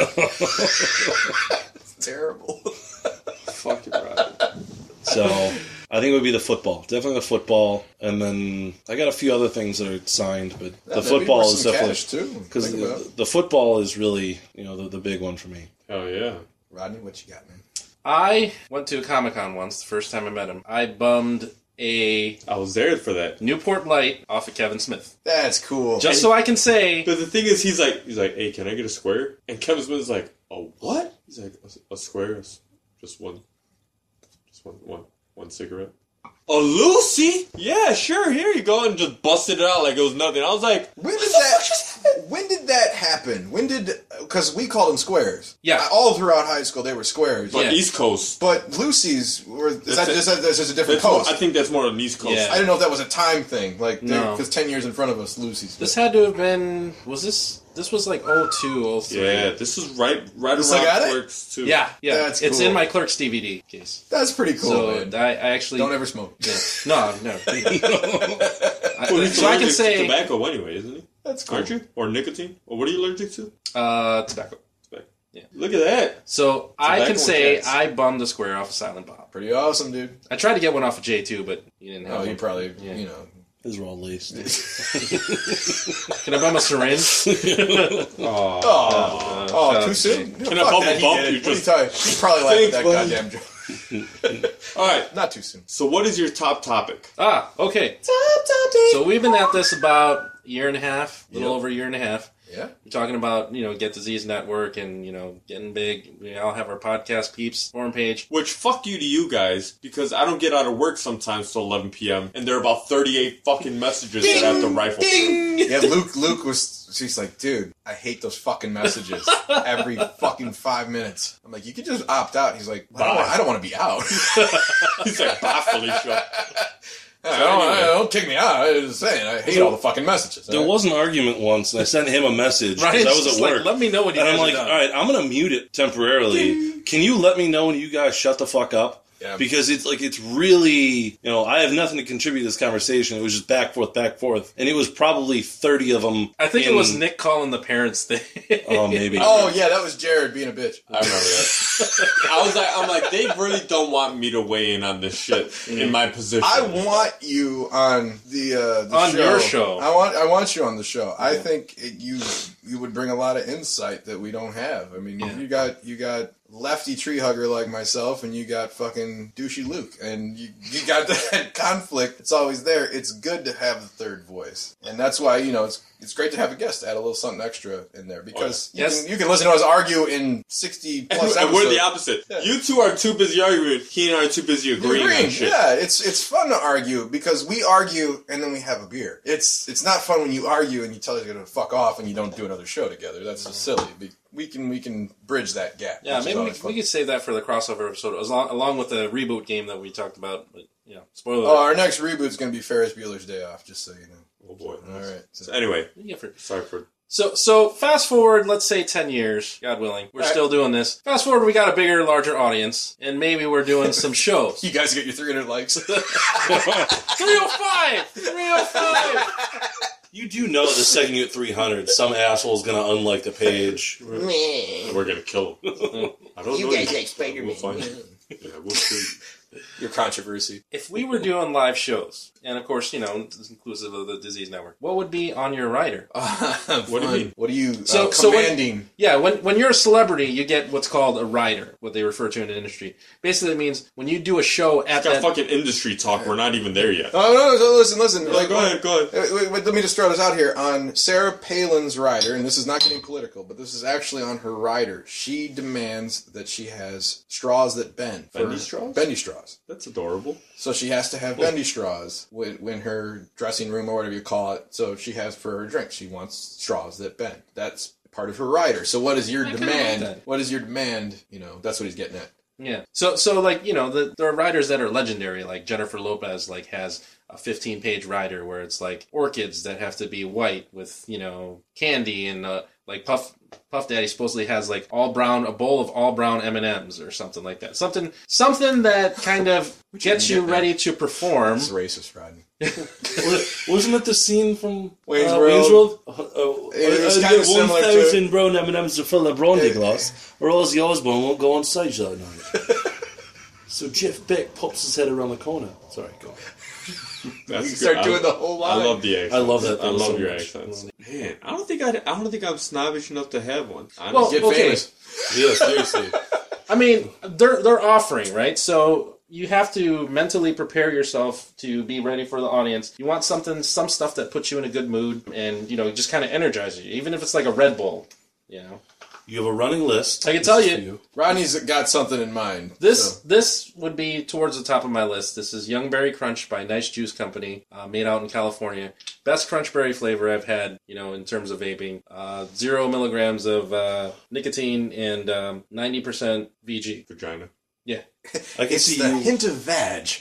B: Terrible.
D: Fuck it, Ryan.
A: So I think it would be the football, definitely the football, and then I got a few other things that are signed, but the football is
B: cash,
A: definitely
B: too.
A: because
B: Think about it.
A: the, the football is really you know the, the big one for me.
D: Hell yeah.
B: Rodney, what you got, man?
E: I went to a Comic Con once. The first time I met him, I bummed a
D: I was there for that.
E: Newport Light off of Kevin Smith,
B: That's cool.
E: just so I can say
D: But the thing is, he's like, he's like, hey, can I get a square? And Kevin Smith's like, a what? He's like, a, a square is just one, just one, one, one cigarette. A Lucy? Yeah, sure. Here you go, and just busted it out like it was nothing. I was like,
B: When did that? When did that happen? When did? Because we called them squares.
E: Yeah.
B: All throughout high school, they were squares.
D: but
E: Yeah.
D: East Coast.
B: But Lucy's were. Is that,
D: That's it.
B: is that, that's just a different
D: That's more,
B: coast.
D: I think that's more on East Coast.
E: Yeah.
B: I didn't know if that was a time thing, like
E: No.
B: because ten years in front of us, Lucy's.
E: this had to have been was this this was like 02, 03.
D: Yeah, this is right, right
B: This I
D: around
B: got it?
D: Clerks too.
E: yeah, yeah.
B: That's
E: it's
B: cool.
E: in my Clerks DVD case.
B: That's pretty cool.
E: so
B: man.
E: I, I actually
B: Don't ever smoke.
E: Yeah. No, no. I-
D: Well, he's
E: so I can
D: allergic to
E: say
D: tobacco anyway, isn't he?
B: That's cool.
D: Aren't you? Or nicotine? Or what are you allergic to?
E: uh, tobacco.
D: Look at that.
E: So I can
D: Tobacco
E: say
D: cats.
E: I bummed a square off of Silent Bob.
B: Pretty awesome, dude.
E: I tried to get one off of J two, but you didn't have.
B: Oh,
E: one.
D: Uh-huh.
B: you probably, you know.
A: These were all laced.
E: Can I bum a syringe?
D: Uh,
B: Oh, oh,
E: out
B: too
E: to
B: soon.
D: Can I bubble bump you
B: What are you
D: just-
B: talking? He's probably laughing at that
D: Thanks, bud.
B: goddamn joke.
D: All right.
B: Not too soon.
D: So, what is your top topic?
E: ah, okay. So we've been at this about a year and a half, a little over a year and a half.
B: Yeah.
E: We're talking about you know Get Disease Network and you know getting big. We all have our podcast peeps forum page.
D: Which fuck you to you guys because I don't get out of work sometimes till 11 p.m. and there are about 38 fucking messages that I have to rifle. through.
B: Yeah, Luke. Luke was. She's like, dude, I hate those fucking messages every fucking five minutes. I'm like, you could just opt out. He's like, well, I don't
D: Bye.
B: wanna- I don't want to be out.
D: He's like, bye, Felicia.
B: I don't, I don't kick me out. I was just saying, I hate all the fucking messages. Uh,
A: There was an argument once, and I sent him a message because
E: Ryan's
A: I was
E: just
A: at
E: like,
A: work.
E: Let me know when you
A: and
E: guys
A: I'm
E: are
A: like, all
E: done."
A: right, I'm gonna mute it temporarily. Can you let me know when you guys shut the fuck up?
B: Yeah.
A: Because it's like it's really you know I have nothing to contribute to this conversation. It was just back forth, back forth, and it was probably thirty of them.
E: I think it
A: in-
E: was Nick calling the parents thing.
A: Oh, maybe.
B: Oh yeah, that was Jared being a bitch.
D: I remember that. I was like, I'm like, they really don't want me to weigh in on this shit in my position.
B: Mm. I want you on the, uh, the
E: On your show.
B: I want I want you on the show. I think it, you you would bring a lot of insight that we don't have. I mean, you got you got lefty tree hugger like myself, and you got fucking douchey Luke, and you you got that conflict. It's always there. It's good to have the third voice, and that's why you know it's it's great to have a guest add a little something extra in there because
E: Oh, yeah.
B: you,
E: Yes.
B: can, you can listen to us argue in 60
D: And,
B: plus
D: and we're the opposite.
B: episodes. Yeah.
D: You two are too busy arguing. He and I are too busy agreeing on
B: Agreeing,
D: shit.
B: Yeah, it's it's fun to argue because we argue and then we have a beer. It's it's not fun when you argue and you tell you to fuck off and you don't do another show together. That's just silly. Be- We can we can bridge that gap.
E: Yeah,
B: which is
E: maybe we,
B: always fun.
E: we could save that for the crossover episode, as long, along with the reboot game that we talked about. But yeah, spoiler.
B: Oh,
E: alert.
B: our next reboot's gonna be Ferris Bueller's Day Off. Just so you know.
D: Oh boy.
B: All right. So-
D: So anyway,
E: Yeah, for-
D: sorry for
E: So, so fast forward, let's say ten years, God willing, we're
B: All right.
E: still doing this. Fast forward, we got a bigger, larger audience, and maybe we're doing some shows.
B: you guys get your 300 likes.
E: 305! 305!
A: You do know that the second you get 300, some asshole's going to unlike the page.
D: we're gonna kill him. I don't know.
H: You guys like Spider
D: We'll
H: Man.
D: find it. Yeah, we'll see.
B: your controversy.
E: if we were doing live shows, and of course, you know, it's inclusive of the Disease Network, what would be on your rider?
B: what
D: do you mean?
B: What are you
E: So-
B: uh,
E: so when-
B: commanding?
E: Yeah, when, when you're a celebrity, you get what's called a rider, what they refer to in the industry. Basically, it means when you do a show at
D: Got
E: that.
D: fucking industry talk. We're not even there yet.
B: oh no, no! Listen, listen. like,
D: go ahead, go ahead.
B: Wait, wait, wait, let me just throw this out here on Sarah Palin's rider, and this is not getting political, but this is actually on her rider. She demands that she has straws that bend. for-
D: Bendy straws?
B: Bendy straws.
D: That's adorable.
B: So she has to have bendy straws when, when her dressing room or whatever you call it. So she has for her drink. She wants straws that bend. That's part of her rider. So what is your demand?
E: that.
B: What is your demand? You know, that's what he's getting at.
E: Yeah. So so like you know the, there are riders that are legendary like Jennifer Lopez like has a 15 page rider where it's like orchids that have to be white with you know candy and uh, like puff puff daddy supposedly has like all brown a bowl of all brown M&Ms or something like that. Something something that kind of gets you
B: get that.
E: ready to perform.
B: It's racist, Rodney.
A: Wasn't that the scene from
B: Wayne's
A: uh,
B: World?
A: Wayne's World? Uh, uh,
B: It was
A: uh,
B: kinda
A: the
B: similar to-
A: 1,000 brown M&Ms to fill a brandy glass, or Ozzy Osbourne won't go on stage that night. so Jeff Beck pops his head around the corner. Sorry, go on.
D: That's
B: You start
D: good.
B: doing
D: I,
B: the whole
D: I
B: line.
D: love the accent.
A: I love that.
D: I
A: thing
D: love
A: so
D: your
A: much.
D: accents. Man, I don't think I. I don't think I'm snobbish enough to have one. Honestly.
E: Well,
B: Get
E: okay.
B: famous.
A: Yeah, seriously.
E: I mean, they're they're offering, right? So you have to mentally prepare yourself to be ready for the audience. You want something, some stuff that puts you in a good mood and you know just kind of energizes you, even if it's like a Red Bull. You know,
A: You have a running list.
E: I can tell
A: This is
E: you-
A: for
B: Rodney's got something in mind.
E: this
B: so.
E: this would be towards the top of my list. This is Young Berry Crunch by Nice Juice Company, uh, made out in California. Best crunch berry flavor I've had, you know, in terms of vaping. Uh, zero milligrams of uh, nicotine and um, ninety percent VG.
D: vagina.
A: I can see
F: the
A: you.
F: hint of vag. makes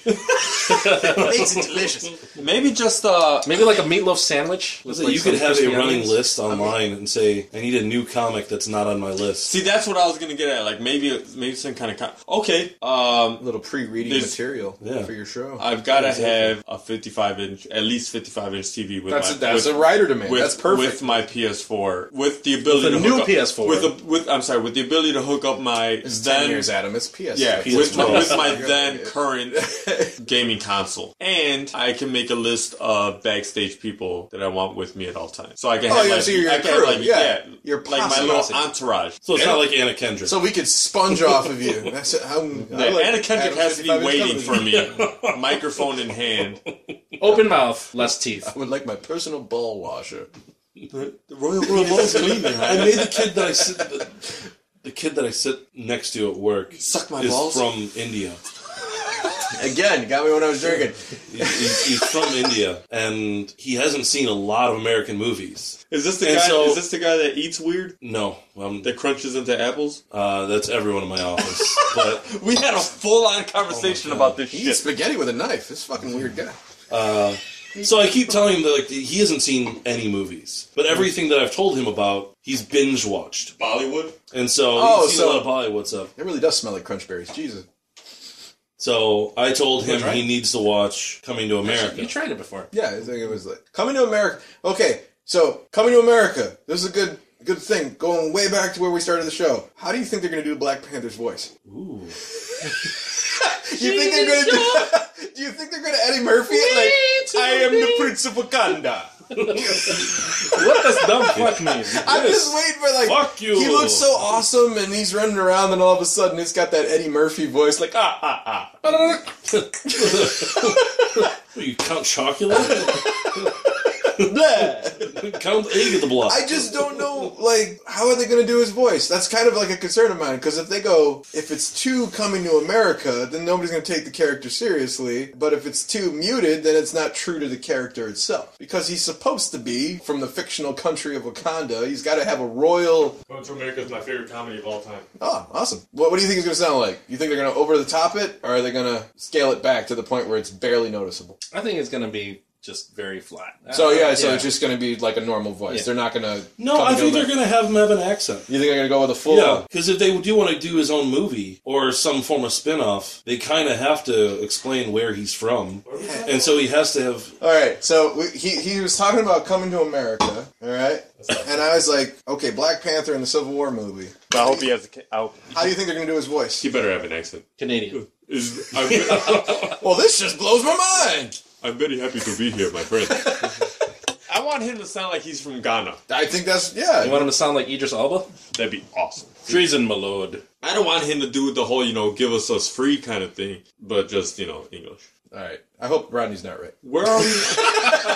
F: it delicious.
D: Maybe just uh.
E: Maybe like a meatloaf sandwich. with,
A: So
E: like,
A: you
E: some
A: could have a
E: crispy
A: running
E: onions.
A: list online and say, "I need a new comic that's not on my list."
D: See, that's what I was gonna get at. Like maybe, maybe some kind of. Co- okay. Um.
B: little pre-reading
D: There's-
B: material
A: Yeah.
B: for your show.
D: I've got to have a 55 inch, at least 55 inch TV with
B: that's
D: my
B: a, that's
D: with,
B: a writer demand.
D: with,
B: that's perfect.
D: with my PS4 with the ability
E: With a
D: to
E: new
D: hook up,
E: PS4.
D: with a, with I'm sorry with the ability to hook up my
B: It's
D: then
B: 10 years, Adam. It's PS.
D: yeah
A: PS4.
D: with, my- with my
B: Yeah.
D: then current gaming console and I can make a list of backstage people that I want with me at all times so I can
B: Oh,
D: have
B: yeah,
D: like,
B: so your
D: I can
B: crew,
D: have like
B: yeah. Your
D: like my
B: posse.
D: little entourage
A: So it's not like Anna Kendrick.
B: So we could sponge off of you. That's it. How, I
D: Yeah,
B: like
D: Anna Kendrick
B: Adam
D: has to be
B: 55 inch
D: waiting for
B: television.
D: me microphone in hand
E: Open mouth, less teeth.
B: I would like my personal ball washer.
D: the Royal Remote's clean
A: I made the kid that I sit the, the kid that I sit next to at work
D: Suck my
A: is
D: balls?
A: from India.
B: Again, got me when I was drinking.
A: He's, he's from India, and he hasn't seen a lot of American movies.
D: Is this the
A: And
D: guy?
A: so-
D: is this the guy that eats weird?
A: No, um,
D: That crunches into apples?
A: uh, that's everyone in my office. But
D: We had a full-on conversation about this
B: Oh He eats spaghetti with a knife. This fucking weird guy.
A: So I keep telling him that like he hasn't seen any movies, but everything that I've told him about, he's binge watched,
D: Bollywood.
A: and so
B: Oh,
A: he's seen
B: so-
A: a lot of Bollywood's stuff.
B: It really does smell like crunch berries. Jesus.
A: So I told him
B: Right.
A: he needs to watch Coming to America.
E: You tried it before.
B: Yeah, I think it was like coming to America. Okay, so coming to America. This is a good good thing. Going way back to where we started the show. How do you think they're going to do Black Panther's voice?
A: Ooh.
B: Do you think they're going to do? Do you think they're going to Eddie Murphy it? Like I am the Prince of Wakanda.
E: What does dumb fuck mean?
B: I'm just waiting for like
A: Fuck you.
B: He looks so awesome, and he's running around, and all of a sudden, it's got that Eddie Murphy voice, like ah ah ah.
A: What, you Count Chocula?
B: Bleh.
A: Count egg at the block.
B: I just don't know, like, how are they going to do his voice? That's kind of like a concern of mine, because if they go, if it's too coming to America, then nobody's going to take the character seriously. But if it's too muted, then it's not true to the character itself. Because he's supposed to be from the fictional country of Wakanda. He's got to have a royal.
H: Coming to America is my favorite comedy of all time.
B: Oh, awesome. What, what do you think it's going to sound like? You think they're going to over the top it, or are they going to scale it back to the point where it's barely noticeable?
E: I think it's going to be just very flat.
B: So, yeah, so it's just going to be like a normal voice. They're not going to.
A: Uh, no, I think they're going to have him have an accent.
B: You think they're going to go with a full.
A: Yeah, because if they do want to do his own movie or some form of spin off, they kind of have to explain where he's from. And so he has to have.
B: All right, so we, he he was talking about coming to America, all right, and I was like, okay, Black Panther in the Civil War movie.
H: I hope he has a. I hope.
B: How do you think they're gonna do his voice?
H: He better have an accent.
C: Canadian.
H: Is, I'm,
B: Well, this just blows my mind.
H: I'm very happy to be here, my friend. I want him to sound like he's from Ghana.
B: I think that's yeah.
E: You want him to sound like Idris Elba?
H: That'd be awesome.
E: Treason, my lord.
D: I don't want him to do the whole, you know, give us us free kind of thing, but just, you know, English.
B: all right, I hope Rodney's not right.
D: Where are we?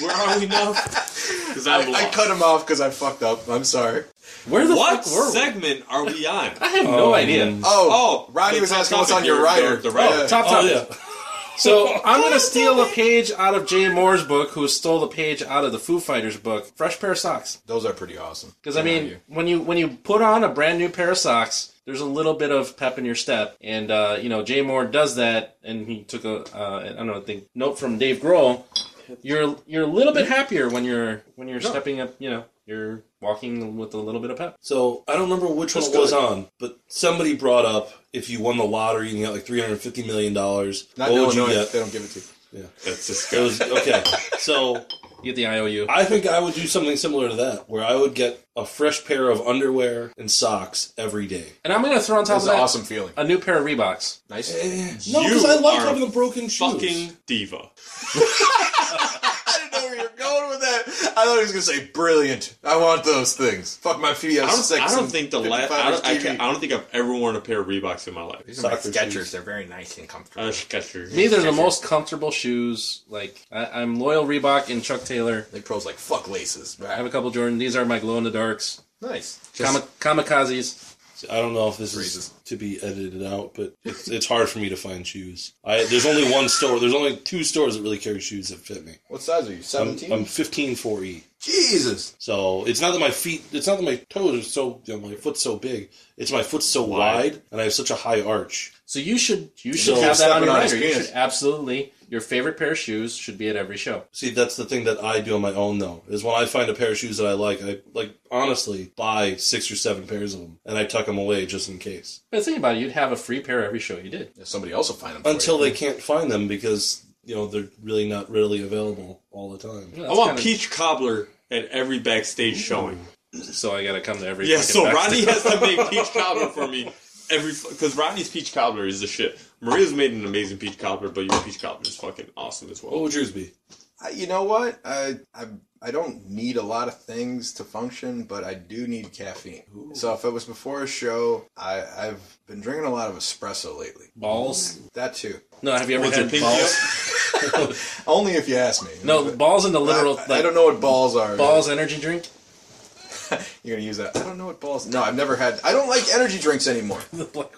D: Where are we now? Because
B: I, I cut him off because I fucked up. I'm sorry.
E: Where the
D: What
E: fuck were we? Um,
D: segment are we on?
E: I have no idea.
A: Mm.
B: Oh,
D: Oh,
B: Rodney
D: the
B: was
D: top
B: asking what's
D: topic,
B: on your
D: your-
B: rider.
D: the- the rider.
B: Yeah.
E: Top
A: Oh,
E: topic.
A: yeah.
E: So I'm gonna steal a page out of Jay Moore's book, who stole a page out of the Foo Fighters book. Fresh pair of socks,
B: Those are pretty awesome.
E: because I mean, when you when you put on a brand new pair of socks, there's a little bit of pep in your step, and uh, you know Jay Moore does that, and he took a uh, I don't know, I think note from Dave Grohl. You're you're a little bit happier when you're when you're stepping up. You know, you're walking with a little bit of pep.
A: So I don't remember which one it was on, but somebody brought up if you won the lottery and you got like $350 million,
B: Not
A: what
B: in
A: would you
B: Illinois.
A: get?
B: They don't give it to you.
H: That's just
A: It was, okay, so
E: You get the IOU.
A: I think I would do something similar to that, where I would get a fresh pair of underwear and socks every day.
E: And I'm gonna throw on top
B: That's
E: of
B: an
E: that
B: awesome feeling.
E: a new pair of Reeboks.
B: Nice.
A: No, because
D: You
A: I like
D: are
A: having the broken shoes.
D: Fucking diva.
B: I didn't know where you were going with that. I thought he was gonna say brilliant. I want those things. Fuck my feet.
D: I
B: have
D: don't,
B: sex
D: I don't
B: and
D: think the last.
B: 55
D: I don't, I,
B: TV.
D: can't, I don't think I've ever worn a pair of Reeboks in my life.
F: These are my
A: Soccer
F: Skechers.
A: shoes.
F: They're very nice and comfortable.
D: Uh, Skechers.
E: Me, they're the most comfortable shoes. Like I, I'm loyal Reebok and Chuck Taylor.
B: Like pros like fuck laces.
E: I have a couple Jordan. These are my glow in the darks.
B: Nice.
E: Kami- kamikazes.
A: I don't know if this is to be edited out, but it's, it's hard for me to find shoes. I there's only one store. There's only two stores that really carry shoes that fit me.
B: What size are you?
A: I'm,
B: 17?
A: I'm 15 4e,
B: Jesus.
A: so it's not that my feet. It's not that my toes are so. You know, my foot's so big. It's my foot's so wide, and I have such a high arch.
E: So you should you should
A: So
E: have that on
B: stepping
E: your
B: on his
E: rider. You
B: penis.
E: should absolutely your favorite pair of shoes should be at every show.
A: See, that's the thing that I do on my own though. Is when I find a pair of shoes that I like, I like honestly buy six or seven pairs of them, and I tuck them away just in case.
E: But think about it, you'd have a free pair every show you did.
B: Somebody else will find them. for
A: until
B: you.
A: they can't find them because you know they're really not readily available all the time.
D: I want peach cobbler at every backstage showing.
E: So I gotta come to every.
D: Yeah,
E: fucking
D: so
E: backstage.
D: Rodney has to make peach cobbler for me every because Rodney's peach cobbler is the shit. Maria's made an amazing peach cobbler, but your peach cobbler is fucking awesome as
B: Oh,
A: What
D: well.
A: would yours be?
B: I, you know what? I, I I don't need a lot of things to function, but I do need caffeine. So if it was before a show, I, I've been drinking a lot of espresso lately.
E: balls.
B: That too.
E: No, have you ever
D: What's your
E: had
D: pinky
E: balls?
B: Only if you ask me.
E: No, balls in the
B: I,
E: literal.
B: I
E: like,
B: don't know what balls are.
E: Balls energy drink.
B: You're gonna use that. I don't know what balls. No, I've never had. I don't like energy drinks anymore.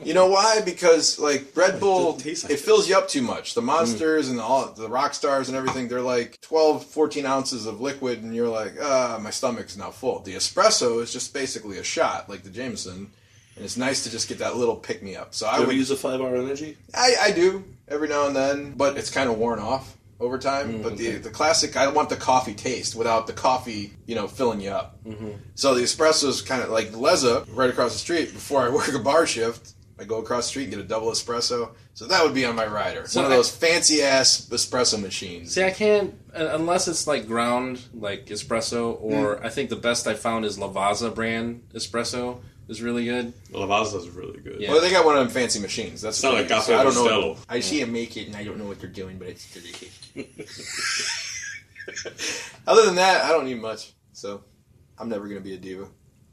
B: You know why? Because like Red Bull, it,
D: taste like this.
B: fills you up too much. The monsters and all the rock stars and everything, they're like 12, 14 ounces of liquid, and you're like, ah, my stomach's now full. The espresso is just basically a shot, like the Jameson, and it's nice to just get that little pick me up. So I
A: I
B: would,
A: would use a five hour energy.
B: I, I do every now and then, but it's kind of worn off over time. but the the classic, I want the coffee taste without the coffee, you know, filling you up. So the espresso is kind of like Leza right across the street. Before I work a bar shift, I go across the street and get a double espresso. So that would be on my rider. One of
E: I-
B: those fancy ass espresso machines.
E: See, I can't uh, unless it's like ground, like espresso, or I think the best I found is Lavazza brand espresso is really good.
D: Lavazza's really good.
E: Yeah.
B: Well, they got one of them fancy machines. That's
D: Sound
B: what
D: like
B: they use.
D: Cafe
B: I don't know.
D: Bustelo.
B: what- I see them
F: make it, and I don't know what they're doing, but it's delicious.
B: Other than that, I don't need much. So I'm never gonna be a diva.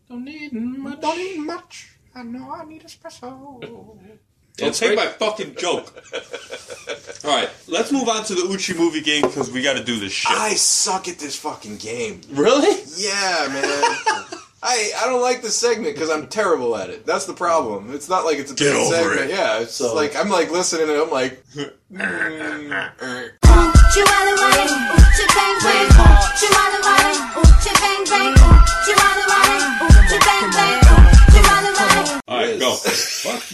E: Don't need much.
F: Much. I know I need espresso.
I: Don't take my fucking joke. All right, let's move on to the Uchi movie game because we got to do this shit.
B: I suck at this fucking game.
I: really?
B: Yeah, man. I, I don't like this segment because I'm terrible at it. That's the problem. It's not like it's a
I: Get
B: bad
I: over
B: segment.
I: it.
B: Yeah, it's just like I'm like listening and I'm like,
I: All right, go.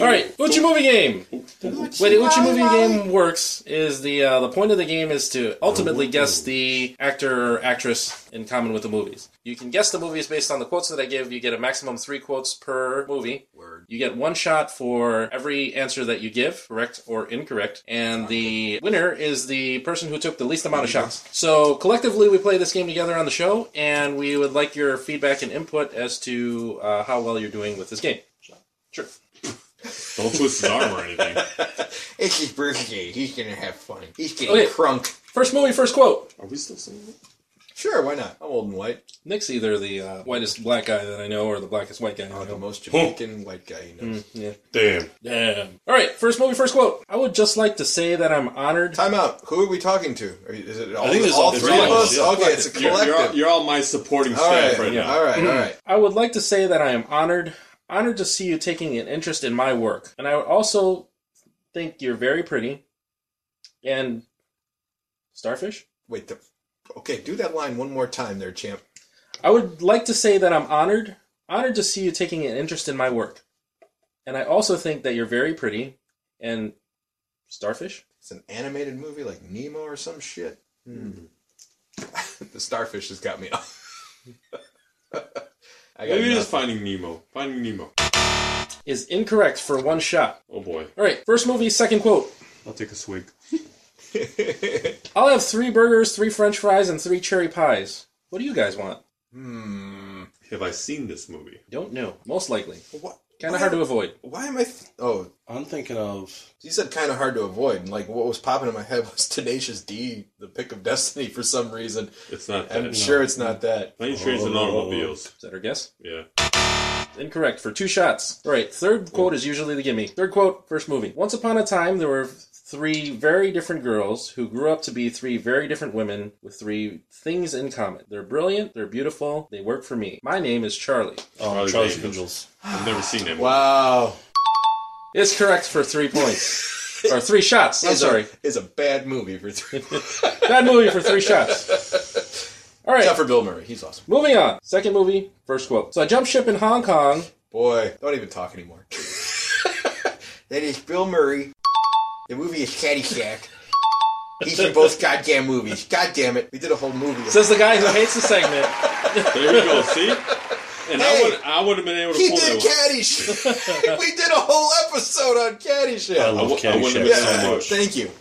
E: All right, Uchi movie game. Way the Uchi movie game works is the uh, the point of the game is to ultimately guess the actor or actress in common with the movies. You can guess the movies based on the quotes that I give. You get a maximum three quotes per movie. You get one shot for every answer that you give, correct or incorrect, and the winner is the person who took the least amount of shots. So collectively, we play this game together on the show, and we would like your feedback and input as to uh, how well you're doing with this game. Sure.
D: Don't twist his arm or anything.
J: It's his birthday. He's gonna have fun. He's getting
E: Okay.
J: crunk.
E: First movie, first quote.
D: Are we still seeing it?
B: sure, why not? I'm old and white.
E: Nick's either the uh, whitest black guy that I know or the blackest white guy I
B: Not the
E: know.
B: most Jamaican white guy he knows.
D: Damn.
E: Damn. All right, first movie, first quote. I would just like to say that I'm honored.
B: Time out. Who are we talking to? Are you- Is it all,
A: think there's
B: all
A: a-
B: three of
A: there's
B: us?
A: all-
B: Okay, it's a
D: You're, you're all,
B: collective.
D: you're all my supporting
B: All
D: staff
B: right,
D: right now.
B: all right, all right.
E: I would like to say that I am honored. Honored to see you taking an interest in my work. And I would also think you're very pretty. And. Starfish?
B: Wait, the, okay, do that line one more time there, champ.
E: I would like to say that I'm honored. Honored to see you taking an interest in my work. And I also think that you're very pretty. And. Starfish?
B: It's an animated movie like Nemo or some shit. Hmm. the starfish has got me off. I got
D: Maybe it is
B: nothing.
D: Finding Nemo. Finding Nemo.
E: is incorrect for one shot.
D: Oh boy.
E: All right, first movie, second quote.
D: I'll take a swig.
E: I'll have three burgers, three french fries, and three cherry pies. What do you guys want?
D: Have I seen this movie?
E: Don't know. Most likely.
B: What?
E: Kind of hard to avoid.
B: Why am I? Th- oh,
A: I'm thinking of
B: you said kind of hard to avoid. And like what was popping in my head was Tenacious D, the pick of destiny for some reason.
D: It's not that.
B: I'm sure it's not that.
D: Plane Trains and
A: Oh.
D: Automobiles.
E: Is that our guess?
D: Yeah.
E: Incorrect for two shots. All right, third quote is usually the gimme. Third quote, first movie. Once upon a time, there were three very different girls who grew up to be three very different women with three things in common. They're brilliant, they're beautiful, they work for me. My name is Charlie.
A: um,
D: Charlie's
A: Charlie's
D: Angels.
A: Angels.
D: I've never seen that movie.
B: Wow,
E: It's correct for three points. or three shots. I'm
B: It's a-
E: sorry.
B: it's a bad movie for three.
E: Bad movie for three shots. All right,
B: Except for Bill Murray, he's awesome.
E: moving on. Second movie, first quote. So I jumped ship in Hong Kong.
B: Boy, don't even talk anymore.
J: That is Bill Murray. The movie is Caddyshack. He's in both goddamn movies. God damn it.
B: We did a whole movie. of-
E: Says the guy who hates the segment.
D: There we go. See? And
B: Hey!
D: I would I would have been able to
B: He
D: pull that
B: did
D: one.
B: Caddyshack. we did a whole episode on
A: I
B: Caddyshack.
A: love
D: I wouldn't have
A: Caddyshack
D: been
A: so
D: able
A: much.
B: Thank you.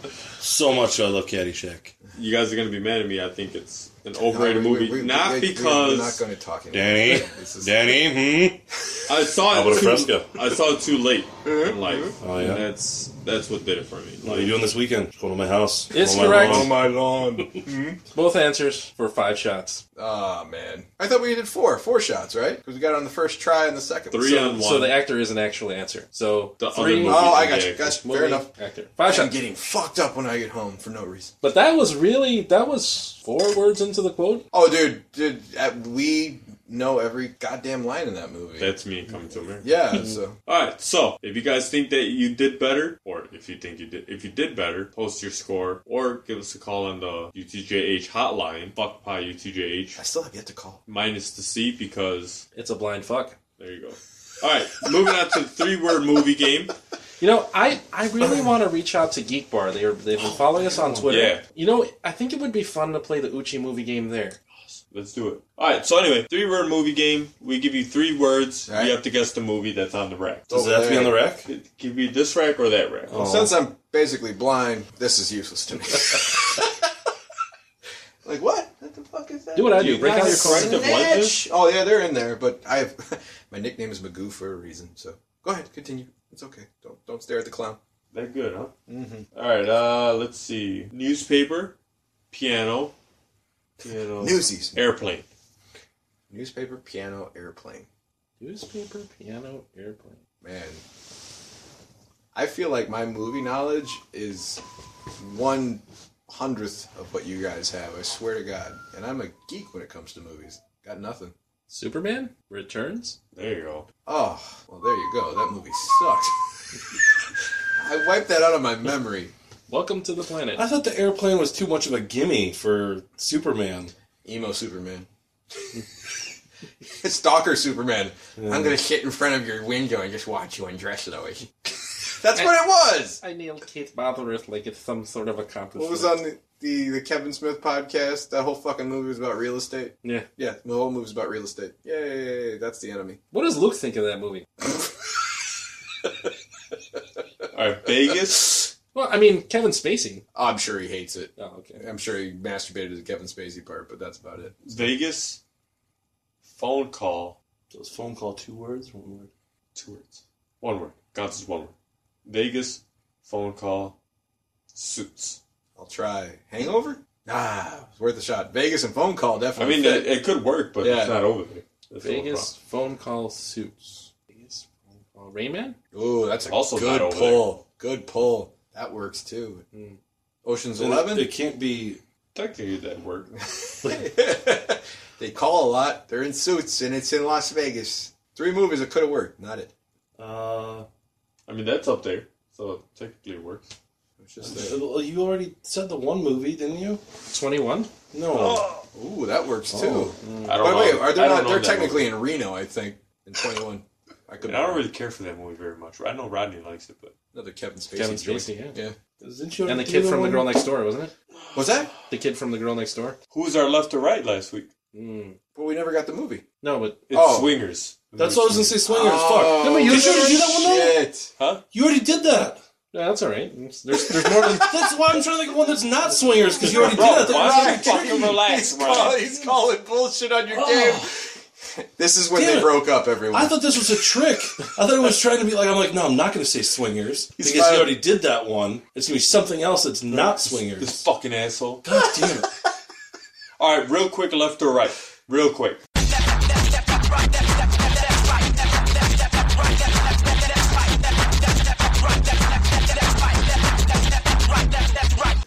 A: So much I love Caddyshack.
D: You guys are gonna be mad at me. I think it's an
B: No,
D: overrated
B: we- we-
D: movie.
B: we- we-
D: not
B: we-
D: because
B: we're not going to talk anymore.
A: Danny,
B: This is-
A: Danny, hmm?
D: I saw
A: How about
D: it
A: a
D: too,
A: fresca?
D: I saw it too late
B: Mm-hmm.
D: in life.
A: Oh, yeah?
D: And that's that's what did it for me.
A: What are you doing this weekend? Just Going to my house.
E: It's
A: Go to my
E: correct.
A: lawn.
B: my lawn.
E: Both answers for five shots.
B: oh man, I thought we did four, four shots, right? Because we got it on the first try and the second. one.
D: Three
B: So-
D: on one.
E: So the actor isn't actually answer. So
D: The other
E: three
D: movie.
B: Oh, I got
D: Yeah,
B: you. Got you.
E: movie,
B: Fair enough.
E: actor. Five
B: I'm
E: shots.
B: getting fucked up when I get home for no reason.
E: But that was really that was four words into the quote.
B: Oh, dude, dude, uh, we know every goddamn line in that movie.
D: that's me coming to America.
B: yeah. So
D: Alright, so if you guys think that you did better, or if you think you did if you did better, post your score or give us a call on the UTJH hotline. Fuck pie UTJH.
B: I still have yet to call.
D: Minus the C because
E: It's a blind fuck.
D: there you go. Alright, moving on to the three word movie game.
E: You know, I, I really want to reach out to Geek Bar. They are, they've been following us on Twitter.
D: Yeah.
E: You know, I think it would be fun to play the Uchi movie game there.
D: Let's do it. All right. So anyway, three word movie game. We give you three words.
B: All right.
D: You have to guess the movie that's on the rack.
A: Does it have to be on the rack?
D: It could be this rack or that rack.
B: Since I'm basically blind, this is useless to me. like what? What the fuck is that?
E: Do what I do.
D: You
E: Break out your
D: guys
E: cards.
D: kind of like this?
B: Snitch. Oh yeah, they're in there, but I have my nickname is Magoo for a reason. So go ahead, continue. It's okay. Don't don't stare at the clown.
D: That good, huh? Mm-hmm. All right. Uh, let's see. Newspaper, piano, piano,
B: Newsies.
D: airplane.
B: Newspaper, piano, airplane.
E: Newspaper, piano, airplane.
B: Man, I feel like my movie knowledge is one hundredth of what you guys have. I swear to God. And I'm a geek when it comes to movies. Got nothing.
E: Superman returns.
D: There you go.
B: Oh, well, there you go. That movie sucked. I wiped that out of my memory.
E: Welcome to the planet.
A: I thought the airplane was too much of a gimme for Superman.
B: Emo Superman. Stalker Superman.
K: I'm gonna sit in front of your window and just watch you undress, Lois.
B: That's what it was.
E: I nailed Keith Botherith like it's some sort of accomplishment.
B: What was on the, the, the Kevin Smith podcast? That whole fucking movie was about real estate.
E: Yeah.
B: Yeah, the whole movie's about real estate. Yay, that's the enemy.
E: What does Luke think of that movie?
D: All right, Vegas.
E: Well, I mean Kevin Spacey.
B: I'm sure he hates it.
E: Oh, okay.
B: I'm sure he masturbated to the Kevin Spacey part, but that's about it.
D: Vegas. Phone call.
A: Those phone call two words, one word.
D: Two words. One word. God's is one word. Vegas. Phone call. Suits.
B: I'll try. Hangover? Nah, it's Ah, worth a shot. Vegas and phone call
D: I
B: definitely.
D: mean,
B: fit.
D: it, it could work, but
B: Yeah.
D: it's not over there. That's the only
E: Vegas phone call suits. Vegas phone call Rayman.
B: Ooh, that's a
D: Also not
B: good
D: over
B: pull. Good pull. That works too.
E: Mm.
B: Ocean's
A: It-
B: Eleven.
A: It can't be.
D: problem. Technically, that worked.
B: they call a lot. They're in suits, and it's in Las Vegas. Three movies that could have worked. Not it.
A: Uh,
D: I mean, that's up there, so technically it works.
B: It was just there.
A: you already said the one movie, didn't you?
E: Twenty one.
A: No.
B: Ooh, that works too.
D: I don't
B: By the
D: know.
B: way, are
D: I
B: they
D: don't know
B: not? They're
D: that movie.
B: technically in Reno, I think. In twenty one, I
D: I
B: could.
D: don't really care for that movie very much. I know Rodney likes it, but
B: another Kevin Spacey.
E: Kevin
B: joint.
E: Spacey. Yeah.
B: Yeah.
A: Didn't you
E: And the
A: already
E: kid
A: do
E: from the
A: one?
E: girl next door, wasn't it?
B: Was that?
E: The kid from the girl next door.
D: who's our left or right last week?
E: Mm.
B: But we never got the movie.
E: No, but
D: It's
B: Oh.
D: Swingers.
A: That's what I was gonna say. Swingers. Fuck.
B: Oh,
A: Didn't we- you already do that one though?
B: Shit.
A: You already did that.
E: yeah, Ah, that's all right. There's, there's more than
A: That's why I'm trying to think of one that's not Swingers because you already did that.
D: Why
A: That's-
D: don't you fucking relax,
B: He's
D: bro?
B: calling, Oh, he's calling bullshit on your game. This is when
A: Damn
B: they
A: it.
B: broke up, everyone.
A: I thought this was a trick. I thought it was trying to be like I'm like no, I'm not gonna say Swingers
B: He's
A: because
B: fine.
A: you already did that one. It's gonna be something else that's not
D: This
A: Swingers.
D: fucking asshole.
A: God damn it.
D: All right, real quick, left or right? Real quick.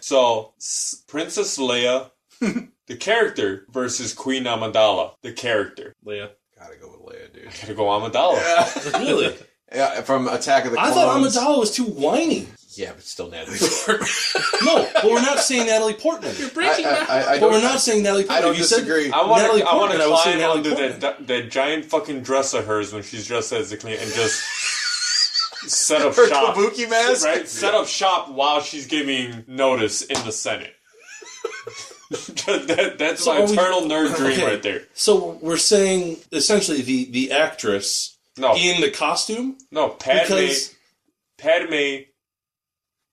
D: So, S- Princess Leia, the character, versus Queen Amidala, the character.
E: Leia.
B: Gotta go with Leia, dude.
D: Gotta go Amidala.
A: Really?
B: Yeah, from Attack of the
A: I
B: Clones.
A: thought Amidala was too whiny.
B: Yeah, but still Natalie Portman.
A: No, but we're not saying Natalie Portman.
B: I, I, I, I
A: But we're
B: don't,
A: not saying Natalie Portman.
B: I don't
A: If you said-
B: disagree.
D: I want
A: Natalie
D: to. I want to
A: Portman, I would say
D: climb
A: Natalie
D: under that,
A: Portman.
D: that that giant fucking dress of hers when she's dressed as the clean and just set up
B: Her
D: shop,
B: kabuki mask?
D: right? Set up shop while she's giving notice in the Senate. that, that's
A: So
D: my
A: are we-
D: eternal nerd dream
A: Okay.
D: right there.
A: So we're saying essentially the the actress
D: No,
A: in the costume
D: no, Padme,
A: because
D: Padme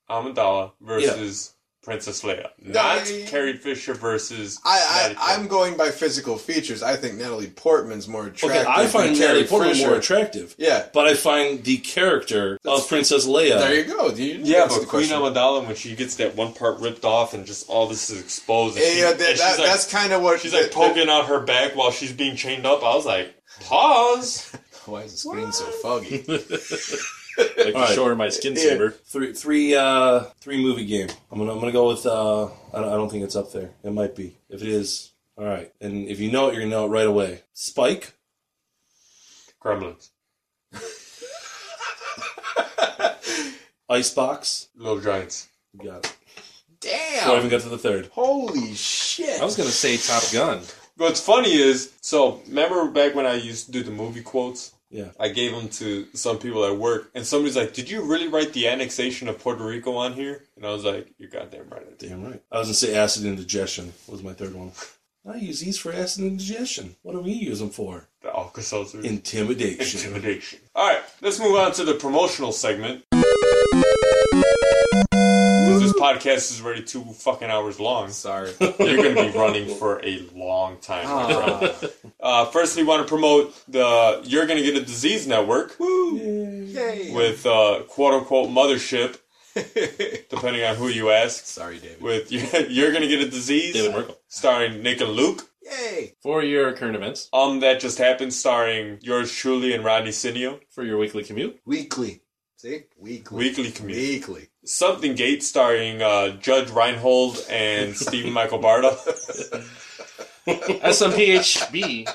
D: Amidala versus Princess Leia, not
B: I-
D: Carrie Fisher versus.
B: I,
D: Natalie
B: I,
D: Portman.
B: I'm going by physical features. I think Natalie Portman's more attractive.
A: okay, I find
B: than
A: Natalie
B: Carrie
A: Portman
B: Fisher.
A: more attractive,
B: Yeah,
A: but I find the character of Princess Leia.
B: there you go. You didn't
D: Yeah,
B: answer
D: but
B: the
D: Queen
B: question.
D: Amidala, when she gets that one part ripped off and just all this is exposed, and
B: Yeah,
D: she-
B: yeah,
D: and
B: that,
D: she's
B: that,
D: like,
B: that's kind of what
D: she's like
B: that-
D: poking out her back while she's being chained up. I was like, pause.
B: Why is the screen so foggy?
E: Like
A: All right.
E: sure, my skin
A: Three three uh three movie game. I'm gonna I'm gonna go with uh I don't, I don't think it's up there. It might be. If it is, all right. And if you know it, you're gonna know it right away. Spike.
D: Gremlins,
A: Icebox.
D: Little Giants.
A: You Got it.
B: Damn!
A: So I haven't got to the third.
B: Holy shit!
E: I was gonna say Top Gun.
D: What's funny is, so remember back when I used to do the movie quotes?
A: Yeah.
D: I gave them to some people at work, and somebody's like, "Did you really write the annexation of Puerto Rico on here?" And I was like, "You're goddamn right, I did."
A: Damn right. I was gonna say acid indigestion was my third one. I use these for acid indigestion. What do we use them for?
D: The Alka-Seltzer.
A: Intimidation.
D: Intimidation. All right, let's move on to the promotional segment. This podcast is already two fucking hours long.
B: Sorry.
D: You're going to be running for a long time. my friend. Uh, first, we want to promote the You're Going to Get a Disease Network
B: Yay.
D: with uh, quote unquote mothership, depending on who you ask.
B: Sorry, David.
D: With You're Going to Get a Disease,
E: David Merkel.
D: starring Nick and Luke.
B: Yay!
E: For your current events,
D: Um, that just happened, starring yours truly and Rodney Sinio.
E: for your weekly commute,
B: Weekly.
L: See? Weekly.
D: Weekly comedian.
L: Weekly.
D: Something Gate starring uh, Judge Reinhold and Stephen Michael Barda.
E: SMPHB.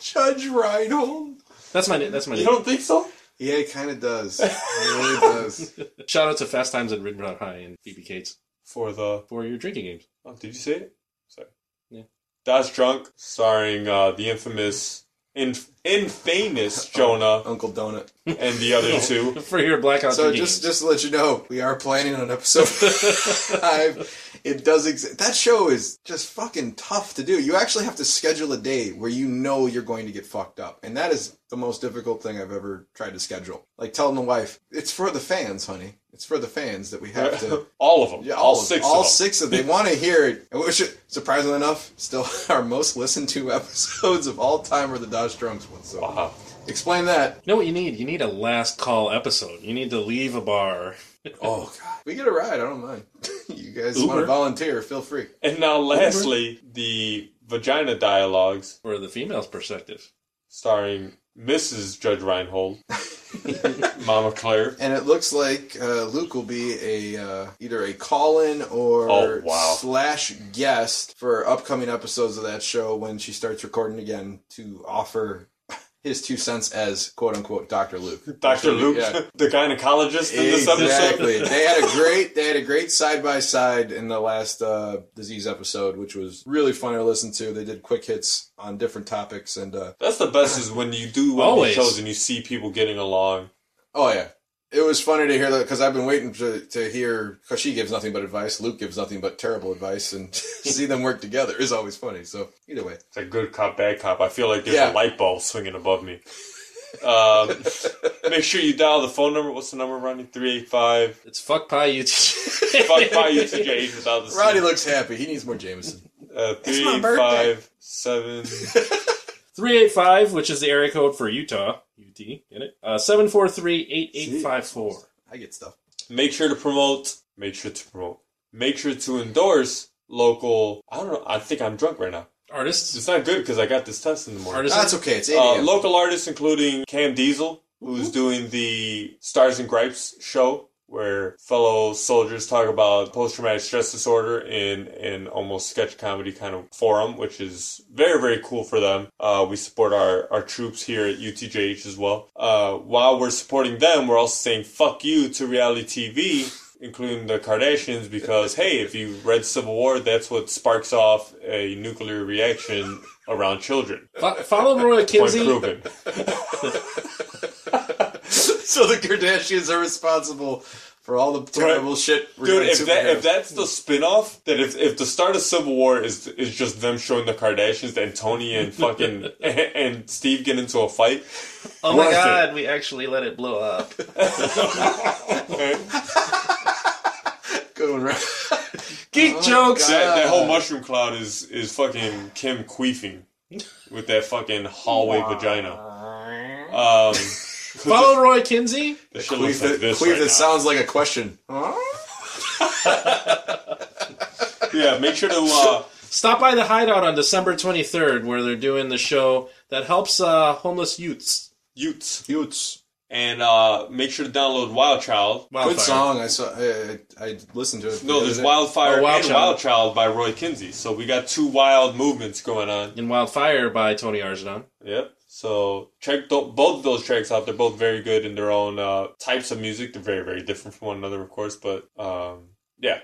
B: Judge Reinhold.
E: That's my that's my
D: you
E: name.
D: don't think so?
L: Yeah, it kind of does. It really does.
E: Shout out to Fast Times at Ridgemont High and Phoebe Cates
D: For the
E: for your drinking games.
D: oh, did you say it? Sorry.
E: Yeah.
D: That's drunk, starring uh, the infamous, inf- infamous Jonah
B: Uncle Donut.
D: and the other two.
E: For your blackout
B: So
E: drinking
B: just
E: games.
B: just to let you know, we are planning on episode five. It does exist. That show is just fucking tough to do. You actually have to schedule a day where you know you're going to get fucked up, and that is the most difficult thing I've ever tried to schedule. Like telling the wife, "It's for the fans, honey. It's for the fans that we have to."
D: all of them.
B: Yeah,
D: all,
B: all, of-
D: six.
B: all
D: of them.
B: six of them. They want to hear it. And Which, surprisingly enough, still our most listened to episodes of all time are the Dodge Drunks ones. So
D: Wow.
B: explain that.
E: You know what you need? You need a last call episode. You need to leave a bar.
B: Oh God, we get a ride. I don't mind. you guys
D: Uber?
B: want to volunteer? Feel free.
D: And now, lastly, the vagina dialogues
E: For the female's perspective.
D: starring Mrs. Judge Reinhold, Mama Claire.
B: And it looks like uh, Luke will be a uh, either a call-in or
D: Oh, wow.
B: slash guest for upcoming episodes of that show when she starts recording again to offer his two cents as quote unquote Doctor Luke.
D: Dr. Luke,
B: Yeah.
D: the gynecologist in this episode.
B: Exactly. they had a great they had a great side by side in the last uh, disease episode, which was really fun to listen to. They did quick hits on different topics, and uh,
D: That's the best is when you do one of
E: Always.
D: these shows and you see people getting along.
B: Oh yeah, it was funny to hear that because I've been waiting to to hear because she gives nothing but advice. Luke gives nothing but terrible advice, and see them work together is always funny. So either way,
D: It's like good cop, bad cop. I feel like there's
B: Yeah.
D: a light bulb swinging above me. Um, make sure you dial the phone number. What's the number, Ronnie? 385
E: It's fuck pie you.
D: Fuck by UTJ E without the C.
B: Roddy looks happy. He needs more Jameson.
D: Uh,
B: It's my birthday.
D: 357.
E: 385, which is the area code for Utah. UT, get it? Uh, 743-8854.
B: I get stuff.
D: make sure to promote make sure to promote make sure to endorse local i don't know i think i'm drunk right now
E: Artists.
D: it's not good because i got this test in the morning
E: Artists.
B: That's okay. It's eight
D: uh,
B: a.m.
D: local artists including cam diesel who's doing the stars and gripes show where fellow soldiers talk about post-traumatic stress disorder in an almost sketch comedy kind of forum which is very very cool for them uh, we support our, our troops here at utjh as well uh, while we're supporting them we're also saying fuck you to reality tv including the Kardashians, because hey, if you read Civil War, that's what sparks off a nuclear reaction around children.
E: Fo- follow Roy
D: Point
E: Kinsey.
D: proven.
B: so the Kardashians are responsible for all the terrible shit. We're
D: Dude,
B: doing
D: if that
B: superheroes.
D: if that's the spin-off, that if, if the start of Civil War is is just them showing the Kardashians and Tony and fucking and Steve get into a fight,
E: Oh my
D: Worth it.
E: god, we actually let it blow up.
B: Oh good one, right?
E: Geek jokes!
D: that, that whole mushroom cloud is is fucking Kim queefing with that fucking hallway vagina. Um,
E: Follow Roy Kinsey.
D: that shit
B: Queef
D: looks like
B: that,
D: this
B: queef
D: right
B: that
D: now.
B: sounds like a question.
D: Yeah, make sure to uh,
E: Stop by the hideout on December 23rd, where they're doing the show that helps uh, homeless youths.
D: Utes.
B: Cutes.
D: and uh, make sure to download Wild Child.
E: Wildfire.
B: Good song. I saw. I, I, I listened to it. the
D: No,
B: other
D: there's
B: day.
D: Wildfire
E: Oh, Wild
D: and
E: Child.
D: Wild Child by Roy Kinsey. So we got two wild movements going on.
E: And Wildfire by Tony Arzanon.
D: Yep. So check th- both of those tracks out. They're both very good in their own uh, types of music. They're very, very different from one another, of course. But um, yeah,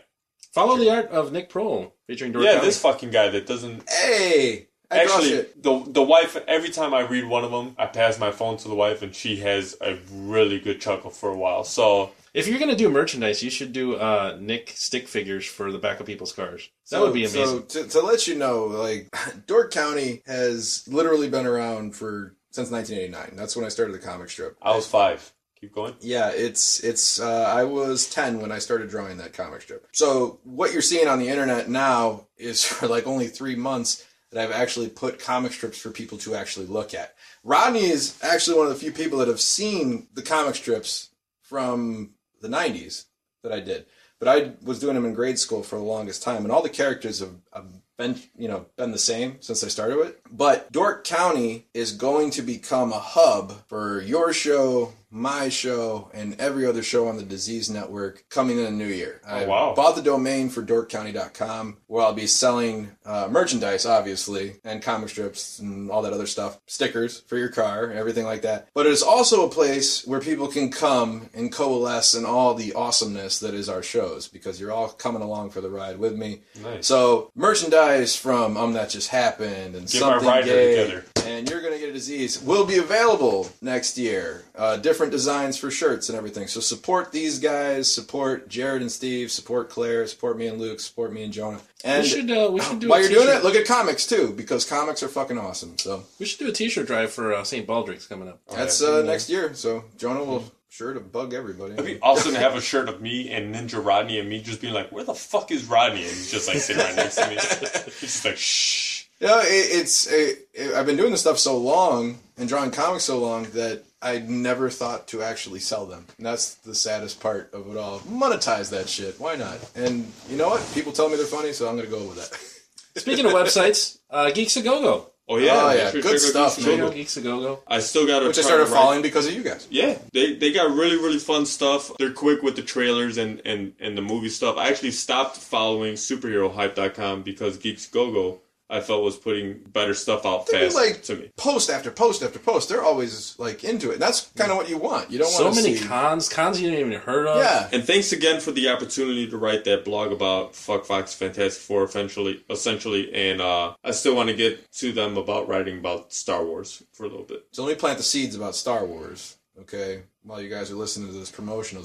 E: Follow the art of Nick Prohl, featuring Dorothy.
D: yeah, this fucking guy that doesn't
B: Hey, I draw
D: actually
B: shit.
D: the the wife. Every time I read one of them, I pass my phone to the wife, and she has a really good chuckle for a while. So
E: If you're gonna do merchandise, you should do uh, Nick stick figures for the back of people's cars. That would be amazing.
B: So to, to let you know, like Dork County has literally been around for since 1989. That's when I started the comic strip.
D: I was five. Keep going.
B: Yeah, it's it's. Uh, I was 10 when I started drawing that comic strip. So what you're seeing on the internet now is for like only three months that I've actually put comic strips for people to actually look at. Rodney is actually one of the few people that have seen the comic strips from the 90s that I did. But I was doing them in grade school for the longest time, and all the characters have, have been you know been the same since I started it. But Dork County is going to become a hub for your show, my show, and every other show on the Disease Network coming in the new year. I
H: wow.
B: bought the domain for DorkCounty.com, where I'll be selling uh, merchandise, obviously, and comic strips and all that other stuff, stickers for your car, everything like that. But it is also a place where people can come and coalesce in all the awesomeness that is our shows, because you're all coming along for the ride with me. So merchandise from Um That Just Happened and
H: Get my
B: something
H: rider
B: gay,
H: together.
B: and you're gonna get a disease will be available next year. Uh, different designs for shirts and everything. So support these guys. Support Jared and Steve. Support Claire. Support me and Luke. Support me and Jonah. And
E: We should, uh, we should do
B: while
E: a
B: you're doing
E: t-shirt-
B: it, look at comics too because comics are fucking awesome. So
E: We should do a t-shirt drive for uh, St. Baldrick's coming up.
B: that's uh, next year. So Jonah will sure to bug everybody.
H: It'd be awesome to have a shirt of me and Ninja Rodney and me just being like, "Where the fuck is Rodney?" And he's just like sitting right next to me. He's just like, "Shh."
B: No, it, it's it, it, I've been doing this stuff so long and drawing comics so long that I never thought to actually sell them. And that's the saddest part of it all. Monetize that shit. Why not? And you know what? People tell me they're funny, so I'm gonna go with that.
E: Speaking of websites, uh, Geeks A Go Go.
D: Oh yeah,
B: Oh,
D: make
B: yeah.
D: sure you
B: Good
D: check out
B: stuff,
D: these
B: man.
E: There
D: shows.
E: you go, Geeks A Go Go.
D: I still got to.
B: Which I started following because of you guys.
D: Yeah, they they got really really fun stuff. They're quick with the trailers and and and the movie stuff. I actually stopped following superherohype.com because Geeks Go Go I felt was putting better stuff out
B: They do,
D: fast
B: like
D: to me.
B: post after post after post. They're always like into it. And that's kind of what you want. You don't
E: So
B: want to
E: many
B: see.
E: cons, cons you didn't even heard of.
B: yeah.
D: And thanks again for the opportunity to write that blog about Fuck Fox Fantastic Four essentially essentially and uh I still want to get to them about writing about Star Wars for a little bit.
B: So let me plant the seeds about Star Wars. Okay. While you guys are listening to this promotional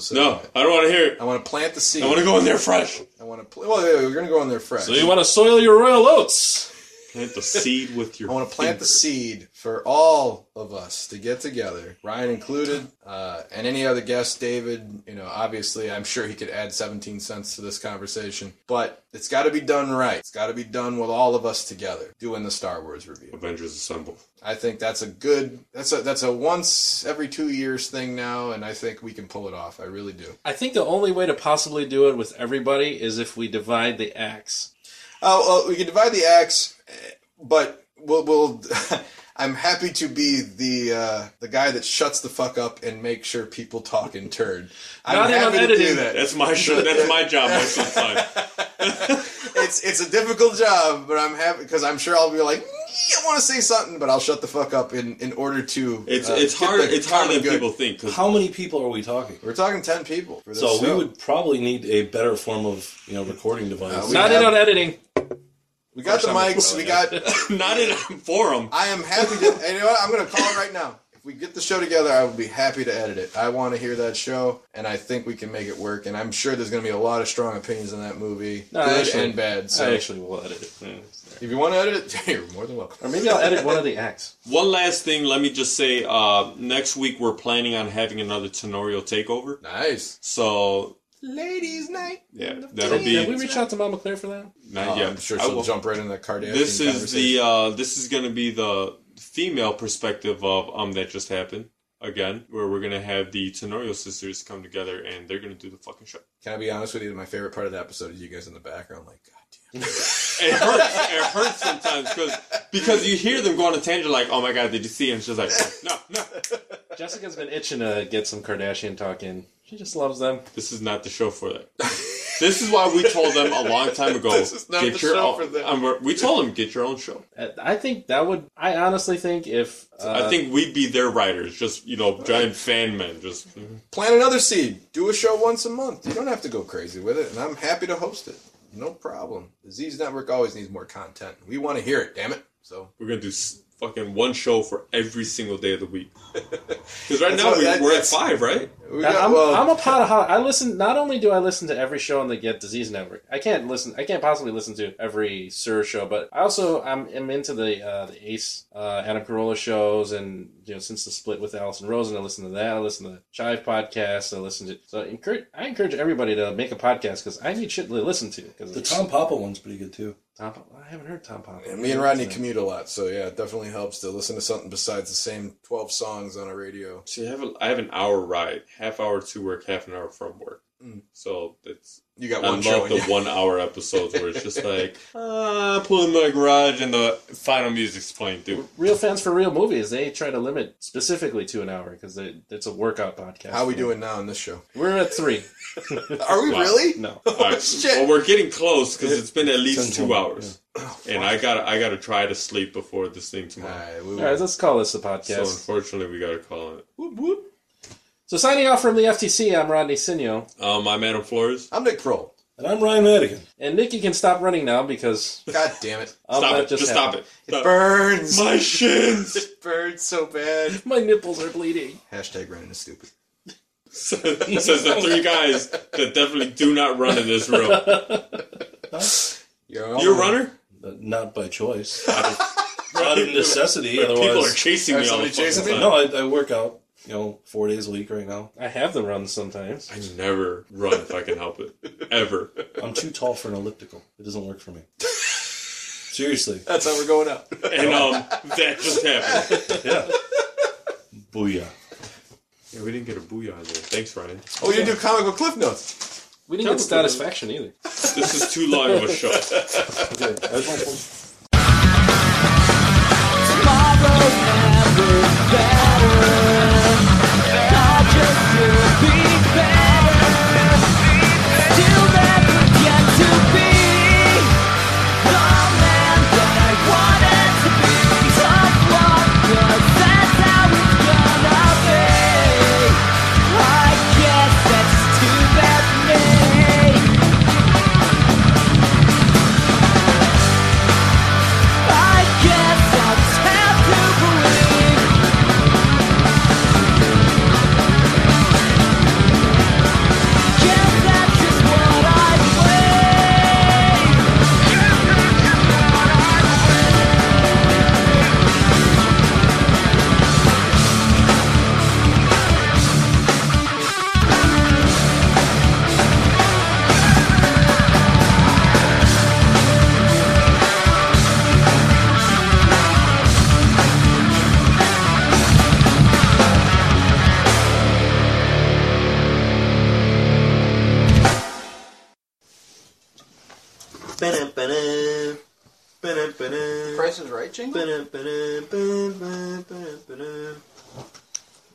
D: No,
B: segment.
D: I don't want to hear it.
B: I want to plant the seed.
D: I want to go in there fresh.
B: I want to. Pl- well, yeah, we're gonna go in there fresh.
E: So you want to soil your royal oats?
D: Plant the seed with your
B: I want to plant the
D: finger.
B: seed for all of us to get together, Ryan included, uh, and any other guests. David, you know, obviously, I'm sure he could add 17 cents to this conversation, but it's got to be done right. It's got to be done with all of us together doing the Star Wars review.
D: Avengers Assemble.
B: I think that's a good. That's a that's a once every two years thing now, and I think we can pull it off. I really do.
E: I think the only way to possibly do it with everybody is if we divide the acts.
B: Oh, well, we can divide the acts, eh, but we'll. we'll I'm happy to be the uh, the guy that shuts the fuck up and make sure people talk in turn. I'm
E: Not even
B: happy to do
E: editing.
B: that.
D: That's my show. That's my job most of the time.
B: It's it's a difficult job, but I'm happy because I'm sure I'll be like, "Mm, I want to say something, but I'll shut the fuck up in, in order to.
D: It's
B: uh,
D: it's
B: get
D: hard.
B: the
D: It's harder
B: common
D: than
B: good.
D: people think. 'cause
A: How many people are we talking?
B: We're talking ten people. For this
A: So we
B: show.
A: would probably need a better form of you know recording device.
B: Uh, we-
E: Not in
B: have-
E: on editing.
B: we got the mics. We got.
D: not in a forum.
B: I am happy to. and you know what? I'm going to call it right now. If we get the show together, I will be happy to edit it. I want to hear that show, and I think we can make it work. And I'm sure there's going to be a lot of strong opinions on that movie,
E: No,
B: good
E: actually-
B: and bad. So
E: I actually will edit it.
B: if you want to edit it, you're more than welcome.
E: Or maybe I'll edit one of the acts.
D: One last thing. Let me just say. Uh, next week we're planning on having another Tenorio takeover.
B: Nice.
D: So
B: Ladies' night.
D: yeah, that'll
E: Did we
D: be
E: reach out to Mama Claire for that?
D: not
B: Oh,
D: yet.
B: I'm sure
D: Uh, I
B: she'll
D: will-
B: jump right into that Kardashian.
D: This is the
B: conversation.
D: uh, this is going to be the female perspective of um that just happened again, where we're going to have the Tenorio sisters come together and they're going to do the fucking show.
B: Can I be honest with you? My favorite part of the episode is you guys in the background, like, God damn.
D: It hurts. it hurts sometimes because because you hear them go on a tangent like, oh my god, did you see? And she's like, no, no.
E: Jessica's been itching to get some Kardashian talk in. She just loves them.
D: This is not the show for that. this is why we told them a long time ago.
B: This is not
D: get
B: the
D: your
B: show
D: own,
B: for them.
D: um, we're- we told them get your own show.
E: Uh, I think that would. I honestly think if uh,
D: I think we'd be their writers, just you know, giant fan men. Just
B: Plant another seed. Do a show once a month. You don't have to go crazy with it, and I'm happy to host it. No problem. Disease Network always needs more content. We want to hear it, damn it. So
D: we're gonna do s- fucking one show for every single day of the week. Because right
B: That's
D: now
B: what-
D: we,
B: that-
D: we're at
B: that's-
D: five, right?
B: we
E: Now,
B: got
E: I'm,
B: well.
E: I'm a potaholic. I listen. Not only do I listen to every show on the Get Disease Network, I can't listen. I can't possibly listen to every Sir show, but I also I'm am into the uh, the Ace uh, Adam Carolla shows, and you know since the split with Allison Rosen, I listen to that. I listen to the Chive podcast. I listen to so I encourage I encourage everybody to make a podcast because I need shit to listen to. Because
A: the Tom Papa one's pretty good too.
E: Tom, I haven't heard Tom Pop.
B: and me and Rodney commute a lot, so yeah, it definitely helps to listen to something besides the same twelve songs on a radio.
D: See, I have a, I have an hour ride, half hour to work, half an hour from work.
B: Mm.
D: So that's
M: You got
D: I
M: one show.
D: love
M: in
D: the
M: you.
D: one hour episodes where it's just like ah, I pull in my garage and the final music's playing through.
E: Real fans for real movies. They try to limit specifically to an hour because it's a workout podcast.
B: How we doing now in this show?
E: We're at three.
M: Are we
D: Wow.
M: really?
E: No.
D: All right.
M: Shit.
D: Well, we're getting close because it's been at least
E: Sounds
D: two
E: normal,
D: hours, and I got to I got to try to sleep before this thing tomorrow.
B: Alright, we
E: All right, let's call this the
D: So
E: podcast. So,
D: unfortunately, we got to call it.
E: signing off from the FTC, I'm Rodney Sinio.
D: Um, I'm Adam Flores.
B: I'm Nick Kroll.
A: And I'm Ryan Madigan.
E: And Nikki can stop running now because
B: God damn it.
E: I'll
D: stop
E: let
D: it! Just, stop
E: happen.
D: it! Stop.
B: Burns.
D: Uh, My shins.
B: Burns so bad.
E: My nipples are bleeding.
B: Hashtag running is stupid.
D: Says the three guys that definitely do not run in this room.
B: Yo.
D: You're a runner?
A: Uh, Not by choice. Not of necessity.
D: People are
A: Otherwise,
D: chasing me all the
B: somebody chasing
D: fucking time.
A: no, I, I work out, you know, four days a week right now.
E: I have the runs sometimes.
D: I never run if I can help it. Ever.
A: I'm too tall for an elliptical. It doesn't work for me. Seriously.
B: That's how we're going out.
D: And um, that just happened.
A: Yeah. Booyah.
D: Yeah, we didn't get a booyah there. Thanks, Ryan.
B: Oh, you do comic book cliff notes.
E: We didn't get satisfaction either.
D: This is too long of a show.
F: Price is right, Jingle?
M: Ba-dum, ba-dum, ba-dum, ba-dum, ba-dum.